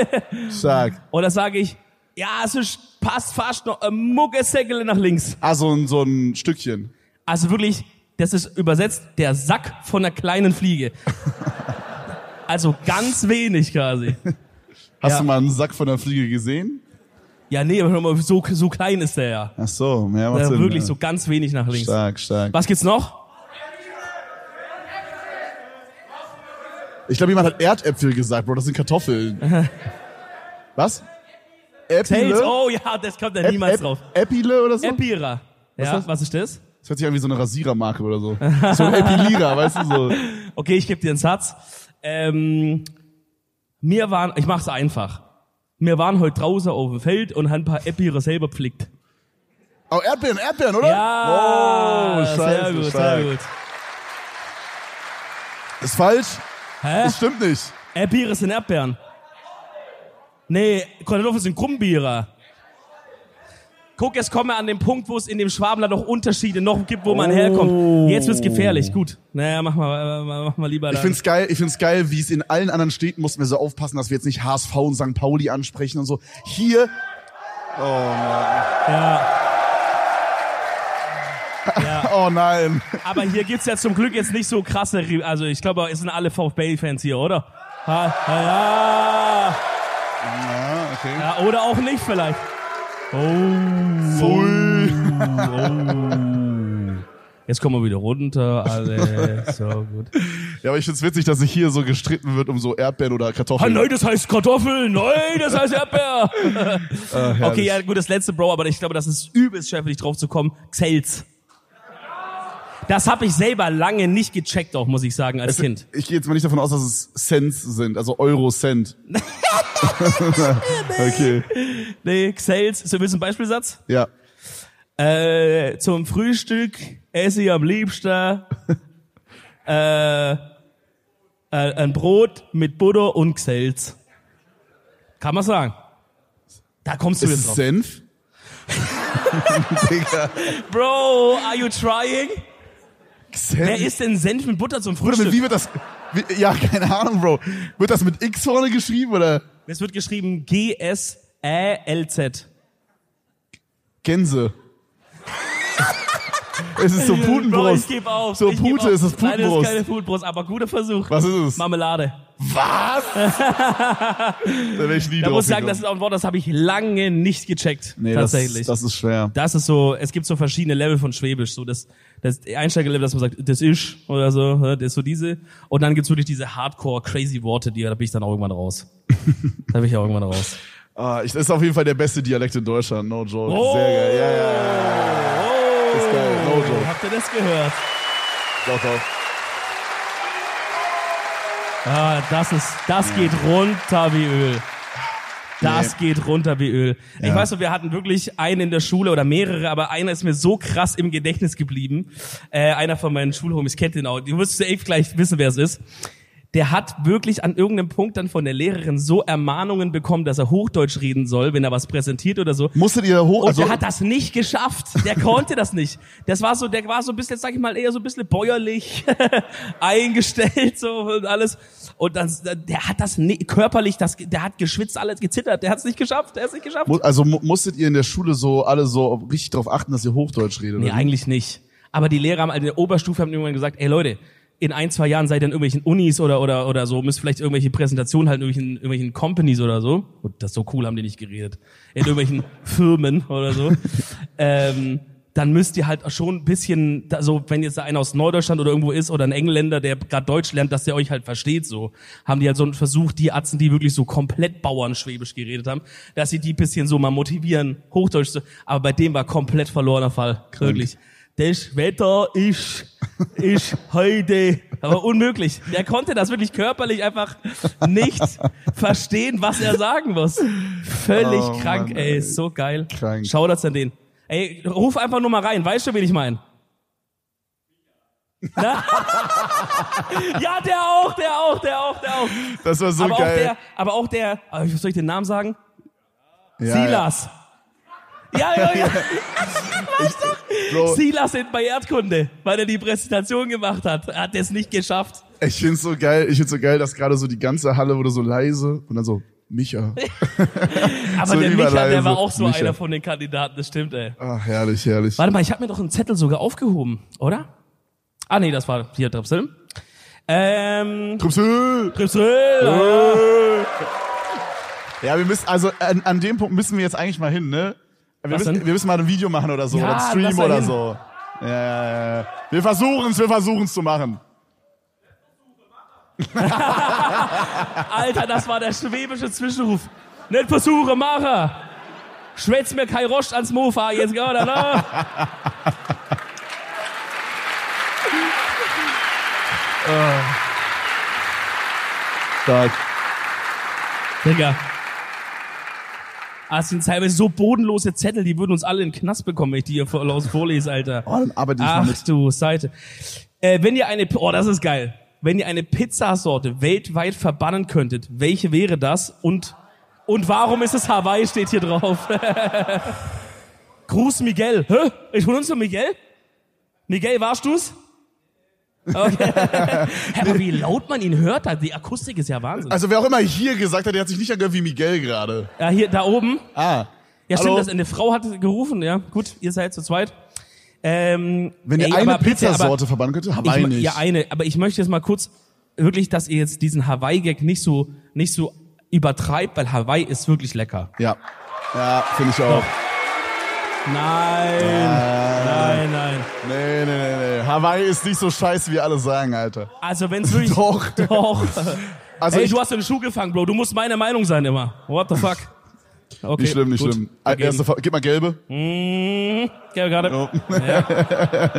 Speaker 1: Stark.
Speaker 2: Oder sage ich, ja, es ist, passt fast noch ein Muckesäckele nach links.
Speaker 1: Ah, so ein, so ein Stückchen.
Speaker 2: Also wirklich, das ist übersetzt der Sack von einer
Speaker 1: <laughs>
Speaker 2: kleinen Fliege. Also ganz wenig quasi.
Speaker 1: Hast
Speaker 2: Ja.
Speaker 1: du mal einen Sack von der Fliege gesehen?
Speaker 2: Ja, nee, aber hör mal, so, so klein ist der ja.
Speaker 1: Ach so, mehr macht
Speaker 2: ja
Speaker 1: Sinn.
Speaker 2: wirklich
Speaker 1: ja.
Speaker 2: so ganz wenig nach links.
Speaker 1: Stark, stark.
Speaker 2: Was gibt's noch?
Speaker 1: Ich glaube, jemand hat Erdäpfel gesagt, Bro. Das sind
Speaker 2: <laughs>
Speaker 1: Kartoffeln. Was?
Speaker 2: Tails,
Speaker 1: Äpfel?
Speaker 2: oh ja, das kommt ja niemals drauf.
Speaker 1: Äpfile oder so?
Speaker 2: Epira. Ja,
Speaker 1: ist das?
Speaker 2: was, ist das?
Speaker 1: Das hört sich an wie so eine Rasierermarke oder so. So ein
Speaker 2: <laughs>
Speaker 1: Epilierer, weißt du so.
Speaker 2: Okay, ich gebe dir einen Satz. Ähm, mir waren, ich mach's einfach. Wir waren heute draußen auf dem Feld und haben ein paar Epira selber pflückt.
Speaker 1: Oh, Erdbeeren, Erdbeeren, oder?
Speaker 2: Ja,
Speaker 1: Oh,
Speaker 2: sehr
Speaker 1: scheiße,
Speaker 2: gut,
Speaker 1: stark.
Speaker 2: sehr gut.
Speaker 1: Ist falsch.
Speaker 2: Hä?
Speaker 1: Das stimmt nicht.
Speaker 2: Äh, Biere sind Erdbeeren. Nee, Kartoffeln sind Krummbiere. Guck, jetzt kommen wir an den Punkt, wo es in dem Schwabenland auch Unterschiede noch gibt, wo
Speaker 1: Oh.
Speaker 2: man herkommt. Jetzt wird's gefährlich. Gut. Naja, mach mal, äh, mach mal lieber
Speaker 1: Ich
Speaker 2: dann.
Speaker 1: find's geil, ich find's geil, wie es in allen anderen Städten mussten wir so aufpassen, dass wir jetzt nicht HSV und St. Pauli ansprechen und so. Hier,
Speaker 2: ja.
Speaker 1: oh nein.
Speaker 2: Aber hier gibt's ja zum Glück jetzt nicht so krasse, Ri- also ich glaube, es sind alle VfB-Fans hier, oder? Ha, ha, ja.
Speaker 1: Ah, okay.
Speaker 2: ja. Oder auch nicht vielleicht. Oh.
Speaker 1: Pfui.
Speaker 2: Oh. Jetzt kommen wir wieder runter, alle. So <laughs> gut.
Speaker 1: Ja, aber ich find's witzig, dass sich hier so gestritten wird um so Erdbeeren oder
Speaker 2: Ah,
Speaker 1: Kartoffeln.
Speaker 2: nein, das heißt Kartoffeln. Nein, das heißt Erdbeer. okay, ja, gut, das letzte, Bro, aber ich glaube, das ist übelst schwerfällig drauf zu kommen. Xels. Das habe ich selber lange nicht gecheckt, auch muss ich sagen, als Kind.
Speaker 1: Ich gehe jetzt mal nicht davon aus, dass es Cents sind, also
Speaker 2: <laughs>
Speaker 1: Euro-Cent. okay,
Speaker 2: Nee, Xels. So, willst du einen Beispielsatz?
Speaker 1: ja.
Speaker 2: Äh, zum Frühstück esse ich
Speaker 1: <laughs>
Speaker 2: am liebsten äh, äh, ein Brot mit Butter und Xels. Kann man sagen. Da kommst du
Speaker 1: Ist
Speaker 2: jetzt
Speaker 1: es
Speaker 2: drauf.
Speaker 1: Senf? Digga.
Speaker 2: Bro, are you trying?
Speaker 1: Senf?
Speaker 2: Wer isst denn Senf mit Butter zum
Speaker 1: Bruder, mit, wie
Speaker 2: Frühstück?
Speaker 1: wird das... Wie, ja, keine Ahnung, Bro. Wird das mit X vorne geschrieben oder
Speaker 2: Es wird geschrieben G-S-Ä-L-Z.
Speaker 1: Gänse? es ist so
Speaker 2: Bro, ich
Speaker 1: Putenbrust.
Speaker 2: geb auf.
Speaker 1: So
Speaker 2: ich geb
Speaker 1: Pute
Speaker 2: auf.
Speaker 1: ist es
Speaker 2: Nein, das ist
Speaker 1: Putenbrust.
Speaker 2: keine Putenbrust, aber guter Versuch.
Speaker 1: Was ist es?
Speaker 2: Marmelade.
Speaker 1: Was? da wäre ich
Speaker 2: <laughs>
Speaker 1: nie
Speaker 2: Da
Speaker 1: drauf
Speaker 2: muss ich sagen,
Speaker 1: gekommen.
Speaker 2: das ist auch ein Wort, das habe ich lange nicht gecheckt.
Speaker 1: Nee, das,
Speaker 2: tatsächlich.
Speaker 1: das ist schwer.
Speaker 2: das ist so, es gibt so verschiedene Level von Schwäbisch, so das, das Einsteigerlevel, dass man sagt, das ist oder so, ne, das ist so diese. Und dann gibt's wirklich diese Hardcore, crazy Worte, die da bin ich dann auch irgendwann
Speaker 1: <laughs>
Speaker 2: raus. da bin ich auch irgendwann raus.
Speaker 1: Ah, ich, das ist auf jeden Fall der beste Dialekt in Deutschland, no joke.
Speaker 2: Oh.
Speaker 1: Sehr geil, ja, ja, ja.
Speaker 2: Oh,
Speaker 1: Ist geil, no joke.
Speaker 2: habt ihr das gehört?
Speaker 1: Doch, doch.
Speaker 2: Ah, das ist, das geht runter wie Öl. Das geht runter wie Öl. Ich
Speaker 1: Ja.
Speaker 2: weiß noch, wir hatten wirklich einen in der Schule oder mehrere, aber einer ist mir so krass im Gedächtnis geblieben. Äh, einer von meinen Schulhomies kennt den auch. Du wirst safe gleich wissen, wer es ist. Der hat wirklich an irgendeinem Punkt dann von der Lehrerin so Ermahnungen bekommen, dass er Hochdeutsch reden soll, wenn er was präsentiert oder so.
Speaker 1: Musstet ihr hoch...
Speaker 2: Und
Speaker 1: Also,
Speaker 2: der hat das nicht geschafft. Der konnte das nicht. Das war so, der war so ein bisschen, sag ich mal, eher so ein bisschen bäuerlich <laughs> eingestellt so und alles. Und dann, der hat das ni- körperlich, das, der hat geschwitzt, alles gezittert. Der hat es nicht geschafft. Der hat es nicht geschafft.
Speaker 1: mu- also mu- musstet ihr in der Schule so alle so richtig drauf achten, dass ihr Hochdeutsch redet?
Speaker 2: Nee,
Speaker 1: oder?
Speaker 2: eigentlich nicht. Aber die Lehrer haben, also in der Oberstufe haben irgendwann gesagt, ey Leute, in ein, zwei Jahren seid ihr in irgendwelchen Unis oder, oder, oder so, müsst vielleicht irgendwelche Präsentationen halten, in irgendwelchen, irgendwelchen Companies oder so. Und das so cool haben die nicht geredet. In irgendwelchen Firmen oder so. Ähm, dann müsst ihr halt schon ein bisschen, da- so wenn jetzt da einer aus Norddeutschland oder irgendwo ist oder ein Engländer, der gerade Deutsch lernt, dass der euch halt versteht, so. Haben die halt so einen Versuch, die Atzen, die wirklich so komplett Bauernschwäbisch geredet haben, dass sie die ein bisschen so mal motivieren, Hochdeutsch zu, aber bei dem war komplett verlorener Fall. Wirklich. Das Wetter ist, ist heute, aber unmöglich. Der konnte das wirklich körperlich einfach nicht verstehen, was er sagen muss. Völlig
Speaker 1: Oh,
Speaker 2: krank,
Speaker 1: Mann,
Speaker 2: ey.
Speaker 1: ey.
Speaker 2: Ist so geil.
Speaker 1: Krank.
Speaker 2: Shoutouts an den. Ey, ruf einfach nur mal rein. Weißt du, wen
Speaker 1: <laughs>
Speaker 2: ich meine? Na? ja, der auch, der auch, der auch, der auch.
Speaker 1: Das war so
Speaker 2: aber auch
Speaker 1: geil.
Speaker 2: der, aber auch der, aber soll ich den Namen sagen?
Speaker 1: ja,
Speaker 2: Silas. Ja, ja,
Speaker 1: <laughs>
Speaker 2: ja.
Speaker 1: Ja. Bro,
Speaker 2: Silas in, bei Erdkunde, weil er die Präsentation gemacht hat. Er hat es nicht geschafft.
Speaker 1: ich find's so geil, ich find's so geil, dass gerade so die ganze Halle wurde so leise und dann so, Micha.
Speaker 2: Aber
Speaker 1: So
Speaker 2: der Micha, der
Speaker 1: überleise.
Speaker 2: war auch so
Speaker 1: Micha.
Speaker 2: einer von den Kandidaten, das stimmt, ey.
Speaker 1: Ach, Ah, herrlich, herrlich.
Speaker 2: Warte mal, ich habe mir doch einen Zettel sogar aufgehoben, oder? Ah, nee, das war hier Tripsel. Ähm,
Speaker 1: Trübsel!
Speaker 2: Tripsel.
Speaker 1: Ja, wir müssen, also an, an dem Punkt müssen wir jetzt eigentlich mal hin, ne? Wir,
Speaker 2: Was
Speaker 1: müssen,
Speaker 2: denn?
Speaker 1: wir müssen mal ein Video machen oder so,
Speaker 2: Ja,
Speaker 1: oder einen Stream
Speaker 2: lass da
Speaker 1: oder
Speaker 2: hin.
Speaker 1: so. Ja, ja, ja. Wir versuchen's, wir versuchen's zu machen.
Speaker 2: Alter, das war der schwäbische Zwischenruf. Nicht versuche, mache. Schwätz mir kein Rost ans Mofa, jetzt geh oder ne?
Speaker 1: Stark.
Speaker 2: Digga. Ah, Das sind teilweise so bodenlose Zettel, die würden uns alle in den Knast bekommen, wenn ich die hier vor- laut vorlese, Alter.
Speaker 1: Oh, dann arbeite ich mal
Speaker 2: Ach
Speaker 1: mit.
Speaker 2: du Seite. Äh, wenn ihr eine, oh, das ist geil. Wenn ihr eine Pizzasorte weltweit verbannen könntet, welche wäre das und und warum ist es Hawaii steht hier drauf? <laughs> Gruß Miguel. Hä? Ich benutze Miguel? Miguel, warst du's? Okay. <laughs> Hä, aber wie laut man ihn hört, da- die Akustik ist ja Wahnsinn.
Speaker 1: Also wer auch immer hier gesagt hat, der hat sich nicht angehört wie Miguel gerade.
Speaker 2: Ja, hier, da oben.
Speaker 1: Ah.
Speaker 2: Ja,
Speaker 1: Hallo?
Speaker 2: stimmt, das, eine Frau hat gerufen, ja. Gut, ihr seid zu zweit. Ähm,
Speaker 1: Wenn ihr
Speaker 2: ey,
Speaker 1: eine
Speaker 2: aber bitte, aber-
Speaker 1: Pizzasorte verbannen könntet,
Speaker 2: Ich,
Speaker 1: Hawaii
Speaker 2: ma-
Speaker 1: nicht.
Speaker 2: Ja, eine. Aber ich möchte jetzt mal kurz wirklich, dass ihr jetzt diesen Hawaii-Gag nicht so, nicht so übertreibt, weil Hawaii ist wirklich lecker.
Speaker 1: ja. Ja, finde ich auch. Äh,
Speaker 2: Nein, nein, nein.
Speaker 1: Nee, nee, nee, nee. Hawaii ist nicht so scheiße, wie alle sagen, Alter.
Speaker 2: Also wenn's wirklich...
Speaker 1: <laughs> Doch.
Speaker 2: Doch.
Speaker 1: Also
Speaker 2: Ey,
Speaker 1: ich,
Speaker 2: du hast den Schuh gefangen, Bro. Du musst meine Meinung sein immer. What the fuck? Okay,
Speaker 1: nicht schlimm, nicht
Speaker 2: gut.
Speaker 1: schlimm. Äh, Ah,
Speaker 2: Wir geben.
Speaker 1: Erste, Fa- gib mal gelbe.
Speaker 2: Mm, ja, gerade.
Speaker 1: Ja.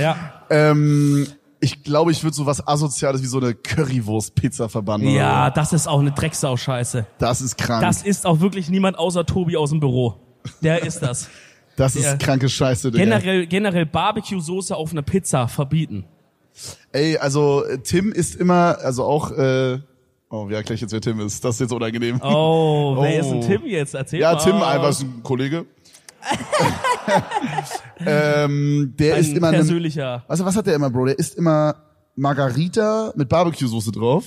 Speaker 2: Ja.
Speaker 1: Ähm, ich glaube, ich würde so was Asoziales wie so eine Currywurst-Pizza verbannen. oder
Speaker 2: ja, das ist auch eine Drecksau-Scheiße.
Speaker 1: so. Das ist krank.
Speaker 2: Das
Speaker 1: Das,
Speaker 2: ist auch wirklich niemand außer Tobi aus dem Büro. Der ist das.
Speaker 1: ist
Speaker 2: Ja.
Speaker 1: kranke Scheiße, Digga.
Speaker 2: Generell, generell Barbecue-Soße auf einer Pizza verbieten.
Speaker 1: Ey, also äh, Tim ist immer, also auch, äh, oh, ja, gleich jetzt, wer Tim ist. Das ist jetzt unangenehm.
Speaker 2: Oh, wer
Speaker 1: Oh.
Speaker 2: ist denn Tim jetzt?
Speaker 1: <laughs>
Speaker 2: Erzähl
Speaker 1: Ja,
Speaker 2: mal.
Speaker 1: Tim Alba ist ein Kollege. <laughs> ähm, der ist
Speaker 2: Ein
Speaker 1: immer ein,
Speaker 2: persönlicher.
Speaker 1: also was hat der immer, Bro? Der ist immer Margarita mit Barbecue-Soße drauf.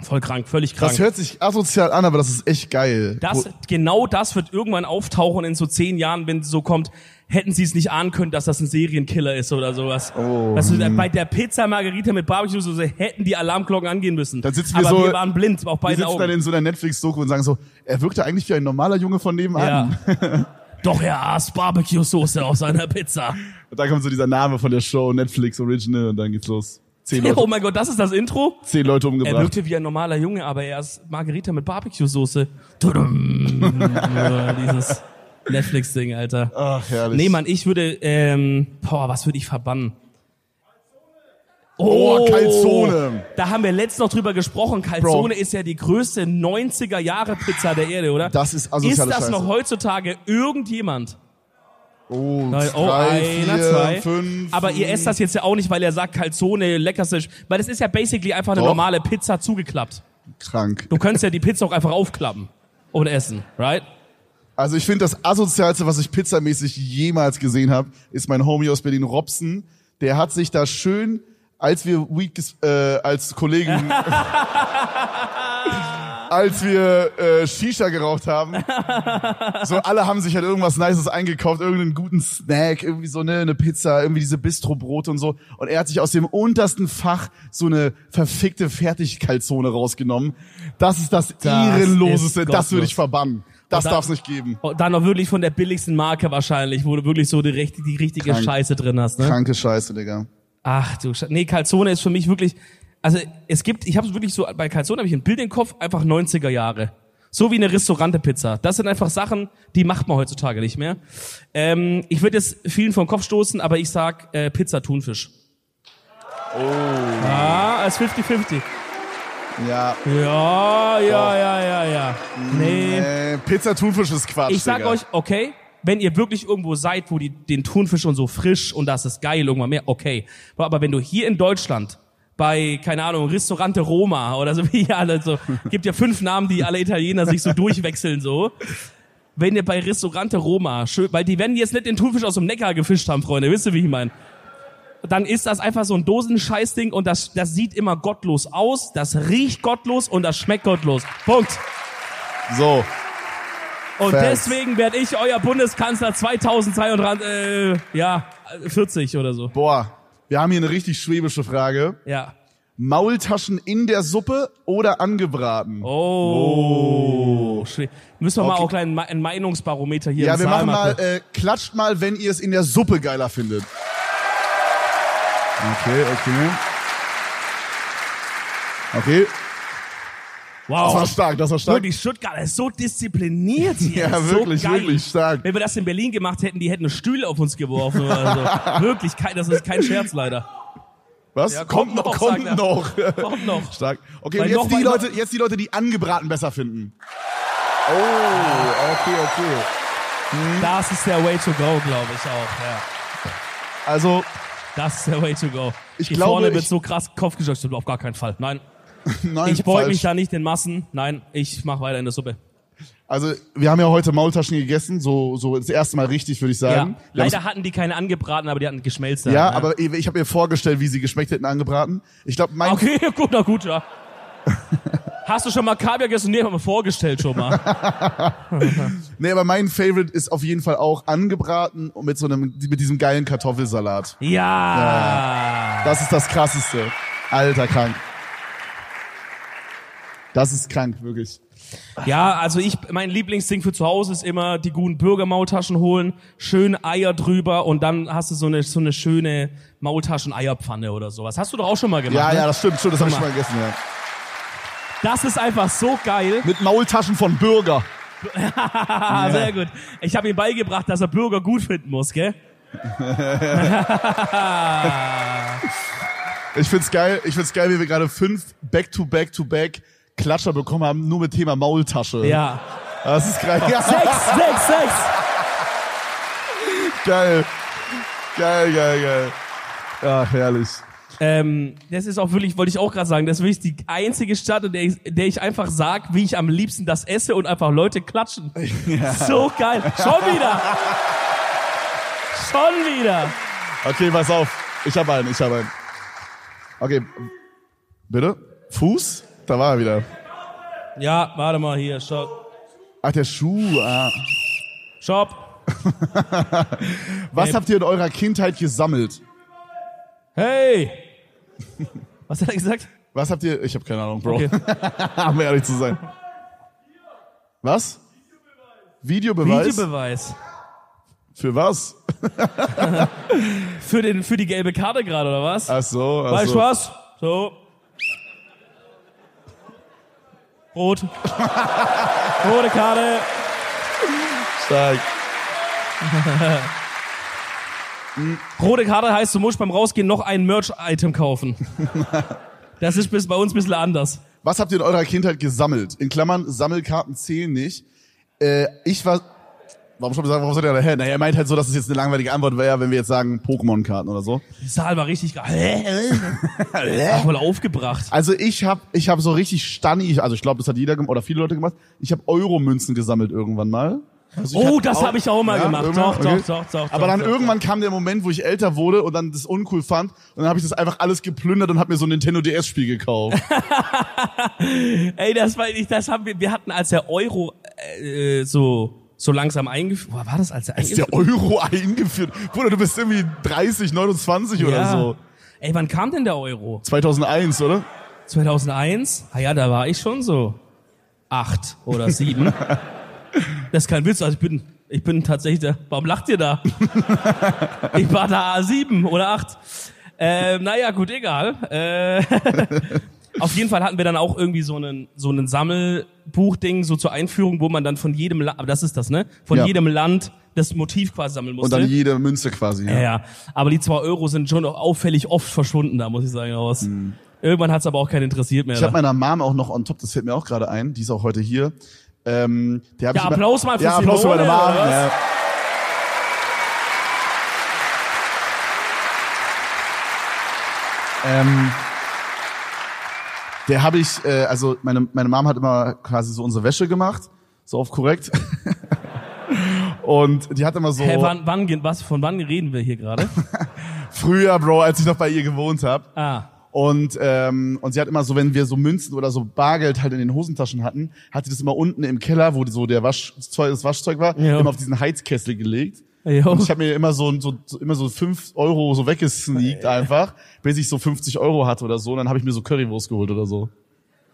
Speaker 2: Voll krank, völlig krank.
Speaker 1: Das hört sich asozial an, aber das ist echt geil.
Speaker 2: Das,
Speaker 1: Wo-
Speaker 2: genau das wird irgendwann auftauchen in so zehn Jahren, wenn es so kommt, hätten sie es nicht ahnen können, dass das ein Serienkiller ist oder sowas.
Speaker 1: Oh.
Speaker 2: Weißt du, bei der Pizza Margarita mit Barbecue-Soße hätten die Alarmglocken angehen müssen.
Speaker 1: Dann sitzen wir
Speaker 2: Aber
Speaker 1: so-
Speaker 2: wir waren blind auf
Speaker 1: die
Speaker 2: beiden
Speaker 1: sitzen dann
Speaker 2: Augen.
Speaker 1: in so einer Netflix-Doku und sagen so, er wirkte eigentlich wie ein normaler Junge von nebenan.
Speaker 2: Ja. Doch, er aß Barbecue-Soße auf seiner Pizza.
Speaker 1: Und dann kommt so dieser Name von der Show, Netflix Original, und dann geht's los. Zehn
Speaker 2: Oh
Speaker 1: Leute,
Speaker 2: mein Gott, das ist das Intro?
Speaker 1: zehn Leute
Speaker 2: Er
Speaker 1: umgebracht.
Speaker 2: wirkte wie ein normaler Junge, aber er ist Margarita mit Barbecue-Soße. Tudum. Ja, Dieses Netflix-Ding, Alter.
Speaker 1: Ach, herrlich.
Speaker 2: Nee, Mann, ich würde, ähm, boah, was würde ich verbannen?
Speaker 1: Oh, Calzone.
Speaker 2: Da haben wir letztens noch drüber gesprochen. Calzone ist ja die größte 90er-Jahre-Pizza der Erde, oder?
Speaker 1: Das ist
Speaker 2: Ist
Speaker 1: asoziale
Speaker 2: das
Speaker 1: Scheiße.
Speaker 2: noch heutzutage irgendjemand?
Speaker 1: Oh,
Speaker 2: Nein, oh,
Speaker 1: drei,
Speaker 2: einer,
Speaker 1: vier,
Speaker 2: zwei.
Speaker 1: fünf.
Speaker 2: Aber ihr esst das jetzt ja auch nicht, weil er sagt Calzone, leckerste. Sch- Weil das ist ja basically einfach eine
Speaker 1: Doch.
Speaker 2: normale Pizza zugeklappt.
Speaker 1: krank.
Speaker 2: Du könntest ja die Pizza auch einfach aufklappen und essen, right?
Speaker 1: Also ich finde das asozialste, was ich pizzamäßig jemals gesehen habe, ist mein Homie aus Berlin Robson. Der hat sich da schön, als wir Weed ges- äh, als Kollegen, als wir äh, Shisha geraucht haben, so alle haben sich halt irgendwas Nices eingekauft, irgendeinen guten Snack, irgendwie so ne, eine Pizza, irgendwie diese Bistrobrote und so. Und er hat sich aus dem untersten Fach so eine verfickte Fertigkalzone rausgenommen. Das ist das,
Speaker 2: Das
Speaker 1: ehrenloseste.
Speaker 2: ist
Speaker 1: Das würde ich
Speaker 2: gottlos.
Speaker 1: verbannen. Das
Speaker 2: Und da-
Speaker 1: darf's nicht geben.
Speaker 2: Und dann noch wirklich von der billigsten Marke wahrscheinlich, wo du wirklich so die, recht- die richtige
Speaker 1: Krank.
Speaker 2: Scheiße drin hast, ne?
Speaker 1: Kranke Scheiße, Digga.
Speaker 2: Ach du Scheiße. Nee, Calzone ist für mich wirklich. Also es gibt, ich habe wirklich so, bei Calzone habe ich ein Bild im Kopf, einfach 90er Jahre. So wie eine Restaurante-Pizza. Das sind einfach Sachen, die macht man heutzutage nicht mehr. Ähm, ich würde jetzt vielen vom Kopf stoßen, aber ich sag äh, Pizza Thunfisch. Oh. Ah, als 50-50.
Speaker 1: Ja.
Speaker 2: Ja, ja, ja, ja, ja. Nee.
Speaker 1: Äh, Pizza Thunfisch ist Quatsch.
Speaker 2: Ich sag
Speaker 1: Digga.
Speaker 2: euch, okay, wenn ihr wirklich irgendwo seid, wo die den Thunfisch und so frisch und das ist geil, irgendwann mehr, okay. Aber wenn du hier in Deutschland bei, keine Ahnung, Restaurante Roma oder so, <laughs> wie ihr alle so, gibt ja fünf Namen, die alle Italiener sich so durchwechseln, so. Wenn ihr bei Restaurante Roma, schön, weil die werden jetzt nicht den Thunfisch aus dem Neckar gefischt haben, Freunde, wisst ihr, wie ich meine? Dann ist das einfach so ein Dosenscheißding und das, das sieht immer gottlos aus, das riecht gottlos und das schmeckt gottlos. Punkt.
Speaker 1: So.
Speaker 2: Und
Speaker 1: Facts.
Speaker 2: deswegen werde ich euer Bundeskanzler 2023, äh, ja, 40 oder so.
Speaker 1: Boah. Wir haben hier eine richtig schwäbische Frage.
Speaker 2: Ja.
Speaker 1: Maultaschen in der Suppe oder angebraten?
Speaker 2: Oh. schwer. Müssen wir mal
Speaker 1: Okay.
Speaker 2: auch gleich ein, Ma- ein Meinungsbarometer hier
Speaker 1: ja,
Speaker 2: im
Speaker 1: wir
Speaker 2: Saal
Speaker 1: machen mal, äh, klatscht mal, wenn ihr es in der Suppe geiler findet. Okay, okay. Okay, das war
Speaker 2: wow.
Speaker 1: stark, das war stark.
Speaker 2: Oh. Wirklich, Stuttgart ist so diszipliniert hier.
Speaker 1: <laughs> Ja,
Speaker 2: Ist
Speaker 1: wirklich,
Speaker 2: so geil.
Speaker 1: wirklich stark.
Speaker 2: Wenn wir das in Berlin gemacht hätten, die hätten Stühle auf uns geworfen oder so.
Speaker 1: <laughs>
Speaker 2: wirklich, kein, das ist kein Scherz leider.
Speaker 1: Was?
Speaker 2: Ja,
Speaker 1: kommt,
Speaker 2: kommt
Speaker 1: noch,
Speaker 2: noch,
Speaker 1: kommt
Speaker 2: sagt er.
Speaker 1: noch.
Speaker 2: Kommt noch.
Speaker 1: Stark. Okay,
Speaker 2: Weil
Speaker 1: und
Speaker 2: noch
Speaker 1: jetzt die,
Speaker 2: mal-
Speaker 1: Leute, jetzt die Leute, die angebraten besser finden. Oh, okay, okay.
Speaker 2: Das ist der Way to go, glaube ich auch. Ja.
Speaker 1: Also,
Speaker 2: Das ist der Way to go.
Speaker 1: Ich
Speaker 2: Hier
Speaker 1: glaube,
Speaker 2: vorne wird
Speaker 1: ich-
Speaker 2: so krass Kopf geschockt. Auf gar keinen Fall. Nein.
Speaker 1: nein,
Speaker 2: Ich beug
Speaker 1: falsch.
Speaker 2: mich da nicht den Massen. Nein, ich mach weiter in der Suppe.
Speaker 1: Also, wir haben ja heute Maultaschen gegessen, so, so das erste Mal richtig, würde ich sagen.
Speaker 2: Ja.
Speaker 1: Wir haben's-
Speaker 2: Leider hatten die keine angebraten, aber die hatten geschmelzt.
Speaker 1: ja, aber ich, ich habe mir vorgestellt, wie sie geschmeckt hätten angebraten. Ich glaube, mein
Speaker 2: Okay, <laughs> gut, na gut, ja. Hast du schon mal Kaviar gegessen? Nee, haben wir vorgestellt schon
Speaker 1: <laughs>
Speaker 2: mal.
Speaker 1: Nee, aber mein Favorite ist auf jeden Fall auch angebraten und mit so einem mit diesem geilen Kartoffelsalat.
Speaker 2: Ja.
Speaker 1: Das ist das krasseste. Alter krank. Das ist krank, wirklich.
Speaker 2: Ja, also ich, mein Lieblingsding für zu Hause ist immer die guten Bürgermaultaschen holen, schön Eier drüber und dann hast du so eine, so eine schöne Maultaschen-Eierpfanne oder sowas. Hast du doch auch schon mal gemacht.
Speaker 1: Ja,
Speaker 2: ne?
Speaker 1: ja, das stimmt, stimmt, das habe ich
Speaker 2: Guck
Speaker 1: schon
Speaker 2: mal.
Speaker 1: mal gegessen, ja.
Speaker 2: Das ist einfach so geil. <laughs>
Speaker 1: Mit Maultaschen von Bürger.
Speaker 2: Ah, sehr gut. Ich habe ihm beigebracht, dass er Bürger gut finden muss, gell?
Speaker 1: Ich find's geil, ich find's geil, wie wir gerade fünf back to back to back Klatscher bekommen haben, nur mit Thema Maultasche.
Speaker 2: Ja.
Speaker 1: Das ist geil. Ja,
Speaker 2: <laughs> Sechs, sechs, sechs.
Speaker 1: <laughs> geil. Geil, geil, geil. Ach, herrlich.
Speaker 2: Ähm, das ist auch wirklich, wollte ich auch gerade sagen, das ist wirklich die einzige Stadt, in der ich, der ich einfach sag, wie ich am liebsten das esse und einfach Leute <laughs> klatschen. So geil. Schon wieder. Schon wieder.
Speaker 1: Okay, pass auf. Ich habe einen, ich habe einen. Okay. Bitte? Fuß? Da war er wieder.
Speaker 2: Ja, warte mal hier, Shop.
Speaker 1: Ach, der Schuh. Ah.
Speaker 2: Shop.
Speaker 1: Was
Speaker 2: Ey.
Speaker 1: habt ihr in eurer Kindheit gesammelt?
Speaker 2: Hey. Was hat er gesagt?
Speaker 1: Was habt ihr. Ich habe keine Ahnung, Bro.
Speaker 2: Okay.
Speaker 1: <laughs> um ehrlich zu sein. Was? Videobeweis?
Speaker 2: Videobeweis.
Speaker 1: Für was?
Speaker 2: Für, den, für die gelbe Karte gerade, oder was?
Speaker 1: Ach so. Ach
Speaker 2: Weißt du
Speaker 1: so.
Speaker 2: was?
Speaker 1: <laughs>
Speaker 2: So. Rot. Rote Karte.
Speaker 1: Stark.
Speaker 2: Rote Karte heißt, du musst beim Rausgehen noch ein Merch-Item kaufen. Das ist bis, bei uns ein bisschen anders.
Speaker 1: Was habt ihr in eurer Kindheit gesammelt? In Klammern, Sammelkarten zählen nicht. Äh, ich war. Warum schon gesagt, warum seid ihr da her? Naja, er meint halt so, dass es jetzt eine langweilige Antwort wäre, wenn wir jetzt sagen Pokémon-Karten oder so.
Speaker 2: Die Saal war richtig geil.
Speaker 1: <laughs>
Speaker 2: Ach, mal aufgebracht.
Speaker 1: Also ich habe ich hab so richtig stannig, also ich glaube, das hat jeder gem- oder viele Leute gemacht. Ich habe Euromünzen gesammelt irgendwann mal. Also ich
Speaker 2: Oh,
Speaker 1: hab
Speaker 2: das habe ich auch mal
Speaker 1: Ja,
Speaker 2: gemacht.
Speaker 1: irgendwann,
Speaker 2: Doch,
Speaker 1: okay.
Speaker 2: doch, doch, doch.
Speaker 1: Aber
Speaker 2: doch,
Speaker 1: dann
Speaker 2: doch,
Speaker 1: irgendwann kam der Moment, wo ich älter wurde und dann das uncool fand und dann habe ich das einfach alles geplündert und habe mir so ein Nintendo DS Spiel gekauft.
Speaker 2: Doch. Ey, das war ich, das haben wir, wir hatten als der Euro äh, äh, so so langsam eingeführt. War das als der
Speaker 1: Ist der Euro <laughs> eingeführt? Bruder, du bist irgendwie 30, 29 oder
Speaker 2: Ja.
Speaker 1: so.
Speaker 2: Ey, wann kam denn der Euro?
Speaker 1: 2001, oder?
Speaker 2: 2001? Ah ja, da war ich schon so acht oder sieben.
Speaker 1: <laughs>
Speaker 2: das ist kein Witz, also ich bin, ich bin tatsächlich da. Warum lacht ihr da? ich war da sieben oder acht. Ähm, naja, gut, egal. Äh, <laughs> auf jeden Fall hatten wir dann auch irgendwie so einen, so einen Sammelbuchding, so zur Einführung, wo man dann von jedem Land, aber das ist das, ne? Von
Speaker 1: Ja.
Speaker 2: jedem Land das Motiv quasi sammeln
Speaker 1: Und
Speaker 2: musste.
Speaker 1: dann jede Münze quasi.
Speaker 2: Ja,
Speaker 1: Ja.
Speaker 2: ja. Aber die zwei Euro sind schon auch auffällig oft verschwunden, da muss ich sagen, raus. Irgendwann hat's aber auch keinen interessiert mehr.
Speaker 1: Mhm. Ich habe meiner
Speaker 2: da.
Speaker 1: Mom auch noch on top, das fällt mir auch gerade ein, die ist auch heute hier. Ähm, der hab
Speaker 2: Ja,
Speaker 1: ich immer-
Speaker 2: Applaus mal für
Speaker 1: ja, Applaus für
Speaker 2: Simone,
Speaker 1: meine Mom.
Speaker 2: oder was?
Speaker 1: Ja. Ähm, der habe ich, äh, also meine, meine Mom hat immer quasi so unsere Wäsche gemacht, so auf korrekt. <laughs> Und die hat immer so.
Speaker 2: Hä, wann, wann, geht- was, von wann reden wir
Speaker 1: <laughs>
Speaker 2: hier gerade?
Speaker 1: Früher, Bro, als ich noch bei ihr gewohnt habe.
Speaker 2: ah.
Speaker 1: Und, ähm, und sie hat immer so, wenn wir so Münzen oder so Bargeld halt in den Hosentaschen hatten, hat sie das immer unten im Keller, wo die- so der Waschzeug, das Waschzeug war,
Speaker 2: Ja. Oh.
Speaker 1: immer auf diesen Heizkessel gelegt.
Speaker 2: Jo.
Speaker 1: Und ich habe mir immer so, ein- so, so immer so fünf Euro so weggesneakt einfach, bis ich so 50 Euro hatte oder so. Und dann habe ich mir so Currywurst geholt oder so.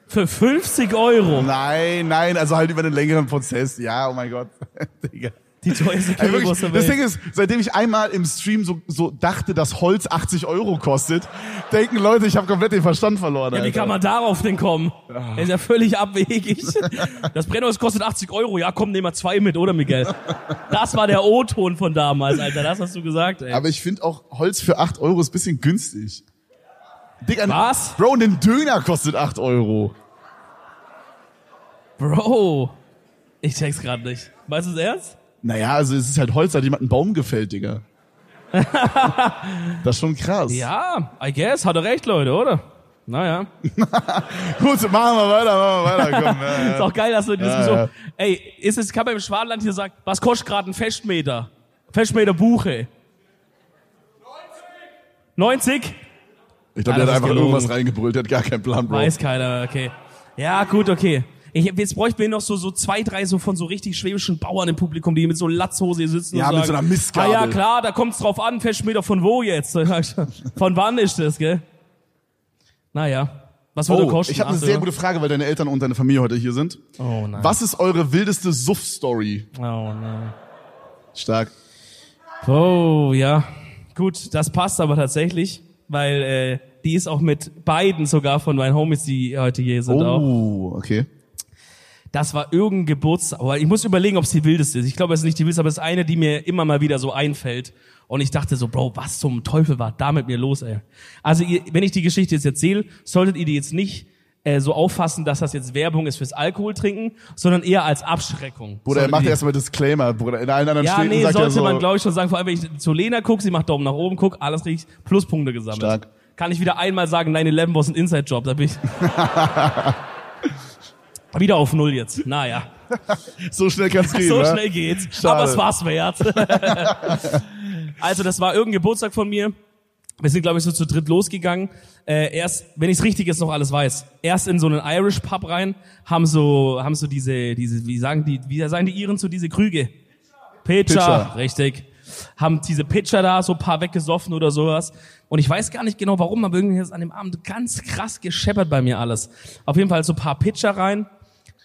Speaker 2: Für 50 Euro.
Speaker 1: Nein, nein, also halt über einen längeren Prozess. Ja, oh mein Gott. <laughs> Digga.
Speaker 2: Die teuerste
Speaker 1: Ey, wirklich,
Speaker 2: Currywurst der
Speaker 1: Also das
Speaker 2: Welt.
Speaker 1: Ding ist, seitdem ich einmal im Stream so, so dachte, dass Holz 80 Euro kostet, denken Leute, ich habe komplett den Verstand verloren.
Speaker 2: ja, wie
Speaker 1: Alter. Ah.
Speaker 2: kann man darauf denn kommen? Das ist ja
Speaker 1: <laughs>
Speaker 2: völlig abwegig. Das Brennholz kostet 80 Euro. Ja, komm, nehmen wir zwei mit, oder Miguel? Das war der O-Ton von damals, Alter. Das hast du gesagt, ey.
Speaker 1: Aber ich finde auch Holz für 8 Euro ist ein bisschen günstig. Digga,
Speaker 2: Was?
Speaker 1: Bro, und ein Döner kostet 8 Euro.
Speaker 2: Bro. Ich check's gerade nicht. Weißt du es ernst?
Speaker 1: Naja, also es ist halt Holz, da hat jemand einen Baum gefällt,
Speaker 2: <laughs>
Speaker 1: Digga. das ist schon krass.
Speaker 2: Ja, I guess. Hat er recht, Leute, oder? Naja.
Speaker 1: Gut, machen wir weiter, machen wir weiter.
Speaker 2: <laughs>
Speaker 1: Komm, äh. ja, ja.
Speaker 2: Ist auch geil, dass du in diesem so,
Speaker 1: ja.
Speaker 2: ey, ist es, kann man im Schwabenland hier sagen, was kostet gerade ein Festmeter? Festmeter Buche. 90?
Speaker 1: Ich glaube, der
Speaker 2: Ah,
Speaker 1: hat
Speaker 2: das ist
Speaker 1: einfach
Speaker 2: gelogen.
Speaker 1: irgendwas reingebrüllt, der hat gar keinen Plan, Bro.
Speaker 2: Weiß keiner, okay. Ja, gut, okay. Ich, jetzt bräuchten wir noch so, so zwei, drei so von so richtig schwäbischen Bauern im Publikum, die mit so Latzhose hier sitzen
Speaker 1: Ja,
Speaker 2: und
Speaker 1: mit
Speaker 2: sagen,
Speaker 1: so einer Mistgabel.
Speaker 2: Ah ja, klar, da kommt's drauf an, Festmeter von wo jetzt? <laughs> Von wann ist das, gell? Naja. Was würde
Speaker 1: Oh,
Speaker 2: kosten?
Speaker 1: ich habe eine
Speaker 2: Acht
Speaker 1: sehr
Speaker 2: Euro?
Speaker 1: gute Frage, weil deine Eltern und deine Familie heute hier sind.
Speaker 2: Oh nein.
Speaker 1: Was ist eure wildeste Suff-Story?
Speaker 2: Oh nein.
Speaker 1: Stark.
Speaker 2: Oh, ja. Gut, das passt aber tatsächlich, weil äh, die ist auch mit beiden sogar von meinen Homies, die heute hier sind auch.
Speaker 1: Oh, okay.
Speaker 2: Das war irgendein Geburtstag. Aber ich muss überlegen, ob es die wildeste ist. Ich glaube, es ist nicht die wildeste, aber es ist eine, die mir immer mal wieder so einfällt. Und ich dachte so, Bro, was zum Teufel war da mit mir los, ey? Also, ihr, wenn ich die Geschichte jetzt erzähle, solltet ihr die jetzt nicht äh, so auffassen, dass das jetzt Werbung ist fürs Alkohol trinken, sondern eher als Abschreckung.
Speaker 1: Bruder, er
Speaker 2: Solltet
Speaker 1: macht
Speaker 2: ihr-
Speaker 1: erstmal Disclaimer, Bruder. In allen anderen
Speaker 2: ja,
Speaker 1: Städten
Speaker 2: nee,
Speaker 1: sagt er
Speaker 2: sollte
Speaker 1: so.
Speaker 2: man, glaube ich, schon sagen. Vor allem, wenn ich zu Lena gucke, sie macht Daumen nach oben, guck, alles richtig, Pluspunkte gesammelt.
Speaker 1: Stark.
Speaker 2: Kann ich wieder einmal sagen, 9-11 war ein Inside-Job, da bin
Speaker 1: <laughs>
Speaker 2: ich... wieder auf Null jetzt, naja.
Speaker 1: so schnell
Speaker 2: <laughs>
Speaker 1: kann's gehen,
Speaker 2: So
Speaker 1: ne?
Speaker 2: schnell geht's.
Speaker 1: Schade.
Speaker 2: Aber es war's wert.
Speaker 1: <laughs>
Speaker 2: also, das war irgendein Geburtstag von mir. Wir sind, glaube ich, so zu dritt losgegangen. Äh, erst, wenn ich's richtig jetzt noch alles weiß, erst in so einen Irish Pub rein, haben so, haben so diese, diese, wie sagen die, wie sagen die Iren zu diese Krüge? Pitcher,
Speaker 1: Pitcher.
Speaker 2: richtig. Haben diese Pitcher da, so ein paar weggesoffen oder sowas. Und ich weiß gar nicht genau warum, aber irgendwie ist an dem Abend ganz krass gescheppert bei mir alles. Auf jeden Fall so ein paar Pitcher rein.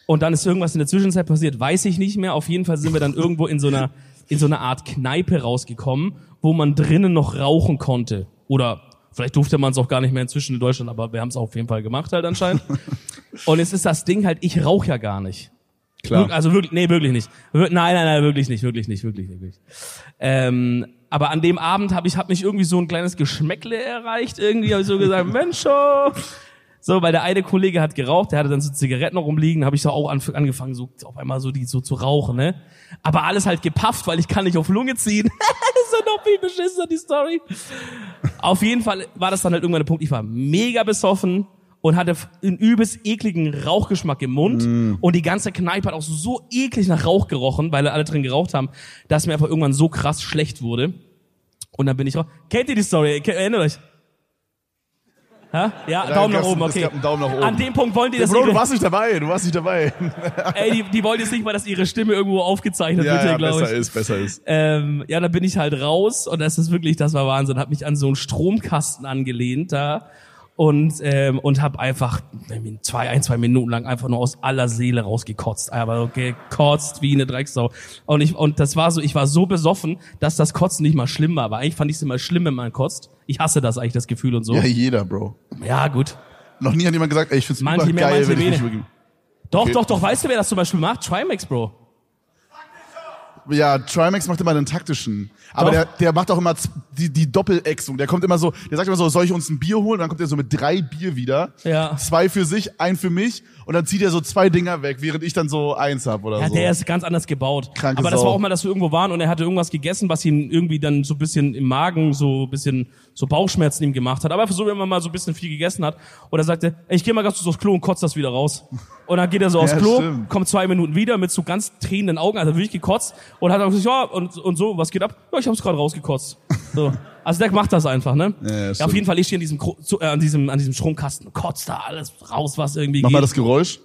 Speaker 2: Und dann ist irgendwas in der Zwischenzeit passiert, weiß ich nicht mehr. Auf jeden Fall sind wir dann irgendwo in so einer, in so einer Art Kneipe rausgekommen, wo man drinnen noch rauchen konnte. Oder vielleicht durfte man es auch gar nicht mehr inzwischen in Deutschland, aber wir haben es auf jeden Fall gemacht halt anscheinend. Und jetzt ist das Ding halt, ich rauche ja gar nicht.
Speaker 1: Klar.
Speaker 2: Wirk- Also wirklich, nee, wirklich nicht. Wir- Nein, nein, nein, wirklich nicht, wirklich nicht, wirklich nicht. Wirklich. Ähm, aber an dem Abend habe ich hab mich irgendwie so ein kleines Geschmäckle erreicht. Irgendwie habe ich so gesagt, <laughs> Mensch, oh. so, weil der eine Kollege hat geraucht, der hatte dann so Zigaretten rumliegen, habe ich so auch anf angefangen, so auf einmal so die so zu rauchen, ne? Aber alles halt gepafft, weil ich kann nicht auf Lunge ziehen. <laughs> so noch viel beschissener die Story. Auf jeden Fall war das dann halt irgendwann der Punkt, ich war mega besoffen und hatte einen übelst ekligen Rauchgeschmack im Mund
Speaker 1: Mm.
Speaker 2: und die ganze Kneipe hat auch so eklig nach Rauch gerochen, weil alle drin geraucht haben, dass mir einfach irgendwann so krass schlecht wurde. Und dann bin ich raus. Kennt ihr die Story? Ke- Erinnert euch? Hä? Ja, Daumen nach
Speaker 1: gab's-
Speaker 2: oben,
Speaker 1: es
Speaker 2: okay.
Speaker 1: gab einen Daumen nach oben.
Speaker 2: An dem Punkt wollen die das
Speaker 1: Bro, du
Speaker 2: ihre-
Speaker 1: warst nicht dabei, du warst nicht
Speaker 2: <laughs>
Speaker 1: dabei.
Speaker 2: Ey, die, die wollen jetzt nicht mal, dass ihre Stimme irgendwo aufgezeichnet wird,
Speaker 1: ja, ja
Speaker 2: hier, glaube ich.
Speaker 1: besser ist, besser ist.
Speaker 2: Ähm, ja, da bin ich halt raus und das ist wirklich, das war Wahnsinn. Hab mich an so einen Stromkasten angelehnt da und ähm, und hab einfach zwei ein zwei Minuten lang einfach nur aus aller Seele rausgekotzt, aber gekotzt wie eine Drecksau. Und ich und das war so, ich war so besoffen, dass das Kotzen nicht mal schlimm war. Aber eigentlich fand ich es immer schlimm, wenn man kotzt. Ich hasse das eigentlich das Gefühl und so.
Speaker 1: Ja, jeder, Bro.
Speaker 2: ja gut.
Speaker 1: Noch nie hat jemand gesagt, ey, ich find's
Speaker 2: Manche
Speaker 1: super
Speaker 2: mehr,
Speaker 1: geil,
Speaker 2: manche
Speaker 1: wenn ich mich
Speaker 2: weniger.
Speaker 1: übergebe.
Speaker 2: Doch,
Speaker 1: Okay.
Speaker 2: doch, doch. Weißt du, wer das zum Beispiel macht? Trimax, Bro.
Speaker 1: Ja, Trimax macht immer den taktischen. Aber
Speaker 2: Doch.
Speaker 1: der, der macht auch immer z- die, die Doppelexung. Der kommt immer so, der sagt immer so, soll ich uns ein Bier holen? Und dann kommt er so mit drei Bier wieder.
Speaker 2: Ja.
Speaker 1: Zwei für sich, ein für mich. Und dann zieht er so zwei Dinger weg, während ich dann so eins hab oder
Speaker 2: Ja,
Speaker 1: so.
Speaker 2: der ist ganz anders gebaut.
Speaker 1: Kranke
Speaker 2: Aber das
Speaker 1: Sau.
Speaker 2: war auch mal, dass wir irgendwo waren und er hatte irgendwas gegessen, was ihn irgendwie dann so ein bisschen im Magen, so ein bisschen so Bauchschmerzen ihm gemacht hat. Aber versuchen wir mal mal so ein bisschen viel gegessen hat. Und er sagte, ey, ich gehe mal ganz kurz aufs Klo und kotzt das wieder raus. Und dann
Speaker 1: <laughs>
Speaker 2: geht er so aufs
Speaker 1: Ja,
Speaker 2: Klo,
Speaker 1: stimmt.
Speaker 2: kommt zwei Minuten wieder mit so ganz tränenden Augen, also wirklich gekotzt und hat auch gesagt, ja, und, und so, was geht ab? Ja, ich hab's gerade rausgekotzt. So. Also der macht das einfach, ne?
Speaker 1: Ja,
Speaker 2: Ja, auf
Speaker 1: stimmt.
Speaker 2: jeden Fall, ich stehe an diesem, Kro- zu- äh, an diesem, an diesem Stromkasten, kotzt da alles raus, was irgendwie
Speaker 1: Mach
Speaker 2: geht.
Speaker 1: mal das Geräusch.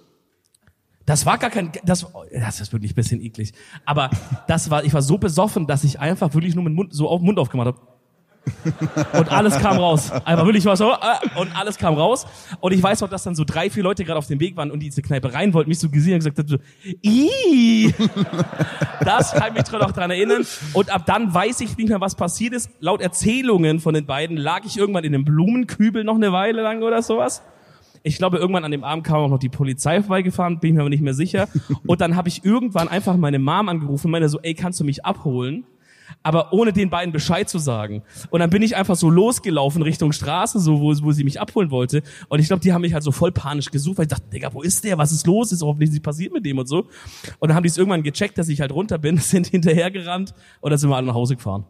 Speaker 2: Das war gar kein, das, oh, das ist wirklich ein bisschen eklig. Aber das war, ich war so besoffen, dass ich einfach wirklich nur mit Mund, so auf Mund aufgemacht habe. Und alles kam raus. Einfach wirklich war so, äh, und alles kam raus. Und ich weiß auch, dass dann so drei, vier Leute gerade auf dem Weg waren und die in diese Kneipe rein wollten, mich so gesehen und gesagt haben so, Ih! Das kann ich mich noch dran erinnern. Und ab dann weiß ich nicht mehr, was passiert ist. Laut Erzählungen von den beiden lag ich irgendwann in einem Blumenkübel noch eine Weile lang oder sowas. Ich glaube, irgendwann an dem Abend kam auch noch die Polizei vorbeigefahren, bin ich mir aber nicht mehr sicher. Und dann habe ich irgendwann einfach meine Mom angerufen und meinte so, ey, kannst du mich abholen? Aber ohne den beiden Bescheid zu sagen. Und dann bin ich einfach so losgelaufen Richtung Straße, so wo, wo sie mich abholen wollte. Und ich glaube, die haben mich halt so voll panisch gesucht, weil ich dachte, Digga, wo ist der? Was ist los? Ist hoffentlich nichts passiert mit dem und so. <laughs> Und dann haben die es irgendwann gecheckt, dass ich halt runter bin, sind hinterhergerannt und dann sind wir alle nach Hause gefahren.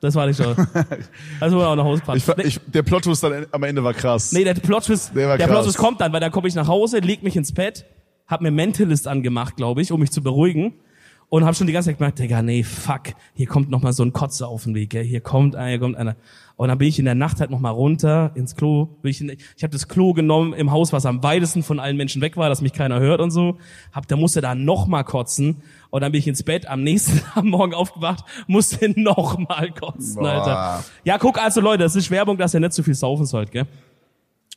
Speaker 2: Das war nicht
Speaker 1: <laughs>
Speaker 2: so. Das war auch eine Hausplatz.
Speaker 1: Ich, ich, der Plot-Twist dann am Ende war krass.
Speaker 2: Nee, der Plot-Twist,
Speaker 1: Der war
Speaker 2: der, Plot-Twist
Speaker 1: krass.
Speaker 2: kommt dann, weil da komme ich nach Hause, leg mich ins Bett, hab mir Mentalist angemacht, glaube ich, um mich zu beruhigen. Und hab schon die ganze Zeit gemerkt, Digga, nee, fuck, hier kommt nochmal so ein Kotze auf den Weg, gell? hier kommt einer, hier kommt einer. Und dann bin ich in der Nacht halt nochmal runter ins Klo. Bin Ich, in- ich habe das Klo genommen im Haus, was am weitesten von allen Menschen weg war, dass mich keiner hört und so. Hab, da musste da nochmal kotzen. Und dann bin ich ins Bett, am nächsten <laughs> am Morgen aufgewacht, musste nochmal kotzen,
Speaker 1: Boah.
Speaker 2: Alter. Ja, guck also, Leute, das ist Werbung, dass ihr nicht zu viel saufen sollt, gell?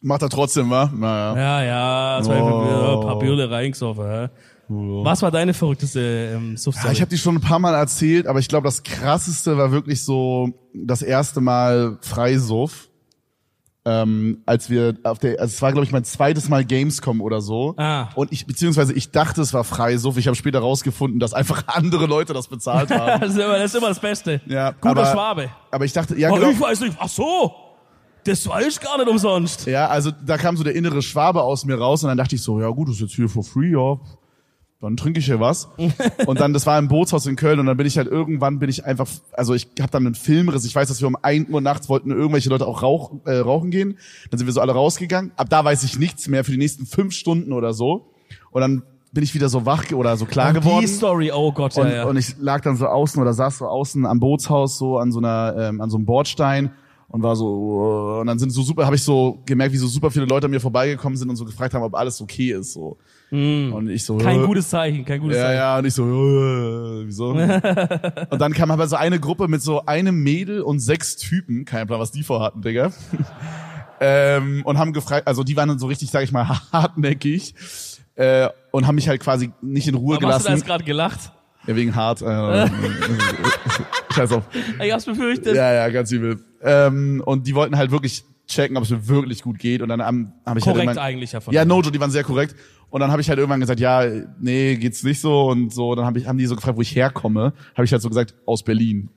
Speaker 1: Macht er trotzdem, wa? Naja.
Speaker 2: Ja, ja, zwei
Speaker 1: Oh.
Speaker 2: oh. paar Biole reingesoffen. hä? Was war deine verrückteste ähm,
Speaker 1: Ja,
Speaker 2: Suff-Story?
Speaker 1: Ah, ich habe die schon ein paar Mal erzählt, aber ich glaube, das krasseste war wirklich so das erste Mal Freisuff. Ähm, als wir auf der, also es war glaube ich mein zweites Mal Gamescom oder so.
Speaker 2: Ah.
Speaker 1: Und ich, beziehungsweise ich dachte, es war Freisuff. Ich habe später rausgefunden, dass einfach <laughs> andere Leute das bezahlt
Speaker 2: <laughs>
Speaker 1: haben.
Speaker 2: das, ist immer, das ist immer das Beste.
Speaker 1: Ja,
Speaker 2: Guter
Speaker 1: aber-
Speaker 2: Schwabe.
Speaker 1: aber ich dachte, ja,
Speaker 2: Oh,
Speaker 1: genau.
Speaker 2: Ich weiß nicht. Ach so, das war ich gar nicht umsonst.
Speaker 1: Ja, also da kam so der innere Schwabe aus mir raus und dann dachte ich so, ja gut, ist jetzt hier for free, ja. Dann trinke ich hier was. Und dann, das war im Bootshaus in Köln und dann bin ich halt irgendwann, bin ich einfach, also ich habe dann einen Filmriss. Ich weiß, dass wir um 1 Uhr nachts wollten irgendwelche Leute auch rauch, äh, rauchen gehen. Dann sind wir so alle rausgegangen. Ab da weiß ich nichts mehr für die nächsten fünf Stunden oder so. Und dann bin ich wieder so wach ge- oder so klar
Speaker 2: Und
Speaker 1: geworden.
Speaker 2: Die Story, oh Gott, ja,
Speaker 1: Und,
Speaker 2: ja.
Speaker 1: und ich lag dann so außen oder saß so außen am Bootshaus, so an so einer, ähm, an so einem Bordstein und war so, uh, und dann sind so super, habe ich so gemerkt, wie so super viele Leute an mir vorbeigekommen sind und so gefragt haben, ob alles okay ist. so Und ich so,
Speaker 2: Mhm. kein
Speaker 1: uh,
Speaker 2: gutes Zeichen, kein gutes
Speaker 1: ja,
Speaker 2: Zeichen.
Speaker 1: ja, und ich so, äh,
Speaker 2: <laughs>
Speaker 1: wieso? und dann kam aber so eine Gruppe mit so einem Mädel und sechs Typen, kein Plan, was die vorhatten, Digga. <laughs> ähm, und haben gefragt, also die waren dann so richtig, sag ich mal, <laughs> hartnäckig. Äh, und haben mich halt quasi nicht in Ruhe
Speaker 2: Warum hast du da
Speaker 1: gelassen.
Speaker 2: jetzt gerade gelacht?
Speaker 1: Ja, wegen hart.
Speaker 2: <laughs>
Speaker 1: Äh, Scheiß auf.
Speaker 2: Ich hab's befürchtet.
Speaker 1: Ja, ja, ganz übel. Ähm, und die wollten halt wirklich checken, ob es mir wirklich gut geht. Und dann habe hab ich
Speaker 2: Korrekt
Speaker 1: halt irgendwann-
Speaker 2: eigentlich davon.
Speaker 1: Ja, Nojo, die waren sehr korrekt. Und dann habe ich halt irgendwann gesagt, ja, nee, geht's nicht so und so. Dann hab ich, haben die so gefragt, wo ich herkomme. Habe ich halt so gesagt, aus Berlin.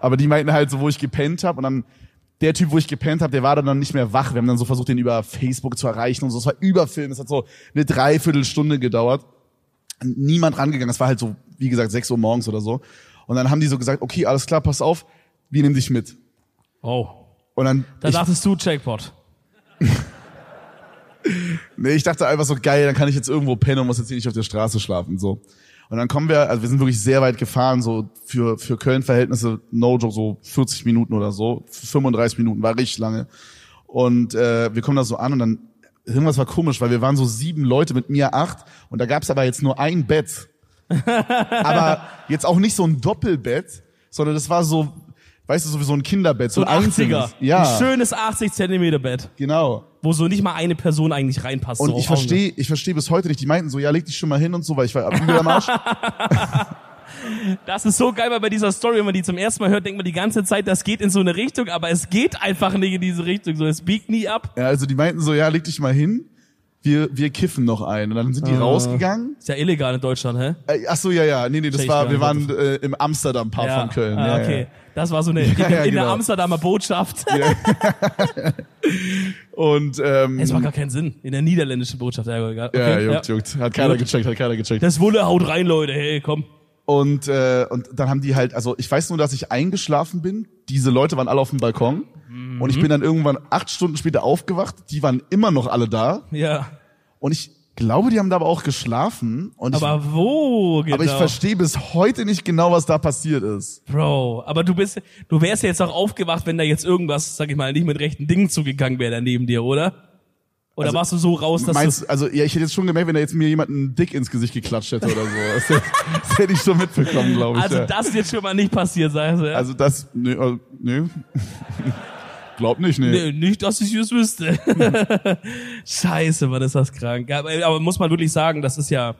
Speaker 1: Aber die meinten halt so, wo ich gepennt habe. Und dann der Typ, wo ich gepennt habe, der war dann nicht mehr wach. Wir haben dann so versucht, den über Facebook zu erreichen und so. Es war überfilm. Es hat so eine Dreiviertelstunde gedauert niemand rangegangen. Es war halt so, wie gesagt, 6 Uhr morgens oder so. Und dann haben die so gesagt, okay, alles klar, pass auf, wir nehmen dich mit.
Speaker 2: Oh,
Speaker 1: Und dann,
Speaker 2: da
Speaker 1: ich,
Speaker 2: dachtest du Jackpot.
Speaker 1: nee, ich dachte einfach so, geil, dann kann ich jetzt irgendwo pennen und muss jetzt hier nicht auf der Straße schlafen, so. Und dann kommen wir, also wir sind wirklich sehr weit gefahren, so für, für Köln-Verhältnisse, no joke, so 40 Minuten oder so, 35 Minuten, war richtig lange. Und äh, wir kommen da so an und dann, irgendwas war komisch, weil wir waren so sieben Leute mit mir acht und da gab's aber jetzt nur ein
Speaker 2: <laughs>
Speaker 1: Bett. aber jetzt auch nicht so ein Doppelbett, sondern das war so, weißt du, so wie so ein Kinderbett. So
Speaker 2: So ein 80er.
Speaker 1: einzelnes. Ja,
Speaker 2: Ein schönes 80 Zentimeter Bett,
Speaker 1: genau.
Speaker 2: wo so nicht mal eine Person eigentlich reinpasst.
Speaker 1: Und
Speaker 2: so
Speaker 1: ich
Speaker 2: auf Augenhöhe.
Speaker 1: verstehe, ich verstehe bis heute nicht. Die meinten so, ja, leg dich schon mal hin und so, weil ich war übel am
Speaker 2: <laughs>
Speaker 1: Arsch.
Speaker 2: Das ist so geil, weil bei dieser Story, wenn man die zum ersten Mal hört, denkt man die ganze Zeit, das geht in so eine Richtung, aber es geht einfach nicht in diese Richtung. So, es biegt nie ab.
Speaker 1: Ja, also die meinten so, ja, leg dich mal hin. Wir, wir kiffen noch ein. Und dann sind
Speaker 2: Ah.
Speaker 1: die rausgegangen.
Speaker 2: Ist ja illegal in Deutschland, hä?
Speaker 1: Äh, ach so, ja, ja. Nee, nee, das
Speaker 2: Check
Speaker 1: war,
Speaker 2: gar
Speaker 1: wir
Speaker 2: nicht,
Speaker 1: waren äh, im Amsterdam-Pub von Köln.
Speaker 2: Ah,
Speaker 1: Ja,
Speaker 2: okay.
Speaker 1: ja.
Speaker 2: Das war so eine
Speaker 1: <laughs>
Speaker 2: in,
Speaker 1: Ja, ja,
Speaker 2: in der
Speaker 1: genau.
Speaker 2: Amsterdamer Botschaft.
Speaker 1: Und, ähm,
Speaker 2: <laughs> Es macht gar keinen Sinn. In der niederländischen Botschaft, ja, aber egal. Okay,
Speaker 1: ja, juckt, juckt. Hat keiner
Speaker 2: Gut.
Speaker 1: gecheckt, hat keiner gecheckt.
Speaker 2: Das Wulle haut rein, Leute. Hey, komm.
Speaker 1: Und, äh, und dann haben die halt, also ich weiß nur, dass ich eingeschlafen bin. Diese Leute waren alle auf dem Balkon. Und
Speaker 2: Mhm.
Speaker 1: ich bin dann irgendwann acht Stunden später aufgewacht. Die waren immer noch alle da.
Speaker 2: Ja.
Speaker 1: Und ich glaube, die haben da aber auch geschlafen. Und ich,
Speaker 2: Aber wo genau?
Speaker 1: aber ich verstehe bis heute nicht genau, was da passiert ist.
Speaker 2: Bro, aber du bist, du wärst ja jetzt auch aufgewacht, wenn da jetzt irgendwas, sag ich mal, nicht mit rechten Dingen zugegangen wäre daneben dir, oder? Oder
Speaker 1: Also
Speaker 2: warst du so raus, dass
Speaker 1: Meinst, also ja, ich hätte jetzt schon gemerkt, wenn da jetzt mir jemand einen Dick ins Gesicht geklatscht hätte oder so. Das hätte, das hätte ich schon mitbekommen, glaube ich.
Speaker 2: du... Also
Speaker 1: ja.
Speaker 2: das ist jetzt schon mal nicht passiert, sagst du, ja?
Speaker 1: also das, nee, äh, nee. <laughs> glaub nicht, nee.
Speaker 2: Nee, nicht, dass ich es wüsste.
Speaker 1: Hm.
Speaker 2: <laughs> Scheiße, Mann, ist das krank. Ja, Aber, aber muss man wirklich sagen, das ist ja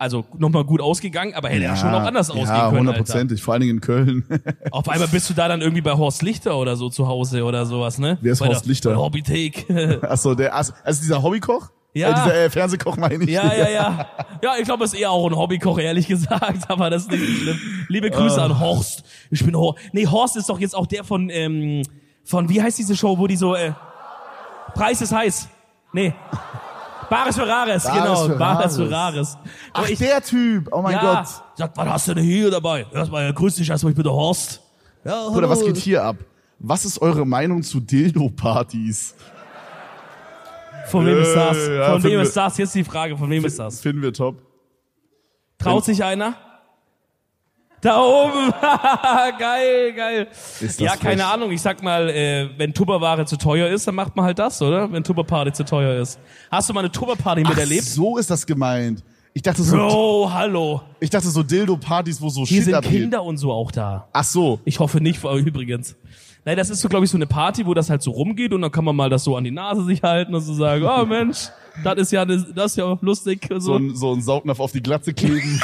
Speaker 2: also nochmal gut ausgegangen, aber hätte ja, schon auch anders
Speaker 1: Ja,
Speaker 2: ausgehen können. Alter.
Speaker 1: hundertprozentig, vor allen Dingen in Köln. <laughs>
Speaker 2: Auf einmal bist du da dann irgendwie bei Horst Lichter oder so zu Hause oder sowas, ne?
Speaker 1: Wer ist
Speaker 2: bei der-
Speaker 1: Horst Lichter?
Speaker 2: bei der Hobbythek.
Speaker 1: Achso, der, also dieser Hobbykoch?
Speaker 2: Ja.
Speaker 1: Äh, dieser äh, Fernsehkoch meine ich.
Speaker 2: ja,
Speaker 1: <laughs>
Speaker 2: ja, ja. Ja, ich glaube, es ist eher auch ein Hobbykoch, ehrlich gesagt, <laughs> aber das ist nicht so schlimm. Liebe
Speaker 1: Ah.
Speaker 2: Grüße an Horst. Ich bin Horst. Nee, Horst ist doch jetzt auch der von, ähm, von, wie heißt diese Show, wo die so, äh, Preis ist heiß. Nee. Bares für Rares,
Speaker 1: Bares
Speaker 2: genau.
Speaker 1: für
Speaker 2: Bares für
Speaker 1: Rares.
Speaker 2: Rares.
Speaker 1: Ach, der Typ, oh mein
Speaker 2: ja.
Speaker 1: Gott.
Speaker 2: Sagt, was hast du denn hier dabei? Erstmal, ja, grüß dich erstmal, ich bin der Horst.
Speaker 5: Ja, hallo.
Speaker 1: Bruder, was geht
Speaker 2: Oh.
Speaker 1: hier ab? Was ist eure Meinung zu Dildo-Partys?
Speaker 2: Von wem ist das?
Speaker 1: Äh, ja,
Speaker 2: Von wem
Speaker 1: finden
Speaker 2: ist das? Jetzt die Frage, von wem ist das?
Speaker 1: Finden wir top.
Speaker 2: Traut sich einer? Da oben. <laughs> geil, geil.
Speaker 1: Ist das
Speaker 2: Ja, keine
Speaker 1: frech.
Speaker 2: Ahnung. Ich sag mal, äh, wenn Tupperware zu teuer ist, dann macht man halt das, oder? Wenn Tupperparty zu teuer ist. Hast du mal eine Tupperparty
Speaker 1: Ach,
Speaker 2: miterlebt?
Speaker 1: so ist das gemeint. Ich dachte so,
Speaker 2: Bro, hallo.
Speaker 1: ich dachte so Dildo-Partys, wo so
Speaker 2: Hier
Speaker 1: Shit
Speaker 2: sind
Speaker 1: abgeht.
Speaker 2: Kinder und so auch da.
Speaker 1: Ach so.
Speaker 2: Ich hoffe nicht, <laughs> vor- übrigens. Nein, das ist so, glaube ich, so eine Party, wo das halt so rumgeht und dann kann man mal das so an die Nase sich halten und so sagen,
Speaker 1: <laughs>
Speaker 2: oh Mensch, das ist ja, ne- das ist ja lustig. So,
Speaker 1: So ein, so ein Saugnapf auf die Glatze
Speaker 2: <laughs>
Speaker 1: kleben.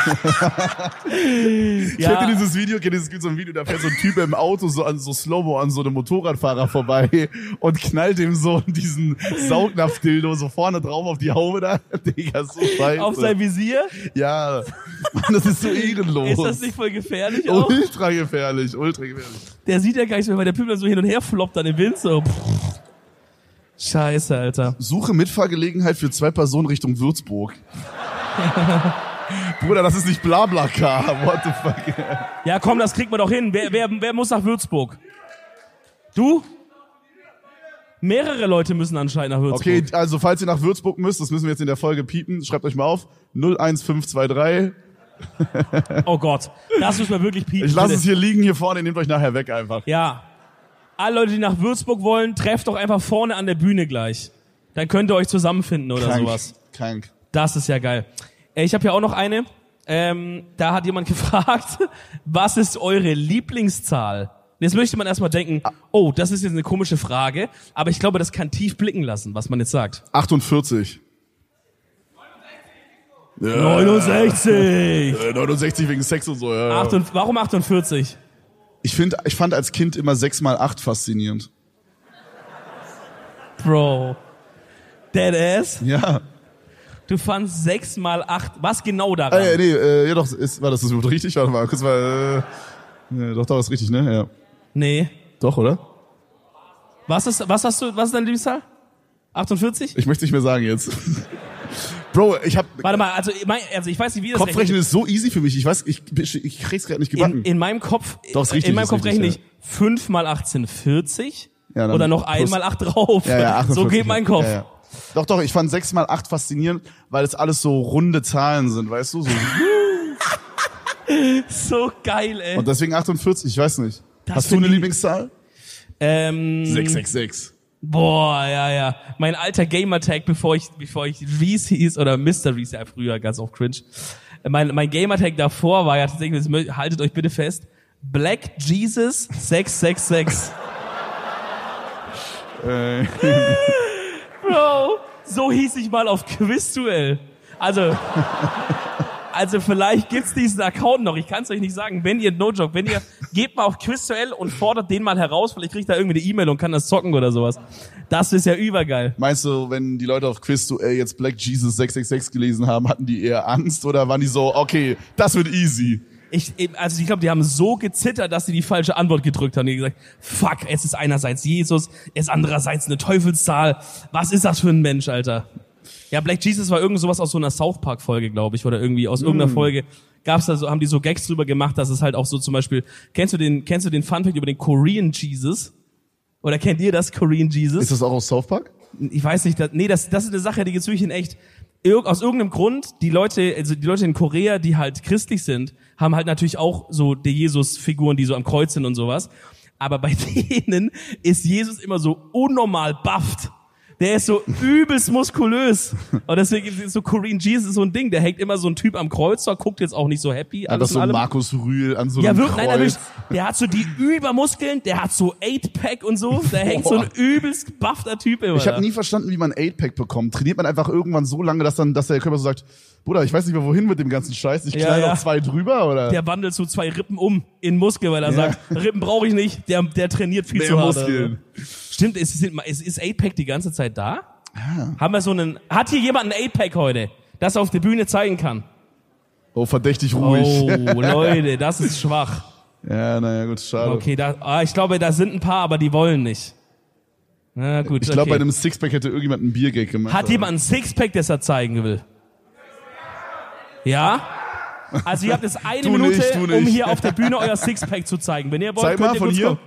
Speaker 1: Ich
Speaker 2: ja.
Speaker 1: hätte dieses Video, kennt ihr, es gibt so ein Video, da fährt so ein Typ im Auto so an so Slow-Mo an so einem Motorradfahrer vorbei und knallt dem so diesen Saugnapf-Dildo so vorne drauf auf die Haube da. <laughs> Digga, so scheiße.
Speaker 2: Auf sein Visier?
Speaker 1: ja, Mann, das ist so ehrenlos.
Speaker 2: Ist das nicht voll gefährlich auch?
Speaker 1: ultra gefährlich, ultra gefährlich.
Speaker 2: Der sieht ja gar nichts mehr, weil der Pimmel so hin und her floppt an den Wind so. Pff. Scheiße, Alter.
Speaker 1: Suche Mitfahrgelegenheit für zwei Personen Richtung Würzburg. Bruder, das ist nicht Blabla-Car. What the fuck?
Speaker 2: Ja, komm, das kriegt man doch hin. Wer, wer, wer muss nach Würzburg? Du? Mehrere Leute müssen anscheinend nach Würzburg.
Speaker 1: Okay, also falls ihr nach Würzburg müsst, das müssen wir jetzt in der Folge piepen, schreibt euch mal auf. 01523.
Speaker 2: Oh Gott, das müssen wir wirklich piepen.
Speaker 1: Ich lasse
Speaker 2: bitte.
Speaker 1: es hier liegen, hier vorne, ihr nehmt euch nachher weg einfach.
Speaker 2: Ja. Alle Leute, die nach Würzburg wollen, trefft doch einfach vorne an der Bühne gleich. Dann könnt ihr euch zusammenfinden oder sowas.
Speaker 1: Krank.
Speaker 2: Das ist ja geil. Äh, Ich habe ja auch noch eine. Ähm, da hat jemand <laughs> gefragt, was ist eure Lieblingszahl? Und Jetzt möchte man erstmal denken, oh, das ist jetzt eine komische Frage, aber ich glaube, das kann tief blicken lassen, was man jetzt sagt.
Speaker 1: 48.
Speaker 2: 69!
Speaker 1: Äh, 69 wegen Sex und so, ja. ja.
Speaker 2: Acht und, warum 48?
Speaker 1: Ich finde, ich fand als Kind immer 6 mal 8 faszinierend.
Speaker 2: Bro. Dead ass.
Speaker 1: Ja.
Speaker 2: Du fandst sechs mal acht. Was genau
Speaker 1: Ah,
Speaker 2: daran?
Speaker 1: ja, nee, äh, ja doch, ist, war das das überhaupt richtig? Warte mal, kurz mal, äh, ja, doch, doch, ist richtig, ne? Ja.
Speaker 2: Nee.
Speaker 1: Doch, oder?
Speaker 2: Was ist, was hast du, was ist deine Lieblingszahl? 48?
Speaker 1: Ich möchte nicht mehr sagen jetzt. <laughs> Bro, ich hab,
Speaker 2: Warte mal, also, mein, also ich weiß nicht, wie das rechnet.
Speaker 1: Kopfrechnen ist so easy für mich. Ich weiß, ich, ich krieg's gerade nicht gebacken.
Speaker 2: In, in meinem Kopf,
Speaker 1: Doch, ist richtig,
Speaker 2: in meinem
Speaker 1: ist
Speaker 2: Kopf
Speaker 1: richtig,
Speaker 2: rechne ich 5 mal 18, 40
Speaker 1: Ja, dann
Speaker 2: oder noch
Speaker 1: plus-
Speaker 2: einmal 8 drauf.
Speaker 1: ja, ja, 48,
Speaker 2: <laughs> so geht mein
Speaker 1: ja,
Speaker 2: Kopf.
Speaker 1: Ja, ja. Doch, doch, ich fand 6 mal 8 faszinierend, weil es alles so runde Zahlen sind, weißt du?
Speaker 2: <laughs>
Speaker 1: So.
Speaker 2: So geil, ey.
Speaker 1: Und deswegen 48, ich weiß nicht.
Speaker 2: Das
Speaker 1: Hast du eine
Speaker 2: find ich-
Speaker 1: Lieblingszahl?
Speaker 2: Ähm,
Speaker 1: 666.
Speaker 2: Boah, ja, ja. Mein alter Gamertag, bevor ich, bevor ich Reese hieß oder Mr. Reese, ja, früher ganz oft cringe. Mein, mein Gamertag davor war ja tatsächlich, das mö- haltet euch bitte fest, Black Jesus 666.
Speaker 1: Äh,
Speaker 2: Bro, so hieß ich mal auf Quizduell. Also, also vielleicht gibt's diesen Account noch. Ich kann's euch nicht sagen. Wenn ihr, no joke, wenn ihr, gebt mal auf Quizduell und fordert den mal heraus. Vielleicht kriegt er irgendwie eine E-Mail und kann das zocken oder sowas. Das ist ja übergeil.
Speaker 1: meinst du, wenn die Leute auf Quiz du, äh, jetzt Black Jesus 666 gelesen haben, hatten die eher Angst oder waren die so, okay, das wird easy?
Speaker 2: Ich, also ich glaube, die haben so gezittert, dass sie die falsche Antwort gedrückt haben. Die haben gesagt, fuck, es ist einerseits Jesus, es ist andererseits eine Teufelszahl. Was ist das für ein Mensch, Alter? Ja, Black Jesus war irgend sowas aus so einer South Park Folge, glaube ich, oder irgendwie aus irgendeiner Folge gab's da so haben die so Gags drüber gemacht, dass es halt auch so zum Beispiel kennst du den kennst du den Fun Fact über den Korean Jesus? Oder kennt ihr das Korean Jesus?
Speaker 1: Ist das auch aus South Park?
Speaker 2: ich weiß nicht, das, nee, das, das ist eine Sache, die gibt's wirklich in echt. Irg aus irgendeinem Grund, die Leute, also die Leute in Korea, die halt christlich sind, haben halt natürlich auch so die Jesus-Figuren, die so am Kreuz sind und sowas. Aber bei <laughs> denen ist Jesus immer so unnormal bufft. Der ist so übelst muskulös. Und deswegen ist so Korean Jesus so ein Ding. Der hängt immer so ein Typ am Kreuz, da guckt jetzt auch nicht so happy.
Speaker 1: Hat das
Speaker 2: alles in
Speaker 1: so
Speaker 2: allem.
Speaker 1: Markus Rühl an so einem
Speaker 2: Ja, wirklich,
Speaker 1: Kreuz?
Speaker 2: nein, nein, wirklich. Der hat so die Übermuskeln, der hat so 8-Pack und so. Da hängt so ein übelst buffter Typ immer.
Speaker 1: Ich
Speaker 2: da.
Speaker 1: habe nie verstanden, wie man 8-Pack bekommt. Trainiert man einfach irgendwann so lange, dass dann, dass der Körper so sagt, Bruder, ich weiß nicht mehr wohin mit dem ganzen Scheiß, ich
Speaker 2: Ja,
Speaker 1: knall
Speaker 2: ja.
Speaker 1: noch zwei drüber oder?
Speaker 2: der wandelt so zwei Rippen um in Muskel, weil er
Speaker 1: Ja.
Speaker 2: sagt, Rippen brauche ich nicht, der, der trainiert viel
Speaker 1: Mehr
Speaker 2: zu hart.
Speaker 1: Muskeln.
Speaker 2: Stimmt, es ist, es ist 8-Pack die ganze Zeit da? Haben wir so einen, hat hier jemand einen 8-Pack heute, das er auf der Bühne zeigen kann?
Speaker 1: Oh, verdächtig ruhig.
Speaker 2: Oh, Leute, das ist schwach.
Speaker 1: Ja, naja, gut, schade.
Speaker 2: Okay, da, ah, ich glaube, da sind ein paar, aber die wollen nicht. Na gut,
Speaker 1: Ich glaube,
Speaker 2: okay.
Speaker 1: bei einem Sixpack hätte irgendjemand einen Biergag gemacht.
Speaker 2: Hat
Speaker 1: aber-
Speaker 2: jemand einen Sixpack, das er zeigen will? Ja? Also ihr habt jetzt eine
Speaker 1: Du
Speaker 2: Minute,
Speaker 1: nicht, du
Speaker 2: um
Speaker 1: nicht.
Speaker 2: hier auf der Bühne euer Sixpack zu zeigen. Wenn ihr wollt,
Speaker 1: Zeig
Speaker 2: könnt
Speaker 1: mal
Speaker 2: ihr
Speaker 1: von
Speaker 2: kurz
Speaker 1: hier.
Speaker 2: Kommen.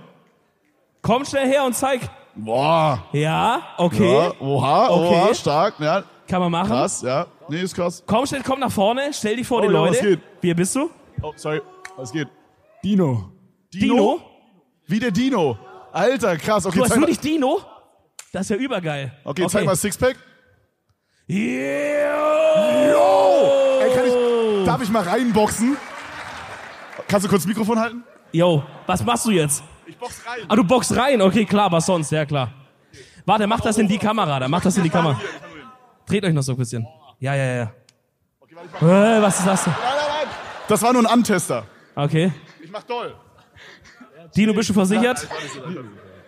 Speaker 2: Komm schnell her und zeig.
Speaker 1: Boah.
Speaker 2: Ja, okay.
Speaker 1: Ja, oha, oha,
Speaker 2: Okay.
Speaker 1: stark, ja.
Speaker 2: Kann man machen.
Speaker 1: Krass, ja. Nee, ist krass.
Speaker 2: Komm schnell, komm nach vorne. Stell dich vor die
Speaker 1: ja, was
Speaker 2: Leute.
Speaker 1: geht?
Speaker 2: Wie bist du?
Speaker 1: Oh, sorry. Was geht?
Speaker 5: Dino.
Speaker 2: Dino?
Speaker 1: Wie der Dino. Alter, krass. Okay,
Speaker 2: Du hast
Speaker 1: zeig mal,
Speaker 2: wirklich Dino? Das ist ja übergeil.
Speaker 1: okay, zeig mal Sixpack.
Speaker 2: Yeah.
Speaker 1: Oh! Yo! Ey, kann ich, darf ich mal reinboxen? Kannst du kurz das Mikrofon halten?
Speaker 2: Yo, was machst du jetzt?
Speaker 1: Ich box rein.
Speaker 2: Ah, du boxst rein. Okay, klar, was sonst? Ja, klar. Warte, mach das in die Kamera. Dann mach das in die Kamera. Dreht euch noch so ein bisschen. Ja, ja, ja. Äh, was ist das? denn?
Speaker 1: Nein, nein, nein. Das war nur ein Antester.
Speaker 2: Okay.
Speaker 1: Ich mach doll.
Speaker 2: Dino, bist du
Speaker 5: Doch,
Speaker 2: versichert?
Speaker 5: doch,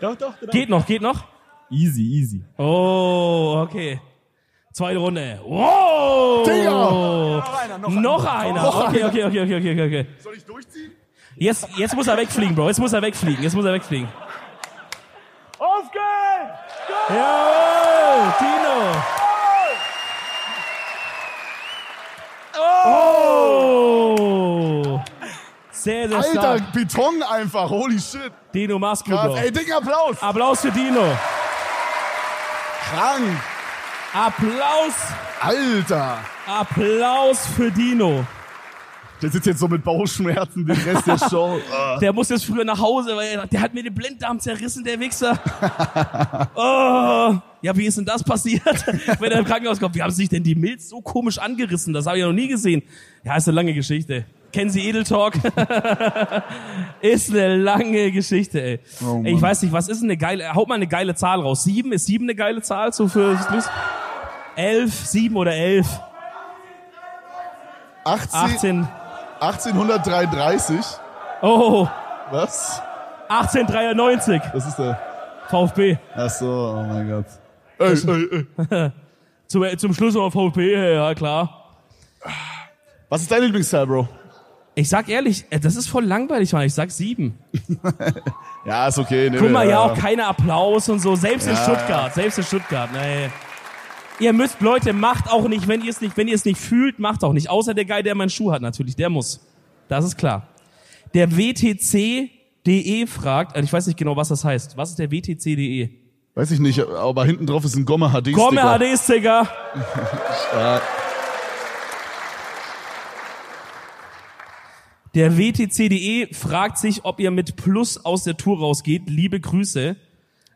Speaker 1: genau.
Speaker 5: doch.
Speaker 2: Geht noch, geht noch.
Speaker 5: Easy, easy.
Speaker 2: Oh, okay. Zweite Runde. Wow!
Speaker 1: Digga!
Speaker 2: Noch einer. Okay, okay, okay, okay, okay, okay.
Speaker 1: Soll ich durchziehen?
Speaker 2: Jetzt, jetzt muss er wegfliegen, Bro. Jetzt muss er wegfliegen. Jetzt muss er wegfliegen.
Speaker 3: Auf geht's!
Speaker 2: Jawohl, Dino. Oh! Sehr, sehr
Speaker 1: Alter,
Speaker 2: stark.
Speaker 1: Beton einfach. Holy shit.
Speaker 2: Dino, mach's gut,
Speaker 1: Krass.
Speaker 2: Bro.
Speaker 1: Ey, dicken Applaus.
Speaker 2: Applaus für Dino.
Speaker 1: Krank.
Speaker 2: Applaus,
Speaker 1: Alter.
Speaker 2: Applaus für Dino.
Speaker 1: Der sitzt jetzt so mit Bauchschmerzen den
Speaker 5: <laughs>
Speaker 1: Rest der Show. Ah.
Speaker 2: Der muss jetzt früher nach Hause, weil er sagt, der hat mir den Blinddarm zerrissen, der Wichser.
Speaker 1: <laughs>
Speaker 2: oh. Ja, wie ist denn das passiert? <laughs> Wenn er im Krankenhaus kommt, wie haben sich denn die Milz so komisch angerissen? Das habe ich ja noch nie gesehen. Ja, ist eine lange Geschichte. Kennen Sie Edel Talk? <laughs> ist eine lange Geschichte, ey.
Speaker 1: Oh,
Speaker 2: ey. Ich
Speaker 1: Mann.
Speaker 2: weiß nicht, was ist denn eine geile, haut mal eine geile Zahl raus. Sieben? Ist sieben eine geile Zahl? So für, fürs- elf? Sieben oder elf?
Speaker 1: 18,
Speaker 2: 18?
Speaker 1: 1833.
Speaker 2: Oh,
Speaker 1: Was?
Speaker 2: 1893.
Speaker 1: Das ist der.
Speaker 2: VfB.
Speaker 1: Ach so, oh mein Gott. Ey, ey, ey.
Speaker 2: Zum, äh, zum Schluss noch auf VfB, ja klar.
Speaker 1: Was ist dein Lieblingsteil, Bro?
Speaker 2: Ich sag ehrlich, äh, das ist voll langweilig, Mann. Ich sag sieben.
Speaker 1: Ja, ist okay. Nee,
Speaker 2: Guck mal,
Speaker 1: nee,
Speaker 2: ja, auch keiner Applaus und so. Selbst in
Speaker 1: Ja,
Speaker 2: Stuttgart, selbst in Stuttgart. Nee. Ihr müsst, Leute, macht auch nicht, wenn ihr es nicht, wenn ihr es nicht fühlt, macht auch nicht. Außer der Guy, der meinen Schuh hat, natürlich. Der muss. Das ist klar. Der WTC.de fragt, also ich weiß nicht genau, was das heißt. Was ist der WTC.de?
Speaker 1: Weiß ich nicht, aber hinten drauf ist ein Gomme HD.
Speaker 2: Gomme HD Sticker. <laughs> Der WTC.de E fragt sich, ob ihr mit Plus aus der Tour rausgeht. Liebe Grüße.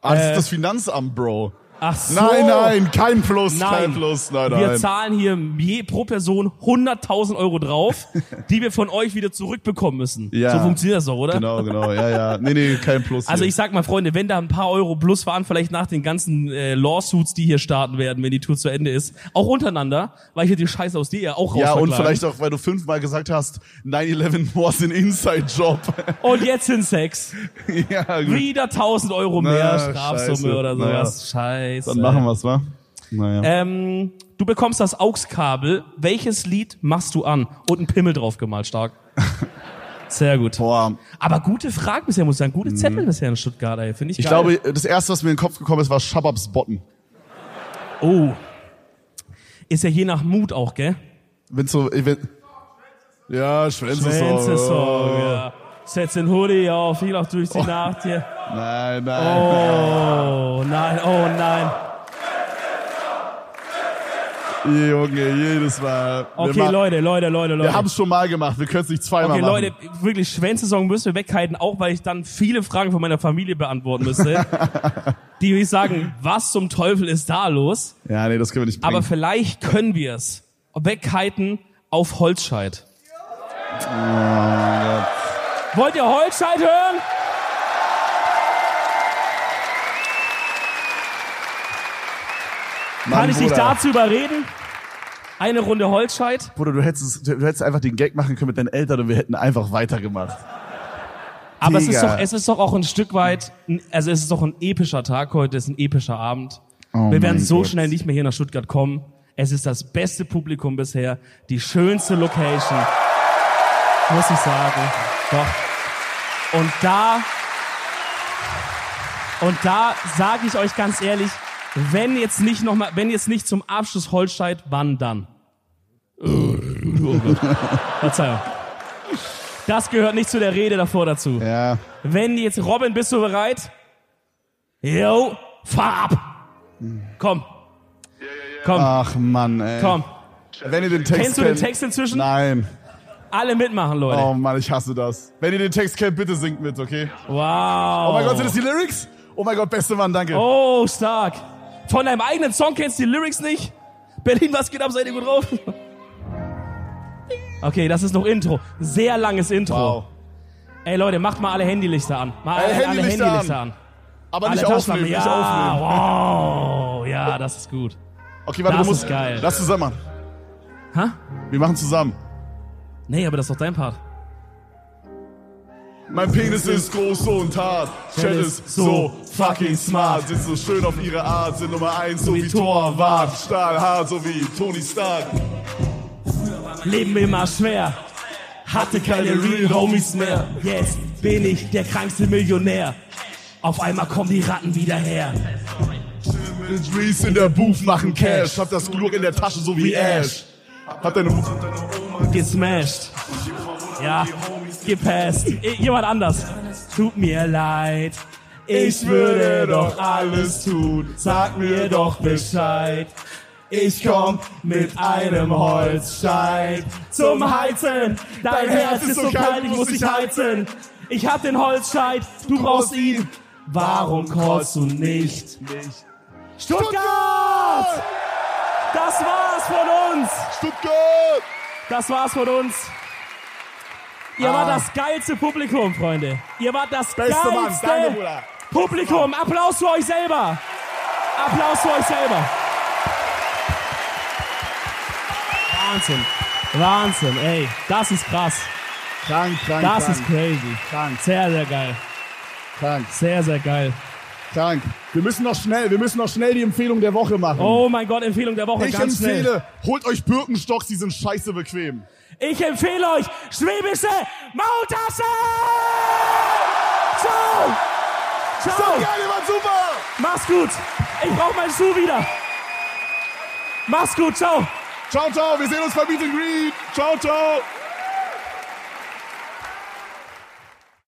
Speaker 1: Ah, das
Speaker 2: Äh.
Speaker 1: ist das Finanzamt, Bro.
Speaker 2: Ach so.
Speaker 1: Nein, nein, kein Plus,
Speaker 2: Nein.
Speaker 1: kein Plus, nein,
Speaker 2: Wir
Speaker 1: nein.
Speaker 2: zahlen hier je pro Person 100.000
Speaker 1: <laughs>
Speaker 2: Euro drauf, die wir von euch wieder zurückbekommen müssen.
Speaker 1: Ja.
Speaker 2: So funktioniert das doch, oder?
Speaker 1: Genau, genau, ja, ja. Nee, nee, kein Plus.
Speaker 2: Also
Speaker 1: hier.
Speaker 2: ich sag mal, Freunde, wenn da ein paar Euro plus waren, vielleicht nach den ganzen äh, Lawsuits, die hier starten werden, wenn die Tour zu Ende ist, auch untereinander, weil ich hier die Scheiße aus dir ja auch
Speaker 1: Ja, und
Speaker 2: rausverklage.
Speaker 1: vielleicht auch, weil du fünfmal gesagt hast, 9-11 was an inside job. <laughs>
Speaker 2: Und jetzt sind Sex.
Speaker 1: ja, gut.
Speaker 2: Wieder 1000 Euro mehr
Speaker 1: Na,
Speaker 2: Strafsumme
Speaker 1: scheiße.
Speaker 2: oder sowas. Scheiße.
Speaker 1: Dann machen wir's, wa? Naja.
Speaker 2: Ähm, du bekommst das AUX-Kabel. Welches Lied machst du an? Und einen Pimmel drauf
Speaker 1: <laughs>
Speaker 2: gemalt, stark. Sehr gut.
Speaker 1: Boah. Mhm.
Speaker 2: Aber gute Fragen bisher, muss ich sagen. Gute Zettel bisher in Stuttgart, ey. Finde ich
Speaker 1: Ich
Speaker 2: geil.
Speaker 1: glaube, das erste, was mir in den Kopf gekommen ist, war Shababs Botten.
Speaker 2: Oh. Ist ja je nach Mut auch, gell?
Speaker 1: Wenn so, wenn, ja, Schwänze
Speaker 2: Song, ja. Setz den Hoodie auf, ich lauf durch die
Speaker 1: Oh. <laughs>
Speaker 2: Nacht hier.
Speaker 1: Nein, nein.
Speaker 2: Oh, nein, oh nein.
Speaker 1: Junge, jedes Mal.
Speaker 2: Oh. Okay,
Speaker 1: wir ma-
Speaker 2: Leute, Leute, Leute, Leute.
Speaker 1: Wir haben's schon mal gemacht, wir können's nicht zweimal
Speaker 2: Okay,
Speaker 1: machen.
Speaker 2: Leute, wirklich, Schwänzesaison müssen wir weghalten, auch weil ich dann viele Fragen von meiner Familie beantworten
Speaker 1: <laughs>
Speaker 2: müsste. die mich sagen, was zum Teufel ist da los?
Speaker 1: Ja, nee, das können wir nicht bringen.
Speaker 2: Aber vielleicht können wir es weghalten auf Holzscheit. Wollt ihr Holzscheit hören?
Speaker 1: Mann,
Speaker 2: Kann ich dich
Speaker 1: Bruder.
Speaker 2: dazu überreden? Eine Runde Holzscheit?
Speaker 1: Bruder, du hättest, es- du hättest einfach den Gag machen können mit deinen Eltern und wir hätten einfach weitergemacht.
Speaker 2: Aber es
Speaker 1: Digga.
Speaker 2: ist, doch, es ist doch auch ein Stück weit, ein- also es ist doch ein epischer Tag heute, es ist ein epischer Abend. Wir werden
Speaker 1: Oh mein
Speaker 2: so
Speaker 1: Gott.
Speaker 2: schnell nicht mehr hier nach Stuttgart kommen. Es ist das beste Publikum bisher, die schönste Location, muss ich sagen. Doch. Und da, und da sage ich euch ganz ehrlich, wenn jetzt nicht noch mal, wenn jetzt nicht zum Abschluss Holstein, wann dann? Oh Gott. Verzeihung. Das gehört nicht zu der Rede davor dazu.
Speaker 1: Ja.
Speaker 2: Wenn die jetzt, Robin, bist du bereit? Yo, fahr ab! Komm, komm,
Speaker 1: Ach Mann, ey.
Speaker 2: komm.
Speaker 1: Wenn ihr den Text
Speaker 2: Kennst du den
Speaker 1: kennt-
Speaker 2: Text inzwischen?
Speaker 1: Nein.
Speaker 2: Alle mitmachen, Leute.
Speaker 1: Oh Mann, ich hasse das. Wenn ihr den Text kennt, bitte singt mit, okay?
Speaker 2: Wow.
Speaker 1: Oh, mein Gott, sind das die Lyrics? Oh mein Gott, beste Mann, danke.
Speaker 2: Oh, stark. Von deinem eigenen Song kennst du die Lyrics nicht? Berlin, was geht ab? Seid ihr gut drauf? Okay, das ist noch Intro. Sehr langes Intro.
Speaker 1: Wow.
Speaker 2: Ey Leute, macht mal alle Handylichter an. Mal alle,
Speaker 1: Alle
Speaker 2: alle
Speaker 1: Handylichter
Speaker 2: Handylichter,
Speaker 1: an.
Speaker 2: an.
Speaker 1: Aber
Speaker 2: Alle
Speaker 1: nicht
Speaker 2: Taschenlampen.
Speaker 1: aufnehmen,
Speaker 2: ja,
Speaker 1: nicht aufnehmen.
Speaker 2: Wow, ja, das ist gut.
Speaker 1: Okay, warte,
Speaker 2: Das
Speaker 1: du musst.
Speaker 2: ist geil.
Speaker 1: Lass zusammen machen.
Speaker 2: Hä?
Speaker 1: Wir machen zusammen.
Speaker 2: Nee, aber das ist doch dein Part.
Speaker 1: Mein Penis ist groß und hart. Chad ist so fucking smart. Sind so schön auf ihre Art. Sind Nummer eins, so wie Torwart. Stahlhart, so wie Tony Stark.
Speaker 2: Leben immer schwer. Hatte keine Real Homies mehr. Jetzt bin ich der krankste Millionär. Auf einmal kommen die Ratten wieder her.
Speaker 1: Reese in der Booth machen Cash. Hab das Glück in der Tasche, so wie Ash. Hat deine Mutter deine Oma
Speaker 2: Gesmashed. Ja, gepasst. I- Jemand anders. Tut mir leid. Ich würde doch alles tun. Sag mir doch Bescheid. Ich komm mit einem Holzscheit zum Heizen. Dein Herz ist so kalt, ich muss dich heizen. Ich hab den Holzscheit, du brauchst ihn. Warum callst du nicht? Stuttgart! Das war's von uns!
Speaker 1: Stuttgart!
Speaker 2: Das war's von uns. Ihr wart das geilste Publikum, Freunde. Ihr wart das
Speaker 1: Beste Mann,
Speaker 2: geilste
Speaker 1: danke, Bruder.
Speaker 2: Publikum. Applaus für euch selber. Applaus für euch selber. Wahnsinn. Wahnsinn, ey. Das ist krass.
Speaker 1: Krank, krank,
Speaker 2: Das
Speaker 1: krank,
Speaker 2: ist crazy.
Speaker 1: krank,
Speaker 2: Sehr, sehr geil.
Speaker 1: krank,
Speaker 2: Sehr, sehr geil.
Speaker 1: krank. Wir müssen noch schnell, wir müssen noch schnell die Empfehlung der Woche machen.
Speaker 2: Oh mein Gott, Empfehlung der Woche.
Speaker 1: ich
Speaker 2: ganz
Speaker 1: empfehle,
Speaker 2: schnell.
Speaker 1: holt euch Birkenstocks, die sind scheiße bequem.
Speaker 2: Ich empfehle euch Schwäbische Maultaschen! Ciao! Ciao!
Speaker 1: So geil, ihr wart super!
Speaker 2: Mach's gut. Ich brauch meinen Schuh wieder. Mach's gut. Ciao.
Speaker 1: Ciao, ciao, wir sehen uns bei Meet and Greet. Ciao, ciao.